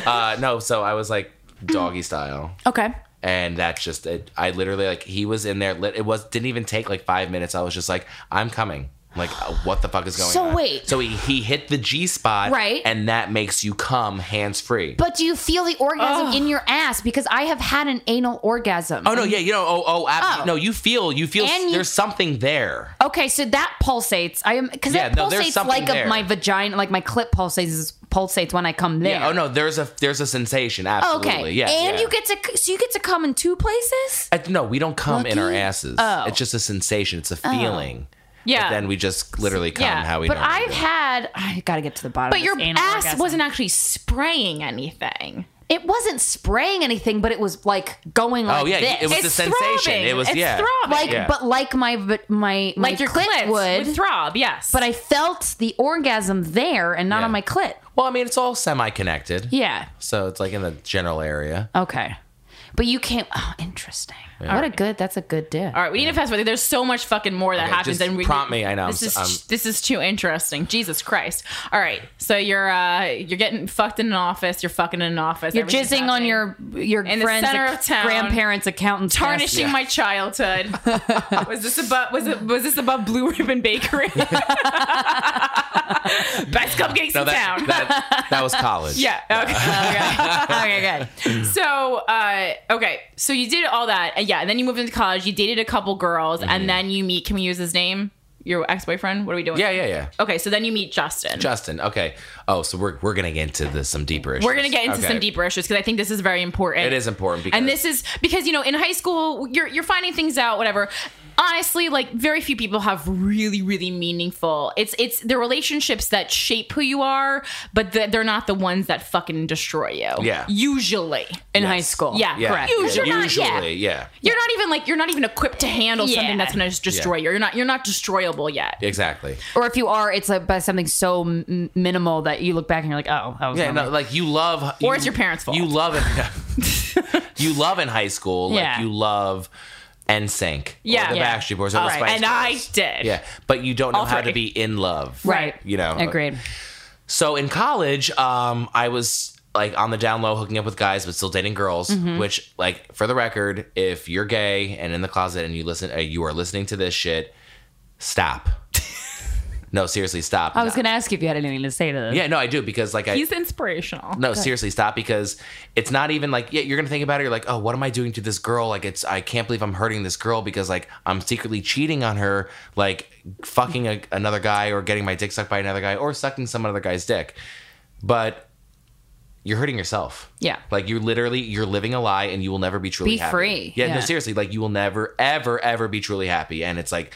S3: Uh, no, so I was like doggy
S2: Mm.
S3: style.
S2: okay.
S3: And that's just it. I literally like he was in there. Lit, it was didn't even take like five minutes. I was just like, I'm coming. Like, uh, what the fuck is going
S2: So
S3: on?
S2: wait.
S3: So he, he hit the G spot,
S2: Right.
S3: And that makes you come hands free.
S2: But do you feel the orgasm in your ass? Because I have had an anal orgasm.
S3: Oh no, yeah, you know, oh, oh, ab-
S2: Oh.
S3: no, you feel, you feel,
S2: And you-
S3: there's something there.
S2: Okay, so that pulsates. I am because
S3: Yeah,
S2: that
S3: no, there's
S2: pulsates
S3: something
S2: like a,
S3: there.
S2: my vagina, like my clit pulsates pulsates when I come there.
S3: Yeah. Oh no, there's a there's a sensation.
S2: Oh,
S3: Absolutely.
S2: okay.
S3: Yeah.
S2: and
S3: yeah.
S2: you get to so you get to come in two places.
S3: I- no, we don't come in our
S2: Lucky?
S3: asses.
S2: Oh.
S3: It's just a sensation. It's a feeling.
S1: Oh. Yeah.
S3: But then we just literally come
S1: Yeah,
S3: how we.
S2: But
S3: normally
S2: I've
S3: do.
S2: had I got to get to the bottom.
S1: But
S2: of
S1: your
S2: this anal
S1: ass
S2: orgasm.
S1: wasn't actually spraying anything.
S2: It wasn't spraying anything, but it was like going like
S3: Oh yeah,
S2: this.
S3: it was the
S1: It's
S3: sensation.
S1: throbbing.
S3: It was
S1: It's
S3: yeah.
S1: throbbing.
S2: like
S3: yeah.
S2: but like my v- my my
S1: Like your
S2: clit
S1: clit
S2: would.
S1: would throb, yes.
S2: but I felt the orgasm there and not
S3: Yeah.
S2: on my clit.
S3: Well, I mean, it's all semi-connected.
S2: Yeah.
S3: So it's like in the general area.
S2: Okay. But you can't. Oh, interesting. What a good. That's a good dip.
S1: All right, we need to fast forward. There's so much fucking more that
S3: Okay,
S1: happens.
S3: just
S1: and we,
S3: prompt me. I know,
S1: This
S3: I'm
S1: is
S3: s- I'm-
S1: this is too interesting. Jesus Christ! All right, so you're uh you're getting fucked in an office. You're fucking in an office.
S2: You're
S1: everything's
S2: jizzing on
S1: happening.
S2: your your
S1: In the
S2: friends,
S1: center of town.
S2: grandparents, accountants,
S1: tarnishing
S3: Yeah.
S1: my childhood. was this above? Was it? Was this above Blue Ribbon Bakery? Best cupcakes in
S3: that,
S1: town.
S3: that that was college.
S1: yeah. Okay. okay.
S2: okay, good.
S1: So, uh, okay. So you did all that. And yeah. And then you moved into college. You dated a couple girls.
S3: Mm-hmm.
S1: And then you meet, can we use his name? Your ex boyfriend? What are we doing?
S3: Yeah, yeah, yeah.
S1: Okay. So then you meet Justin.
S3: Justin. Okay. Oh, so we're we're gonna get into this some deeper issues.
S1: We're going to get into
S3: Okay.
S1: some deeper issues because I think this is very important.
S3: It is important because
S1: and this is because you know in high school you're you're finding things out whatever honestly like very few people have really really meaningful it's it's the relationships that shape who you are but the, they're not the ones that fucking destroy you
S3: Yeah.
S1: usually
S2: In high school.
S1: yeah,
S3: yeah,
S1: correct
S3: yeah,
S1: usually, yeah.
S3: usually, yeah.
S1: you're not even like you're not even equipped to handle something
S2: Yeah.
S1: that's going to destroy
S3: Yeah.
S1: you you're not you're not destroyable yet
S3: Exactly.
S2: Or if you are, it's like by something so m- minimal that you look back and you're like, oh, that was
S3: Yeah,
S2: yeah,
S3: no, like you love,
S1: Or
S3: you-
S1: it's your parents' fault.
S3: You love it. you love in high school, like
S2: Yeah.
S3: you love NSYNC,
S1: Yeah.
S3: or the
S1: Yeah.
S3: Backstreet Boys, or the
S1: Right.
S3: Spice
S1: and i
S3: Girls.
S1: did
S3: yeah, but you don't know
S1: All
S3: how
S1: three.
S3: to be in love,
S2: right.
S3: You know,
S2: agreed.
S3: So in college, um, I was like on the down low, hooking up with guys, but still dating girls.
S1: Mm-hmm.
S3: Which, like, for the record, if you're gay and in the closet and you listen, uh, you are listening to this shit, stop. no, seriously, stop.
S2: I was gonna ask you if you had anything to say to this.
S3: yeah, no, I do because like I
S1: he's inspirational
S3: no, seriously, stop because it's not even like yeah, you're gonna think about it. You're like, oh, what am I doing to this girl? Like, it's I can't believe I'm hurting this girl because like I'm secretly cheating on her, like fucking a, another guy or getting my dick sucked by another guy or sucking some other guy's dick. But you're hurting yourself.
S2: Yeah.
S3: like you're literally you're living a lie and you will never be truly
S2: Be
S3: happy.
S2: free.
S3: Yeah,
S2: Yeah.
S3: no, seriously, like you will never ever ever be truly happy, and it's like.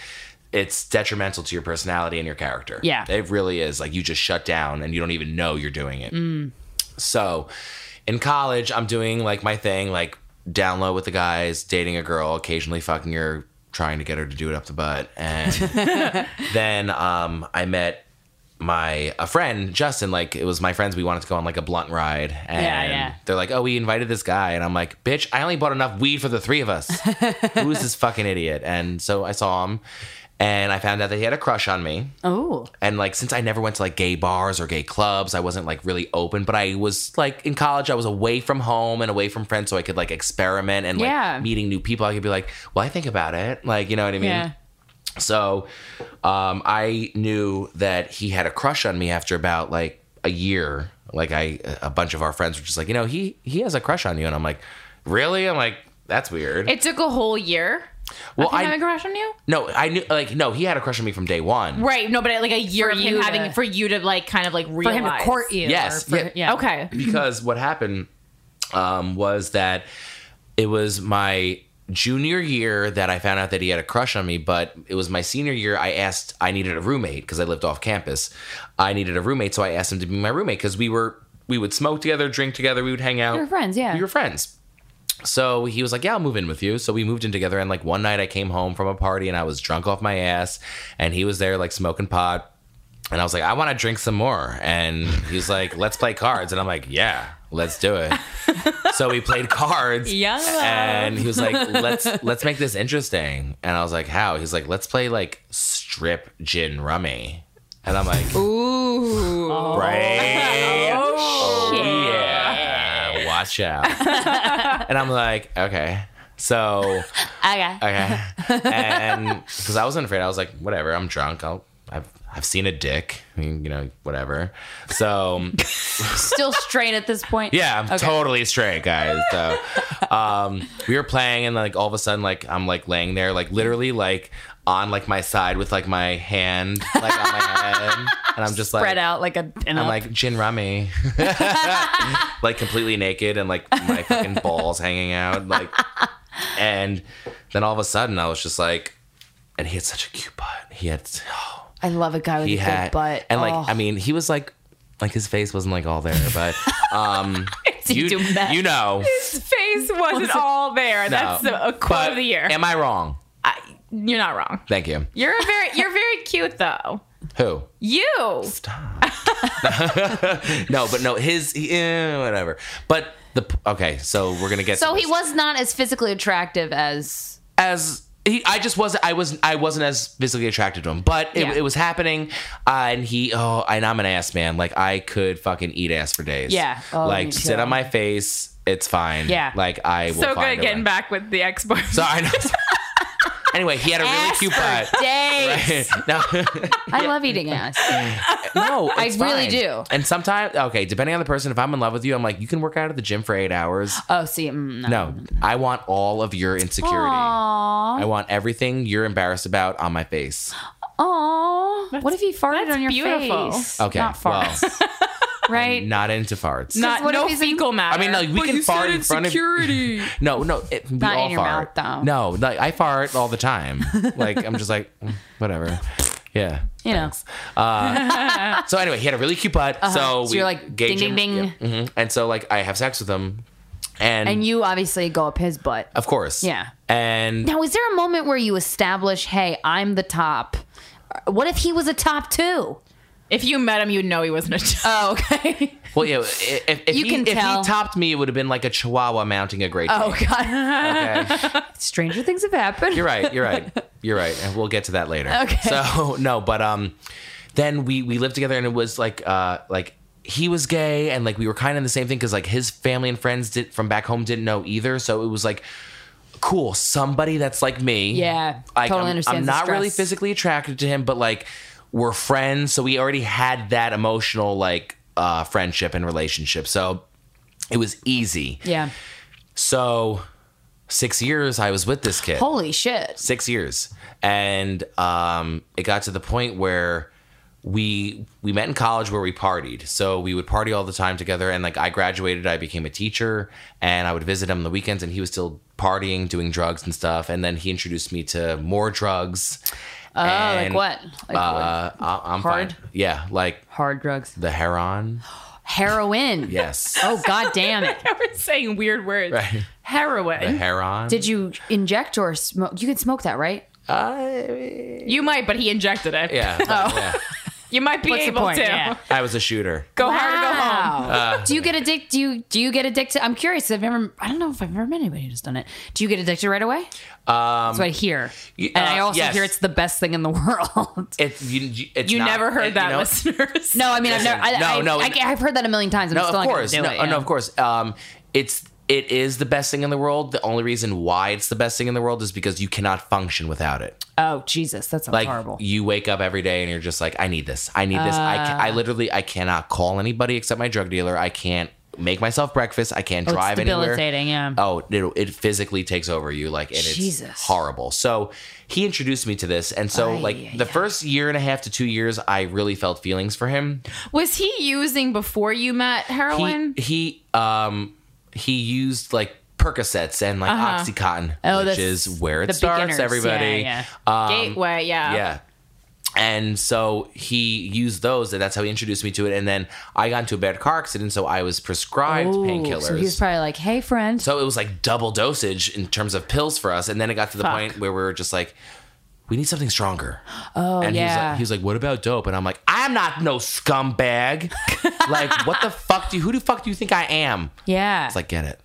S3: It's detrimental to your personality and your character.
S2: Yeah.
S3: It really is. Like you just shut down and you don't even know you're doing it.
S2: Mm.
S3: So in college, I'm doing like my thing, like down low with the guys, dating a girl, occasionally fucking her, trying to get her to do it up the butt. And then um, I met my a friend Justin like it was my friends we wanted to go on like a blunt ride and
S2: Yeah, yeah.
S3: they're like oh we invited this guy and I'm like bitch I only bought enough weed for the three of us who's this fucking idiot and so I saw him and I found out that he had a crush on me
S2: Oh,
S3: and like since I never went to like gay bars or gay clubs, I wasn't like really open. But I was like in college, I was away from home and away from friends, so I could like experiment and like
S2: Yeah.
S3: meeting new people. I could be like, well, I think about it, like you know what I mean.
S2: Yeah.
S3: So um, I knew that he had a crush on me after about like a year. Like I, a bunch of our friends were just like, you know, he he has a crush on you, and I'm like, really? I'm like, that's weird.
S1: it took a whole year
S3: well,
S1: i have a crush on you
S3: no, I knew like no, he had a crush on me from day one.
S1: Right. No, but like a year
S2: For
S1: of him
S2: you
S1: having
S2: to-
S1: for you to like kind of like
S2: for
S1: realize.
S2: him to court you.
S3: Yes,
S2: or for-
S3: yeah.
S2: yeah.
S1: Okay.
S3: because what happened um, was that it was my junior year that I found out that he had a crush on me, but it was my senior year I asked I needed a roommate because I lived off campus. I needed a roommate, so I asked him to be my roommate because we were we would smoke together, drink together, we would hang out.
S2: We were friends, yeah.
S3: We were friends. So he was like, "Yeah, I'll move in with you." So we moved in together. And like one night, I came home from a party and I was drunk off my ass, and he was there like smoking pot. And I was like, "I want to drink some more." And he's like, "Let's play cards." And I'm like, "Yeah, let's do it." so we played cards.
S1: Young love.
S3: And he was like, "Let's let's make this interesting." And I was like, "How?" He's like, "Let's play like strip gin rummy." And I'm like,
S1: Ooh.
S3: right? Oh,
S1: shit.
S3: yeah. Watch out. and I'm like, okay. So,
S1: Okay.
S3: okay. And because I wasn't afraid, I was like, whatever, I'm drunk. I'll, I've, I've seen a dick, I mean, you know, whatever. So,
S2: Still straight at this point.
S3: yeah, I'm totally straight, guys. So, um, we were playing, and like all of a sudden, like I'm like laying there, like literally, like on like my side with like my hand, like on my head, and I'm just like
S2: Spread out like a. And
S3: I'm like gin rummy, like completely naked and like my fucking balls hanging out, like. And then all of a sudden, I was just like, and he had such a cute butt. He had, oh,
S2: I love a guy with
S3: he
S2: a big
S3: had,
S2: butt.
S3: and like
S2: Oh.
S3: I mean, he was like, like his face wasn't like all there, but um,
S2: he
S3: you
S2: doing that?
S3: you know,
S1: His face wasn't all there. That's
S3: No.
S1: a quote
S3: But
S1: of the year.
S3: Am I wrong?
S1: I- you're not wrong.
S3: Thank you.
S1: You're a very you're very cute though.
S3: Who?
S1: You.
S3: No, but no, his he, eh, whatever. But the okay, so we're gonna get
S2: so
S3: to
S2: he
S3: this.
S2: was not as physically attractive as.
S3: as he, I just wasn't. I was. I wasn't as physically attracted to him, but it,
S2: Yeah.
S3: it was happening. Uh, and he. Oh, and I'm an ass man. Like I could fucking eat ass for days.
S2: Yeah. Oh, me
S3: like sit
S2: too.
S3: on my face. It's fine.
S2: Yeah.
S3: Like I will.
S1: So good
S3: find
S1: at
S3: a
S1: getting
S3: way.
S1: back with the ex boyfriend.
S3: So I know. anyway, he had a really
S2: Ass
S3: cute
S2: for
S3: butt.
S2: days.
S3: no,
S2: I love eating ass.
S3: no, it's
S2: really
S3: fine.
S2: do.
S3: And sometimes, okay, depending on the person, if I'm in love with you, I'm like, you can work out at the gym for eight hours.
S2: Oh, see, mm, no.
S3: No, I want all of your insecurity.
S2: Aww.
S3: I want everything you're embarrassed about on my face.
S2: Aww. What if he farted
S1: that's
S2: on your
S1: beautiful.
S2: face?
S3: Okay,
S2: Not farts,
S3: well,
S2: right?
S3: not into farts.
S1: not
S2: what
S1: no
S2: if he's in-
S1: fecal matter.
S3: I mean, like we can fart in front
S1: insecurity.
S3: of no, no. It, we
S2: Not in
S3: all
S2: your
S3: fart.
S2: mouth, though.
S3: No, like I fart all the time. Like I'm just like mm, whatever. Yeah.
S2: you know.
S3: So anyway, he had a really cute butt. So,
S2: Uh-huh. So
S3: we
S2: you're like,
S3: gauge
S2: ding,
S3: him.
S2: ding, ding.
S3: Yeah. Mhm. And so like I have sex with him, and,
S2: And you obviously go up his butt.
S3: of course
S2: Yeah.
S3: And
S2: Now, is there a moment where you establish, hey, I'm the top? What if he was a top two?
S1: if you met him, you'd know he wasn't a child.
S2: Oh, okay.
S3: well, yeah. If, if,
S2: You
S3: he,
S2: can
S3: if
S2: tell.
S3: he topped me, it would have been like a chihuahua mounting a great.
S2: Oh,
S3: ape.
S2: God.
S3: Okay.
S2: Stranger things have happened.
S3: You're right. You're right. You're right. And we'll get to that later.
S2: Okay.
S3: So no, but um, then we we lived together and it was like uh like he was gay and like we were kind of in the same thing because like his family and friends did from back home didn't know either. So it was like cool somebody that's like me.
S2: Yeah,
S3: Like,
S2: totally
S3: I'm,
S2: understands
S3: I'm
S2: the
S3: not really
S2: stress.
S3: physically attracted to him, but like we're friends, so we already had that emotional like uh friendship and relationship. So it was easy.
S2: Yeah.
S3: So six years I was with this kid
S2: Holy shit.
S3: six years and um, it got to the point where we we met in college where we partied so we would party all the time together and like i graduated i became a teacher and i would visit him on the weekends and he was still partying doing drugs and stuff and then he introduced me to more drugs oh
S2: like what? Like
S3: uh, I, i'm
S2: Hard?
S3: fine yeah like
S2: Hard drugs.
S3: the heron
S2: Heroin.
S3: yes
S2: Oh, God damn it.
S1: I was saying weird words.
S3: Right. the
S1: Heroin.
S3: heron
S2: Did you inject or smoke? You could smoke that, right?
S1: You might, but he injected it.
S3: yeah,
S2: Oh.
S3: yeah.
S1: You might be
S2: What's the
S1: able
S2: point?
S1: to.
S2: Yeah.
S3: i was a shooter
S1: Go hard or go home.
S3: Uh,
S2: Wow. do you get addicted? Do you do you get addicted? I'm curious. I've never. I don't know if I've ever met anybody who's done it. Do you get addicted right away? Um, That's what I hear,
S3: y-
S2: and I
S3: uh,
S2: also
S3: yes.
S2: hear it's the best thing in the world.
S3: it, you, it's
S1: You
S3: not-
S1: never heard
S3: it- you
S1: that,
S3: know,
S1: listeners.
S2: No, I mean I've never. I,
S3: No,
S2: I,
S3: no,
S2: I, have heard that a million times. I'm
S3: No,
S2: still not
S3: of
S2: gonna
S3: course.
S2: do
S3: no,
S2: it,
S3: oh,
S2: yeah.
S3: no, of course. Um, it's it is the best thing in the world. The only reason why it's the best thing in the world is because you cannot function without it.
S2: Oh Jesus, that sounds
S3: Like
S2: horrible.
S3: you wake up every day and you're just like, I need this. I need this. I ca-
S2: Uh.
S3: I literally I cannot call anybody except my drug dealer. I can't make myself breakfast. I can't
S2: Oh,
S3: drive
S2: it's
S3: anywhere.
S2: debilitating. Yeah.
S3: Oh, it, it physically takes over you, like, and
S2: Jesus.
S3: it's horrible. So he introduced me to this, and so
S2: Ay,
S3: like
S2: ay,
S3: the first year and a half to two years, I really felt feelings for him.
S1: Was he using before you met heroin?
S3: He, he um he used like Percocets and like OxyContin,
S2: Oh,
S3: which
S2: that's
S3: is where it
S2: the
S3: starts.
S2: beginners.
S3: Everybody,
S2: Yeah,
S3: Um,
S1: Gateway, yeah.
S3: yeah. And so he used those, and that's how he introduced me to it. And then I got into a bad car accident, so I was prescribed
S2: Ooh,
S3: painkillers.
S2: So he's probably like, hey, friend.
S3: So it was like double dosage in terms of pills for us. And then it got to the
S1: Fuck.
S3: point where we were just like, we need something stronger. Oh, and He was,
S2: yeah.
S3: like, he was like, what about dope? And I'm like, I'm not no scumbag. like, what the fuck do you, who the fuck do you think I am?
S2: yeah.
S3: It's like, get it.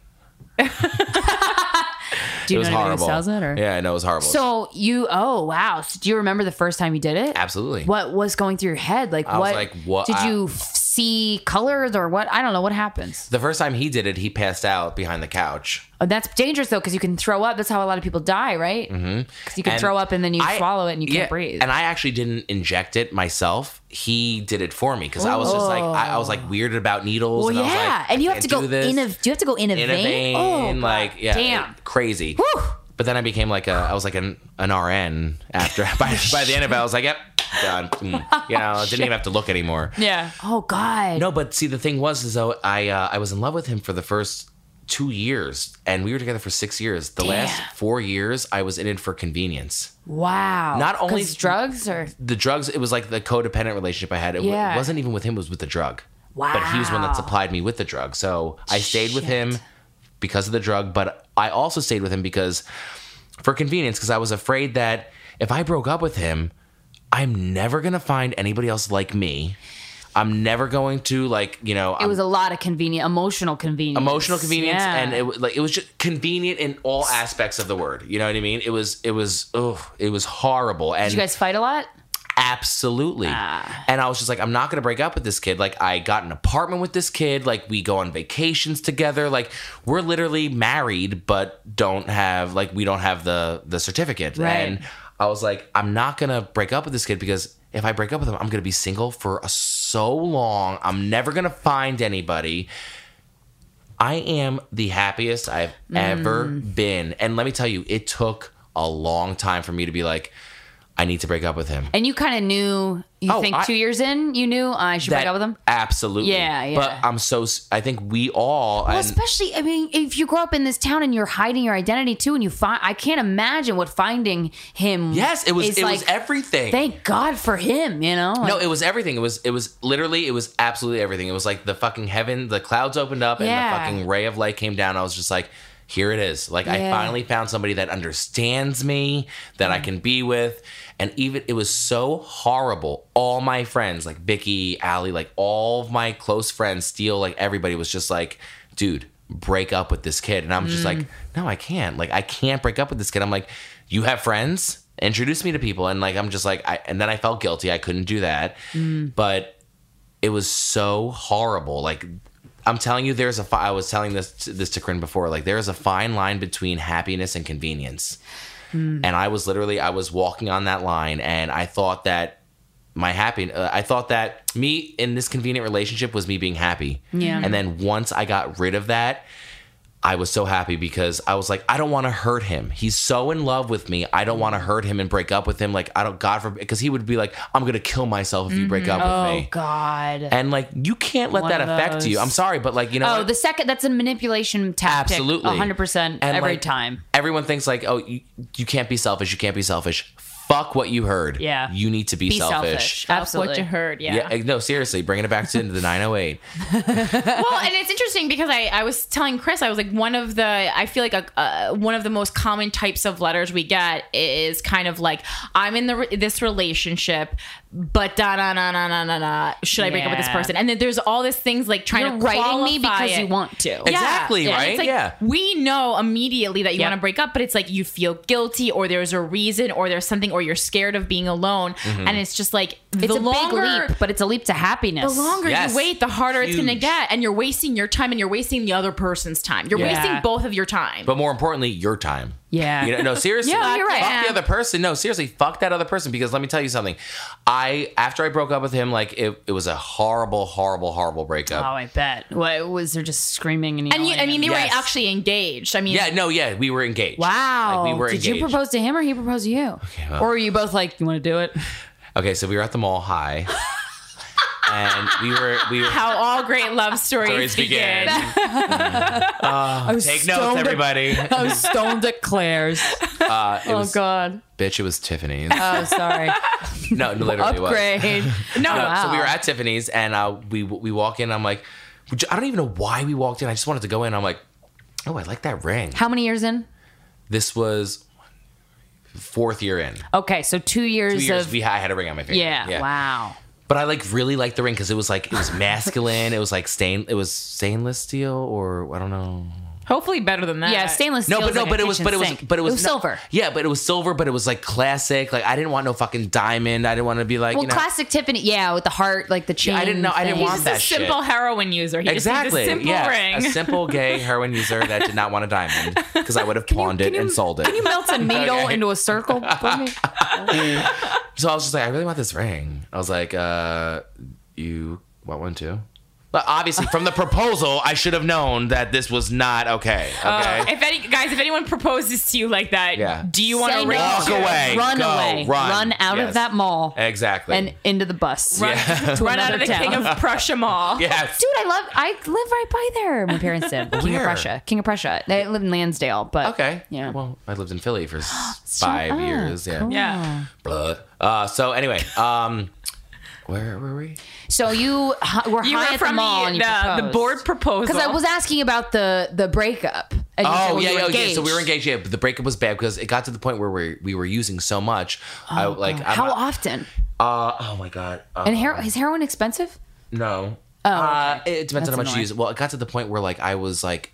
S2: do
S3: It
S2: you
S3: was
S2: know anyone
S3: horrible.
S2: who sells it? Or?
S3: Yeah, I know it was horrible.
S2: So you, oh, wow. So do you remember the first time you did it?
S3: Absolutely.
S2: What was going through your head? Like,
S3: was
S2: what,
S3: like, what-
S2: Did
S3: I-
S2: you f- see colors or what? I don't know. What happens?
S3: the first time he did it, he passed out behind the couch.
S2: Oh, that's dangerous though, because you can throw up. That's how a lot of people die, right? Because mm-hmm. you can
S3: And
S2: throw up and then you
S3: I-
S2: swallow it and you
S3: yeah,
S2: can't breathe.
S3: And I actually didn't inject it myself. He did it for me because I was just like I, I was like weirded about needles.
S2: Oh. well,
S3: and I was
S2: yeah,
S3: like, I
S2: and you have to go
S3: can't do this.
S2: in a. Do you have to go in a,
S3: in a
S2: vein?
S3: vein,
S2: Oh,
S3: like yeah,
S2: damn.
S3: crazy.
S2: Whew.
S3: But then I became like a, I was like an an RN after by, by the end of it. I was like, yep, done. Mm. You know, I didn't even have to look anymore.
S1: Yeah.
S2: oh God.
S3: No, but see, the thing was is though I uh, I was in love with him for the first two years, and we were together for six years. The last four years, I was in it for convenience.
S2: Wow.
S3: Not only-
S2: 'Cause drugs or
S3: The drugs, it was like the codependent relationship I had. It w-
S2: Yeah.
S3: wasn't even with him; it was with the drug. But he was the one that
S2: Wow.
S3: supplied me with the drug, so I stayed with
S2: Shit.
S3: him because of the drug. But I also stayed with him because for convenience, because I was afraid that if I broke up with him, I'm never gonna find anybody else like me. I'm never going to like you know.
S2: it was a lot of convenient emotional convenience.
S3: emotional convenience
S2: Yeah.
S3: and it wa- like it was just convenient in all aspects of the word you know what i mean it was it was oh it was horrible and
S2: Did you guys fight a lot?
S3: absolutely and i was just like i'm not gonna break up with this kid like i got an apartment with this kid like we go on vacations together like we're literally married but don't have like we don't have the the certificate
S2: Right.
S3: and i was like i'm not gonna break up with this kid because if i break up with him i'm gonna be single for a, so long i'm never gonna find anybody I am the happiest I've ever been. And let me tell you, it took a long time for me to be like, I need to break up with him.
S2: And you kind of knew. You
S3: Oh,
S2: think
S3: I-
S2: two years in, you knew "Oh, I should break up with him.
S3: Absolutely.
S2: Yeah, yeah.
S3: But I'm so, s- I think we all,
S2: Well,
S3: and
S2: especially, I mean, if you grow up in this town and you're hiding your identity too, and you find, I can't imagine what finding him.
S3: yes, it was,
S2: is
S3: it
S2: like,
S3: was everything.
S2: Thank God for him, you know.
S3: no, it was everything. It was, it was literally, it was absolutely everything. It was like the fucking heaven, the clouds opened up
S2: Yeah.
S3: and the fucking ray of light came down. I was just like, here it is. Like I
S2: Yeah.
S3: finally found somebody that understands me, that I can be with. And even it was so horrible. All my friends, like Vicky, Allie, like all of my close friends, Steele, like everybody was just like, dude, break up with this kid. And I'm just
S2: Mm.
S3: like, no, I can't. Like, I can't break up with this kid. I'm like, you have friends? Introduce me to people. And like, I'm just like, I, and then I felt guilty. I couldn't do that.
S2: Mm.
S3: But it was so horrible. Like I'm telling you, there's a. Fi- I was telling this this to Corinne before. Like there is a fine line between happiness and convenience,
S2: Hmm.
S3: and I was literally I was walking on that line, and I thought that my happy uh, I thought that me in this convenient relationship was me being happy.
S2: Yeah.
S3: And then once I got rid of that, I was so happy because I was like, I don't want to hurt him. He's so in love with me. I don't want to hurt him and break up with him. Like I don't God forbid because he would be like, I'm gonna kill myself if you break up with
S2: oh
S3: me.
S2: God.
S3: And like you can't let
S2: One
S3: that
S2: of
S3: affect you.
S2: those.
S3: I'm sorry, but like you know,
S2: oh,
S3: what?
S2: the second that's a manipulation tactic.
S3: Absolutely.
S2: hundred percent
S3: And,
S2: every
S3: like,
S2: time.
S3: everyone thinks like, oh, you, you can't be selfish. You can't be selfish. Fuck what you heard.
S2: Yeah.
S3: you need to be,
S2: Be selfish.
S3: selfish.
S1: Absolutely. What you
S2: Absolutely.
S1: heard,
S3: Yeah. no, seriously, bringing it back to the 908.
S1: well, and it's interesting because I, I was telling Chris, I was like, one of the, I feel like a, uh, one of the most common types of letters we get is kind of like, I'm in the re- this relationship, but da da da da da da da. Should I break up with this
S2: Yeah.
S1: person? And then there's all these things like trying
S2: You're
S1: to
S2: writing me
S1: qualify
S2: because
S1: it.
S2: you want to.
S1: Yeah.
S3: Exactly,
S1: And
S3: right?
S1: It's like,
S3: Yeah.
S1: We know immediately that you
S2: Yep.
S1: want to break up, but it's like you feel guilty or there's a reason or there's something or you're scared of being alone.
S3: Mm-hmm.
S1: And it's just like the
S2: It's a
S1: longer
S2: big leap, but it's a leap to happiness.
S1: the longer
S3: Yes.
S1: you wait, the harder it's going to
S3: Huge.
S1: get, and you're wasting your time and you're wasting the other person's time. You're
S3: Yeah.
S1: wasting both of your time.
S3: But more importantly, your time.
S2: Yeah.
S3: You know, no, seriously.
S2: Yeah, you're right.
S3: Fuck the
S1: Yeah.
S3: other person. No, seriously, fuck that other person. Because let me tell you something. I after I broke up with him, like it, it was a horrible, horrible, horrible breakup.
S2: Oh, I bet. What was there just screaming and
S1: and you,
S2: yelling
S1: I mean, they
S3: Yes.
S1: were actually engaged. I mean,
S3: Yeah, no, yeah, we were engaged.
S2: Wow.
S3: Like, we were
S2: Did you
S3: engaged.
S2: propose to him or he proposed to you?
S3: well-
S2: Or were you both like, you want to do it?
S3: Okay, so we were at the mall high. and we were we were
S1: How all great love stories,
S3: stories
S1: begin.
S3: began.
S4: I was
S3: Take
S4: stoned
S3: notes,
S4: at-
S3: everybody.
S4: I was stoned at Claire's.
S3: Uh, it
S4: Oh
S3: was,
S4: God.
S3: bitch. It was Tiffany's.
S4: Oh, sorry.
S3: no, no, literally was.
S4: Upgrade.
S1: No,
S3: No,
S2: Oh, Wow.
S3: So we were at Tiffany's and uh, we we walk in. I'm like, would you- I don't even know why we walked in. I just wanted to go in. I'm like, oh, I like that ring.
S2: How many years in?
S3: this was fourth year in.
S2: Okay, so two years,
S3: Two years
S2: of
S3: we had, I had a ring on my finger.
S2: yeah, Wow.
S3: But I like really liked the ring because it was like it was masculine. it was like stain. It was stainless steel or I don't know.
S1: Hopefully better than that.
S2: Yeah, stainless steel.
S3: No, but
S2: is
S3: no,
S2: like a
S3: but it was,
S2: kitchen
S3: but it was,
S2: sink.
S3: but it was, no-
S2: Uh, silver.
S3: Yeah, but it was silver, but it was like classic. Like I didn't want no fucking diamond. I didn't want to be like
S2: Well,
S3: you know.
S2: classic Tiffany. Yeah, with the heart, like the chain.
S3: I didn't know- I didn't
S2: thing.
S3: want
S1: He's
S3: that
S1: a
S3: shit.
S1: simple heroin user. He
S3: Exactly.
S1: Just needs a simple
S3: yeah,
S1: ring.
S3: a simple gay heroin user that did not want a diamond because I would have pawned it and sold it.
S4: Can you melt a needle into a circle for me?
S3: So I was just like, I really want this ring. I was like, uh, you want one too? But obviously, from the proposal, I should have known that this was not okay. Okay.
S1: If any guys, if anyone proposes to you like that,
S3: Yeah.
S1: do you want
S2: Say
S1: to
S2: no.
S1: ring?
S3: Walk
S1: too?
S3: away.
S2: Run
S3: Go,
S2: away.
S3: Run,
S2: out
S3: Yes.
S2: of that mall
S3: Exactly.
S2: and into the bus.
S1: Run,
S2: To
S1: run out of
S2: another
S1: the King
S2: town.
S1: of Prussia Mall.
S3: yes.
S2: Dude, I love. I live right by there. My parents did. King
S3: Where?
S2: of Prussia. King of Prussia. They live in Lansdale, but
S3: Okay.
S2: Yeah.
S3: Well, I lived in Philly for s- five
S2: up.
S3: years. Yeah.
S2: Cool.
S1: Yeah.
S3: Blah. Uh, so anyway, um, where were we?
S2: So you hi- were
S1: You
S2: high
S1: were
S2: at the
S1: from
S2: mall
S1: the,
S2: and you
S1: the, the
S2: proposed.
S1: board proposal.
S2: Because I was asking about the the breakup. And you said,
S3: Oh
S2: well,
S3: yeah,
S2: you were
S3: yeah, yeah. So we were
S2: engaged.
S3: engaged. Yeah, but the breakup was bad because it got to the point where we we were using so much. I like I'm
S2: Oh, How
S3: not-
S2: often?
S3: Uh, oh my god. Uh,
S2: And hero, is heroin expensive?
S3: No.
S2: Oh,
S3: Uh, it depends
S2: That's
S3: on how much you
S2: annoying.
S3: use. Well, it got to the point where like I was like,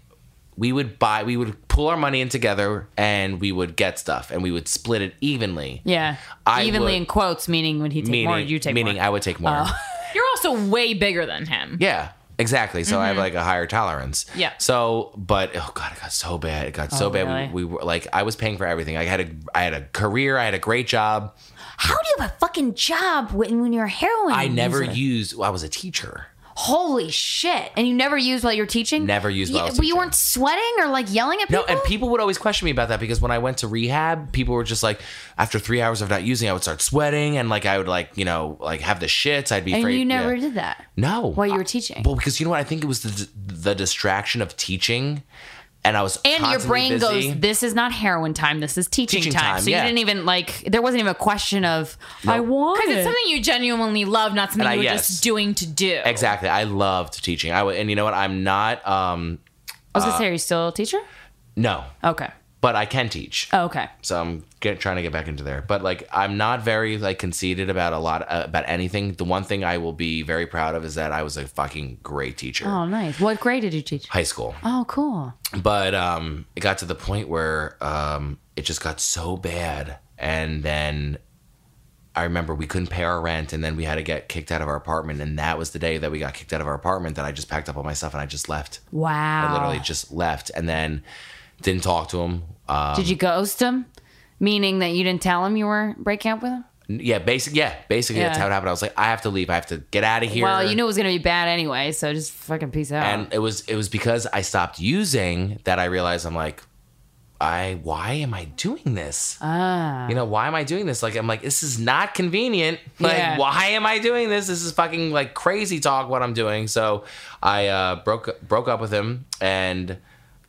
S3: we would buy, we would pull our money in together, and we would get stuff, and we would split it evenly.
S2: Yeah.
S3: I
S2: Evenly
S3: would-
S2: in quotes, meaning when he takes
S3: Meaning,
S2: more, you take
S3: meaning
S2: more. Oh.
S3: I would take more.
S1: You're also way bigger than him.
S3: Yeah, exactly. So I
S2: Mm-hmm.
S3: have like a higher tolerance.
S1: Yeah.
S3: So, but oh god, it got so bad. It got so bad.
S2: Oh, really?
S3: We, we were like, I was paying for everything. I had a, I had a career. I had a great job.
S2: How do you have a fucking job when, when you're a heroin?
S3: I never
S2: user?
S3: used. well, I was a teacher.
S2: Holy shit! And you never use while you're teaching?
S3: Never used while I
S2: Yeah,
S3: was
S2: But you
S3: teaching.
S2: weren't sweating or like yelling at
S3: No,
S2: people.
S3: and people would always question me about that because when I went to rehab, people were just like, after three hours of not using, I would start sweating and like I would like you know like have the shits. I'd be
S2: And
S3: afraid.
S2: you never
S3: yeah.
S2: did that.
S3: No,
S2: While you were
S3: I-
S2: teaching.
S3: well, because you know what? I think it was the the distraction of teaching, and I was
S2: And your
S3: constantly
S2: brain
S3: busy.
S2: goes, "This is not heroin time. This is teaching,
S3: Teaching
S2: time."
S3: time,
S2: So
S3: yeah.
S2: you didn't even like. There wasn't even a question of I want
S1: Because it's
S2: it."
S1: something you genuinely love, not something
S3: And I-
S1: you were
S3: yes.
S1: just doing to do.
S3: Exactly. I loved teaching. I would, and you know what? I'm not. um
S2: I was gonna say, are you still a teacher?
S3: No,
S2: Okay.
S3: but I can teach.
S2: Oh, okay.
S3: so I'm get, trying to get back into there. But like, I'm not very like conceited about a lot uh, about anything. The one thing I will be very proud of is that I was a fucking great teacher,
S2: Oh, nice. What grade did you teach?
S3: high school.
S2: Oh, cool.
S3: But um, it got to the point where um, it just got so bad, and then I remember we couldn't pay our rent, and then we had to get kicked out of our apartment, and that was the day that we got kicked out of our apartment. That I just packed up all my stuff and I just left.
S2: Wow.
S3: I literally just left, and then didn't talk to him. Uh,
S2: Did you ghost him? Meaning that you didn't tell him you were breaking up with him?
S3: Yeah, basic. Yeah, basically that's
S2: Yeah.
S3: how it happened. I was like, I have to leave. I have to get out of here.
S2: Well, you knew it was gonna be bad anyway, so just fucking peace out.
S3: And it was it was because I stopped using that I realized I'm like, I why am I doing this?
S2: ah.
S3: You know, why am I doing this? Like I'm like, this is not convenient. Like,
S2: Yeah.
S3: why am I doing this? This is fucking like crazy talk what I'm doing. So I uh, broke broke up with him and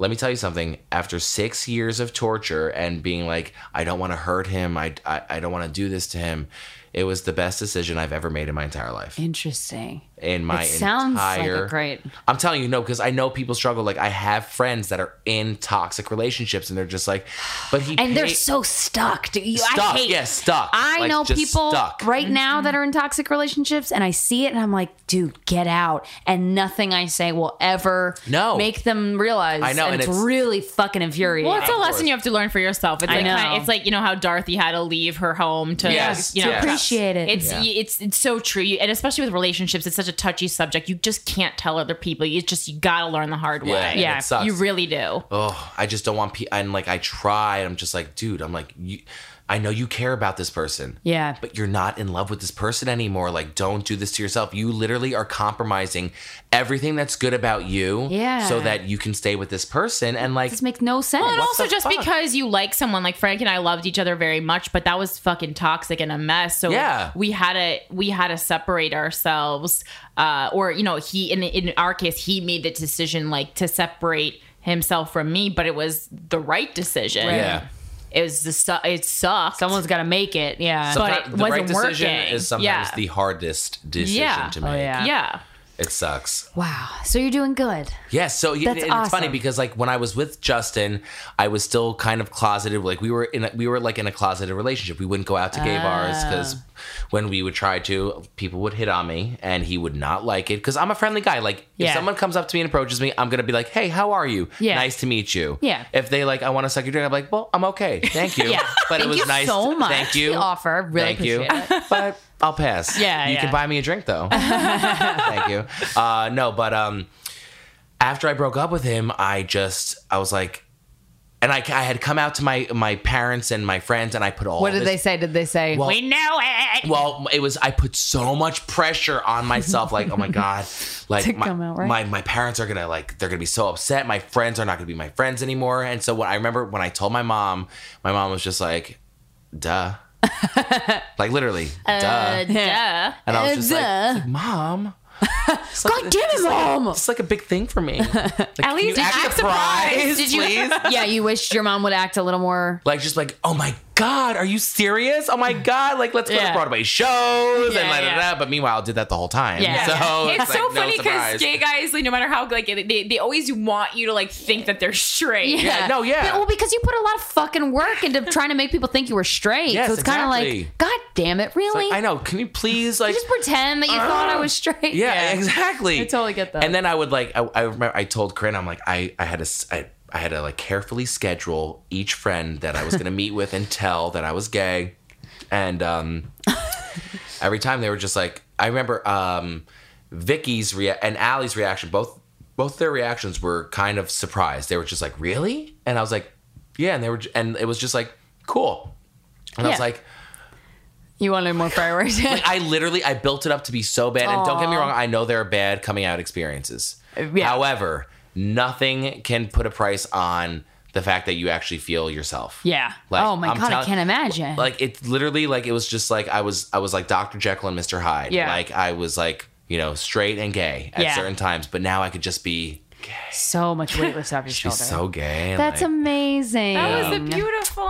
S3: let me tell you something. After six years of torture and being like, I don't want to hurt him. I, I, I don't want to do this to him. It was the best decision I've ever made in my entire life.
S2: Interesting.
S3: In my
S2: It sounds like
S3: entire
S2: a great.
S3: I'm telling you, no, because I know people struggle. Like I have friends that are in toxic relationships, and they're just like, but he
S2: And they're
S3: paid-
S2: so stuck. Dude. You-
S3: stuck.
S2: I hate.
S3: yeah, stuck.
S2: I
S3: Like,
S2: know
S3: just
S2: people
S3: stuck.
S2: right now that are in toxic relationships, and I see it, and I'm like, dude, get out. And nothing I say will ever
S3: No.
S2: make them realize.
S3: I know,
S2: and,
S3: and
S2: it's,
S3: it's-
S2: really fucking infuriating.
S1: Well, it's a
S3: course.
S1: lesson you have to learn for yourself. It's
S2: I
S1: like
S2: know.
S1: kinda- it's like you know how Dorothy had to leave her home to
S3: Yes,
S1: you know
S3: to
S2: appreciate it.
S1: It's
S3: Yeah.
S1: it's it's so true, You- and especially with relationships, it's such a touchy subject. You just can't tell other people. You just you gotta learn the hard
S3: Yeah,
S1: way.
S3: and it Yeah. sucks.
S1: you really do.
S3: Oh, I just don't want people. And like I try, and I'm just like, dude, I'm like, you, I know you care about this person.
S2: Yeah.
S3: But you're not in love with this person anymore. Like, don't do this to yourself. You literally are compromising everything that's good about you
S2: Yeah.
S3: so that you can stay with this person. And like,
S2: This makes no sense.
S1: And
S3: What
S1: also,
S3: the
S1: just
S3: fuck?
S1: because you like someone, like Frank and I loved each other very much, but that was fucking toxic and a mess. So
S3: Yeah.
S1: we had to we had to separate ourselves, uh, or you know, he in in our case, he made the decision like to separate himself from me, but it was the right decision.
S4: Right.
S3: yeah.
S1: It was the su- it sucked.
S2: Someone's got to make it. Yeah.
S1: But
S3: Sometimes
S1: it
S3: the right
S1: wasn't
S3: decision
S1: working.
S3: is sometimes
S1: Yeah.
S3: the hardest decision
S1: Yeah.
S3: to
S1: Oh,
S3: make.
S2: yeah.
S1: yeah.
S3: It sucks.
S2: wow. So you're doing good.
S3: Yes, so y-
S2: That's
S3: and it's funny
S2: awesome.
S3: because like when I was with Justin, I was still kind of closeted. Like we were in, a, we were like in a closeted relationship. We wouldn't go out to gay bars because
S2: Ah.
S3: when we would try to, people would hit on me, and he would not like it because I'm a friendly guy. Like if
S2: Yeah.
S3: someone comes up to me and approaches me, I'm gonna be like, "Hey, how are you?
S2: Yeah.
S3: Nice to meet you."
S2: Yeah.
S3: If they like, I want to suck your dick, I'm like, "Well, I'm okay, thank you."
S2: Yeah.
S3: But it
S2: Thank
S3: was
S2: you
S3: nice.
S2: so much.
S3: Thank you.
S2: The offer. Really
S3: Thank you.
S2: appreciate it.
S3: but I'll pass.
S2: Yeah,
S3: You
S2: yeah.
S3: can buy me a drink though. Thank you. Uh, no, but um, after I broke up with him, I just I was like, and I, I had come out to my my parents and my friends, and I put all.
S2: What did
S3: this-
S2: they say? Did they say?
S3: Well,
S1: We know it.
S3: well, it was I put so much pressure on myself, like, oh my god, like
S2: To
S3: my,
S2: come out right.
S3: my my parents are gonna like they're gonna be so upset. My friends are not gonna be my friends anymore. And so what I remember when I told my mom, my mom was just like, duh. like literally, duh.
S1: Uh, duh.
S3: And I was
S2: uh,
S3: just
S2: duh.
S3: like, it's like, mom. It's like,
S2: God damn it, mom!
S3: It's like a big thing for me. Like, At
S1: least you act surprised.
S2: Did you?
S3: please?
S2: yeah, you wished your mom would act a little more.
S3: like just like oh my god are you serious oh my god like let's go
S2: Yeah.
S3: to broadway shows and
S1: Yeah,
S3: la, da, da,
S1: yeah.
S3: da. but meanwhile i did that the whole time
S2: Yeah.
S3: so
S1: it's,
S3: it's, like,
S1: so
S3: no
S1: funny because
S3: surprise.
S1: gay guys, like, no matter how like they, they always want you to like think that they're straight.
S3: Yeah, no, yeah.
S2: But- well, because you put a lot of fucking work into trying to make people think you were straight.
S3: Yes,
S2: so it's kind of
S3: exactly.
S2: like, God damn it,
S3: It's
S2: really?
S3: like, i know can you please like
S2: You just pretend that you thought I was straight.
S3: Uh-huh. yeah, exactly
S4: I totally get that.
S3: and then i would like i, I remember i told corinne i'm like i i had to s- I, I had to like carefully schedule each friend that i was gonna meet with and tell that i was gay and um every time they were just like i remember um vicky's rea- and Allie's reaction both both their reactions were kind of surprised they were just like really and i was like yeah and they were j- and it was just like cool and i was
S2: Yeah.
S3: like
S2: You wanted more fireworks.
S3: like, I literally I built it up to be so bad. And don't get me wrong, I know there are bad coming out experiences.
S2: yeah.
S3: However, nothing can put a price on the fact that you actually feel yourself.
S2: yeah.
S3: Like,
S2: oh my
S3: I'm
S2: god, I
S3: telling-
S2: can't imagine.
S3: Like it's literally like it was just like I was I was like Dr. Jekyll and Mr. Hyde.
S2: Yeah.
S3: Like I was like, you know, straight and gay at
S2: Yeah.
S3: certain times, but now I could just be
S2: so much weight lifts off your shoulder.
S3: so gay. and,
S2: That's
S3: like, um,
S2: amazing.
S1: That was a beautiful.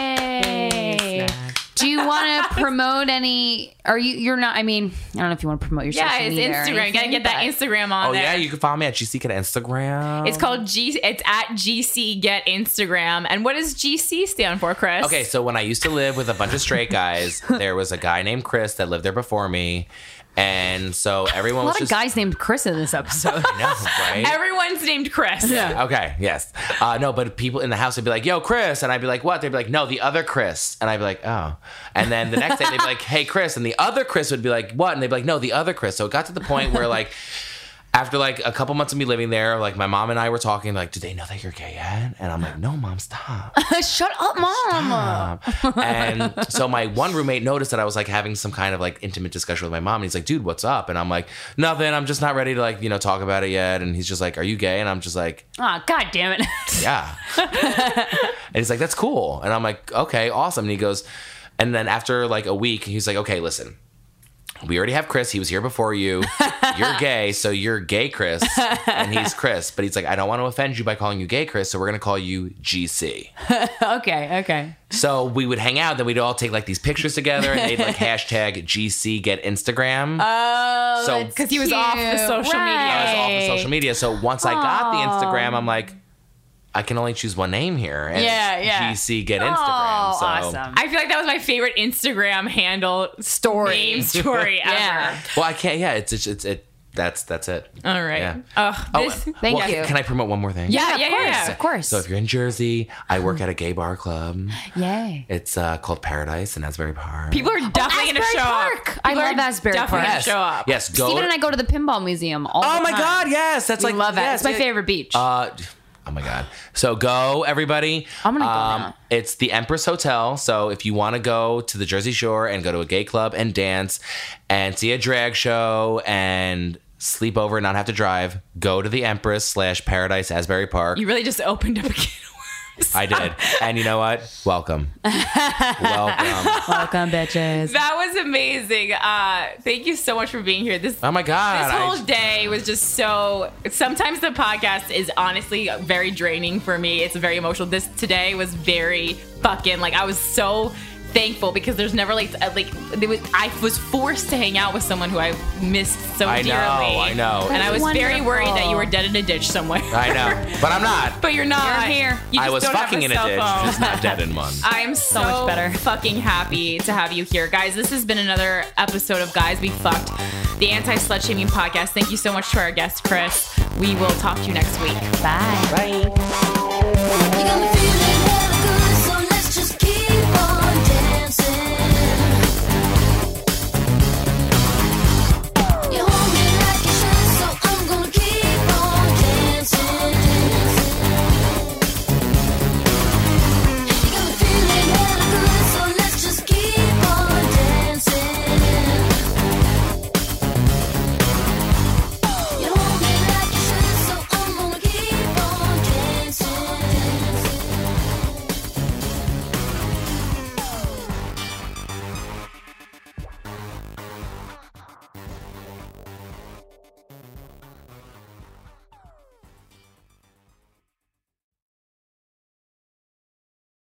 S2: Yay! Do you want to promote any? Are you? You're not. I mean, I don't know if you want to promote your
S1: Yeah,
S2: social
S1: it's
S2: media or
S1: Instagram. Gotta
S2: anything,
S1: get that
S2: but-
S1: Instagram on
S3: Oh
S1: there.
S3: yeah, you can follow me at GC on Instagram.
S1: it's called G. It's at GC Get Instagram. And what does GC stand for, Chris?
S3: Okay, so when I used to live with a bunch of straight guys, there was a guy named Chris that lived there before me, and so everyone
S2: A
S3: was
S2: lot of
S3: just
S2: guys named Chris in this episode.
S3: I know, right?
S1: Everyone's named Chris.
S3: Okay, yes. Uh, no, but people in the house would be like, yo, Chris. And I'd be like, what? They'd be like, no, the other Chris. And I'd be like, oh. And then the next day they'd be like, hey, Chris. And the other Chris would be like, what? And they'd be like, no, the other Chris. So it got to the point where, like, after like a couple months of me living there, like my mom and I were talking, like, do they know that you're gay yet? And I'm like, no, mom, stop.
S2: Shut up, mom.
S3: Um, and so my one roommate noticed that I was like having some kind of like intimate discussion with my mom. And he's like, dude, what's up? And I'm like, nothing. I'm just not ready to like, you know, talk about it yet. And he's just like, are you gay? And I'm just like,
S2: Ah, god damn it.
S3: yeah. and he's like, that's cool. And I'm like, okay, awesome. And he goes, and then after like a week, he's like, okay, listen, we already have Chris. He was here before you. You're gay, so you're gay, Chris. And he's Chris. But he's like, I don't want to offend you by calling you gay, Chris. So we're going to call you GC.
S2: okay, okay.
S3: So we would hang out, then we'd all take like these pictures together, and they'd like hashtag GC get Instagram.
S2: Oh,
S3: So-
S2: that's
S3: 'Cause
S1: he was off the
S2: cute.
S1: social media.
S3: I was off
S2: Right.
S3: of social media. So once I got the Instagram, I'm like, I can only choose one name here. And it's
S2: Yeah, yeah.
S3: GC get
S2: Oh,
S3: Instagram. So.
S2: awesome.
S1: I feel like that was my favorite Instagram handle
S2: Story.
S1: name story ever.
S2: Yeah.
S3: Well, I can't. Yeah, it's it's it's it. That's that's it.
S1: All right.
S3: Yeah.
S1: Oh,
S3: Oh,
S1: this-
S2: Thank
S3: well,
S2: you.
S3: Can I promote one more thing?
S2: yeah,
S1: Yeah,
S2: of
S1: yeah,
S2: course,
S1: yeah.
S2: of course.
S3: So if you're in Jersey, I work at a gay bar club.
S2: Yay.
S3: It's uh, called Paradise in Asbury Park.
S1: people are definitely going to
S2: Asbury
S1: show
S2: Park.
S1: up.
S2: I
S1: People
S2: love
S1: are
S2: Asbury
S1: definitely
S2: Park.
S1: gonna show up.
S3: Yes, go.
S2: Steven and I go to the pinball museum all the
S3: oh my
S2: time.
S3: God! Yes, that's
S2: We
S3: like
S2: love it.
S3: yes,
S2: it's my
S3: yeah.
S2: favorite beach.
S3: Uh, Oh my god! So go, everybody. Um,
S2: I'm gonna go now.
S3: It's the Empress Hotel. So if you want to go to the Jersey Shore and go to a gay club and dance, and see a drag show and sleep over and not have to drive, go to the Empress slash Paradise Asbury Park.
S1: You really just opened up a can of worms.
S3: I did, and you know what? Welcome, welcome.
S4: Welcome, bitches.
S1: That was amazing. Uh, thank you so much for being here. This
S3: Oh my god!
S1: this
S3: I-
S1: whole day was just so sometimes the podcast is honestly very draining for me it's very emotional this today was very fucking like i was so thankful because there's never like uh, like there was, i was forced to hang out with someone who i missed so
S3: I know,
S1: dearly
S3: I know.
S1: and i
S2: That's
S1: was very
S2: wonderful.
S1: worried that you were dead in a ditch somewhere
S3: I know, but I'm not.
S1: but you're not
S2: You're here.
S1: You
S3: I
S1: just
S3: was
S1: don't have
S3: fucking in a
S1: cell
S3: ditch,
S1: phone.
S3: just not dead in one.
S1: I am so,
S2: much better.
S1: fucking happy to have you here, guys. This has been another episode of Guys We Fucked, the anti slut shaming podcast. Thank you so much to our guest, Chris. We will talk to you next week.
S2: Bye.
S5: You got me feeling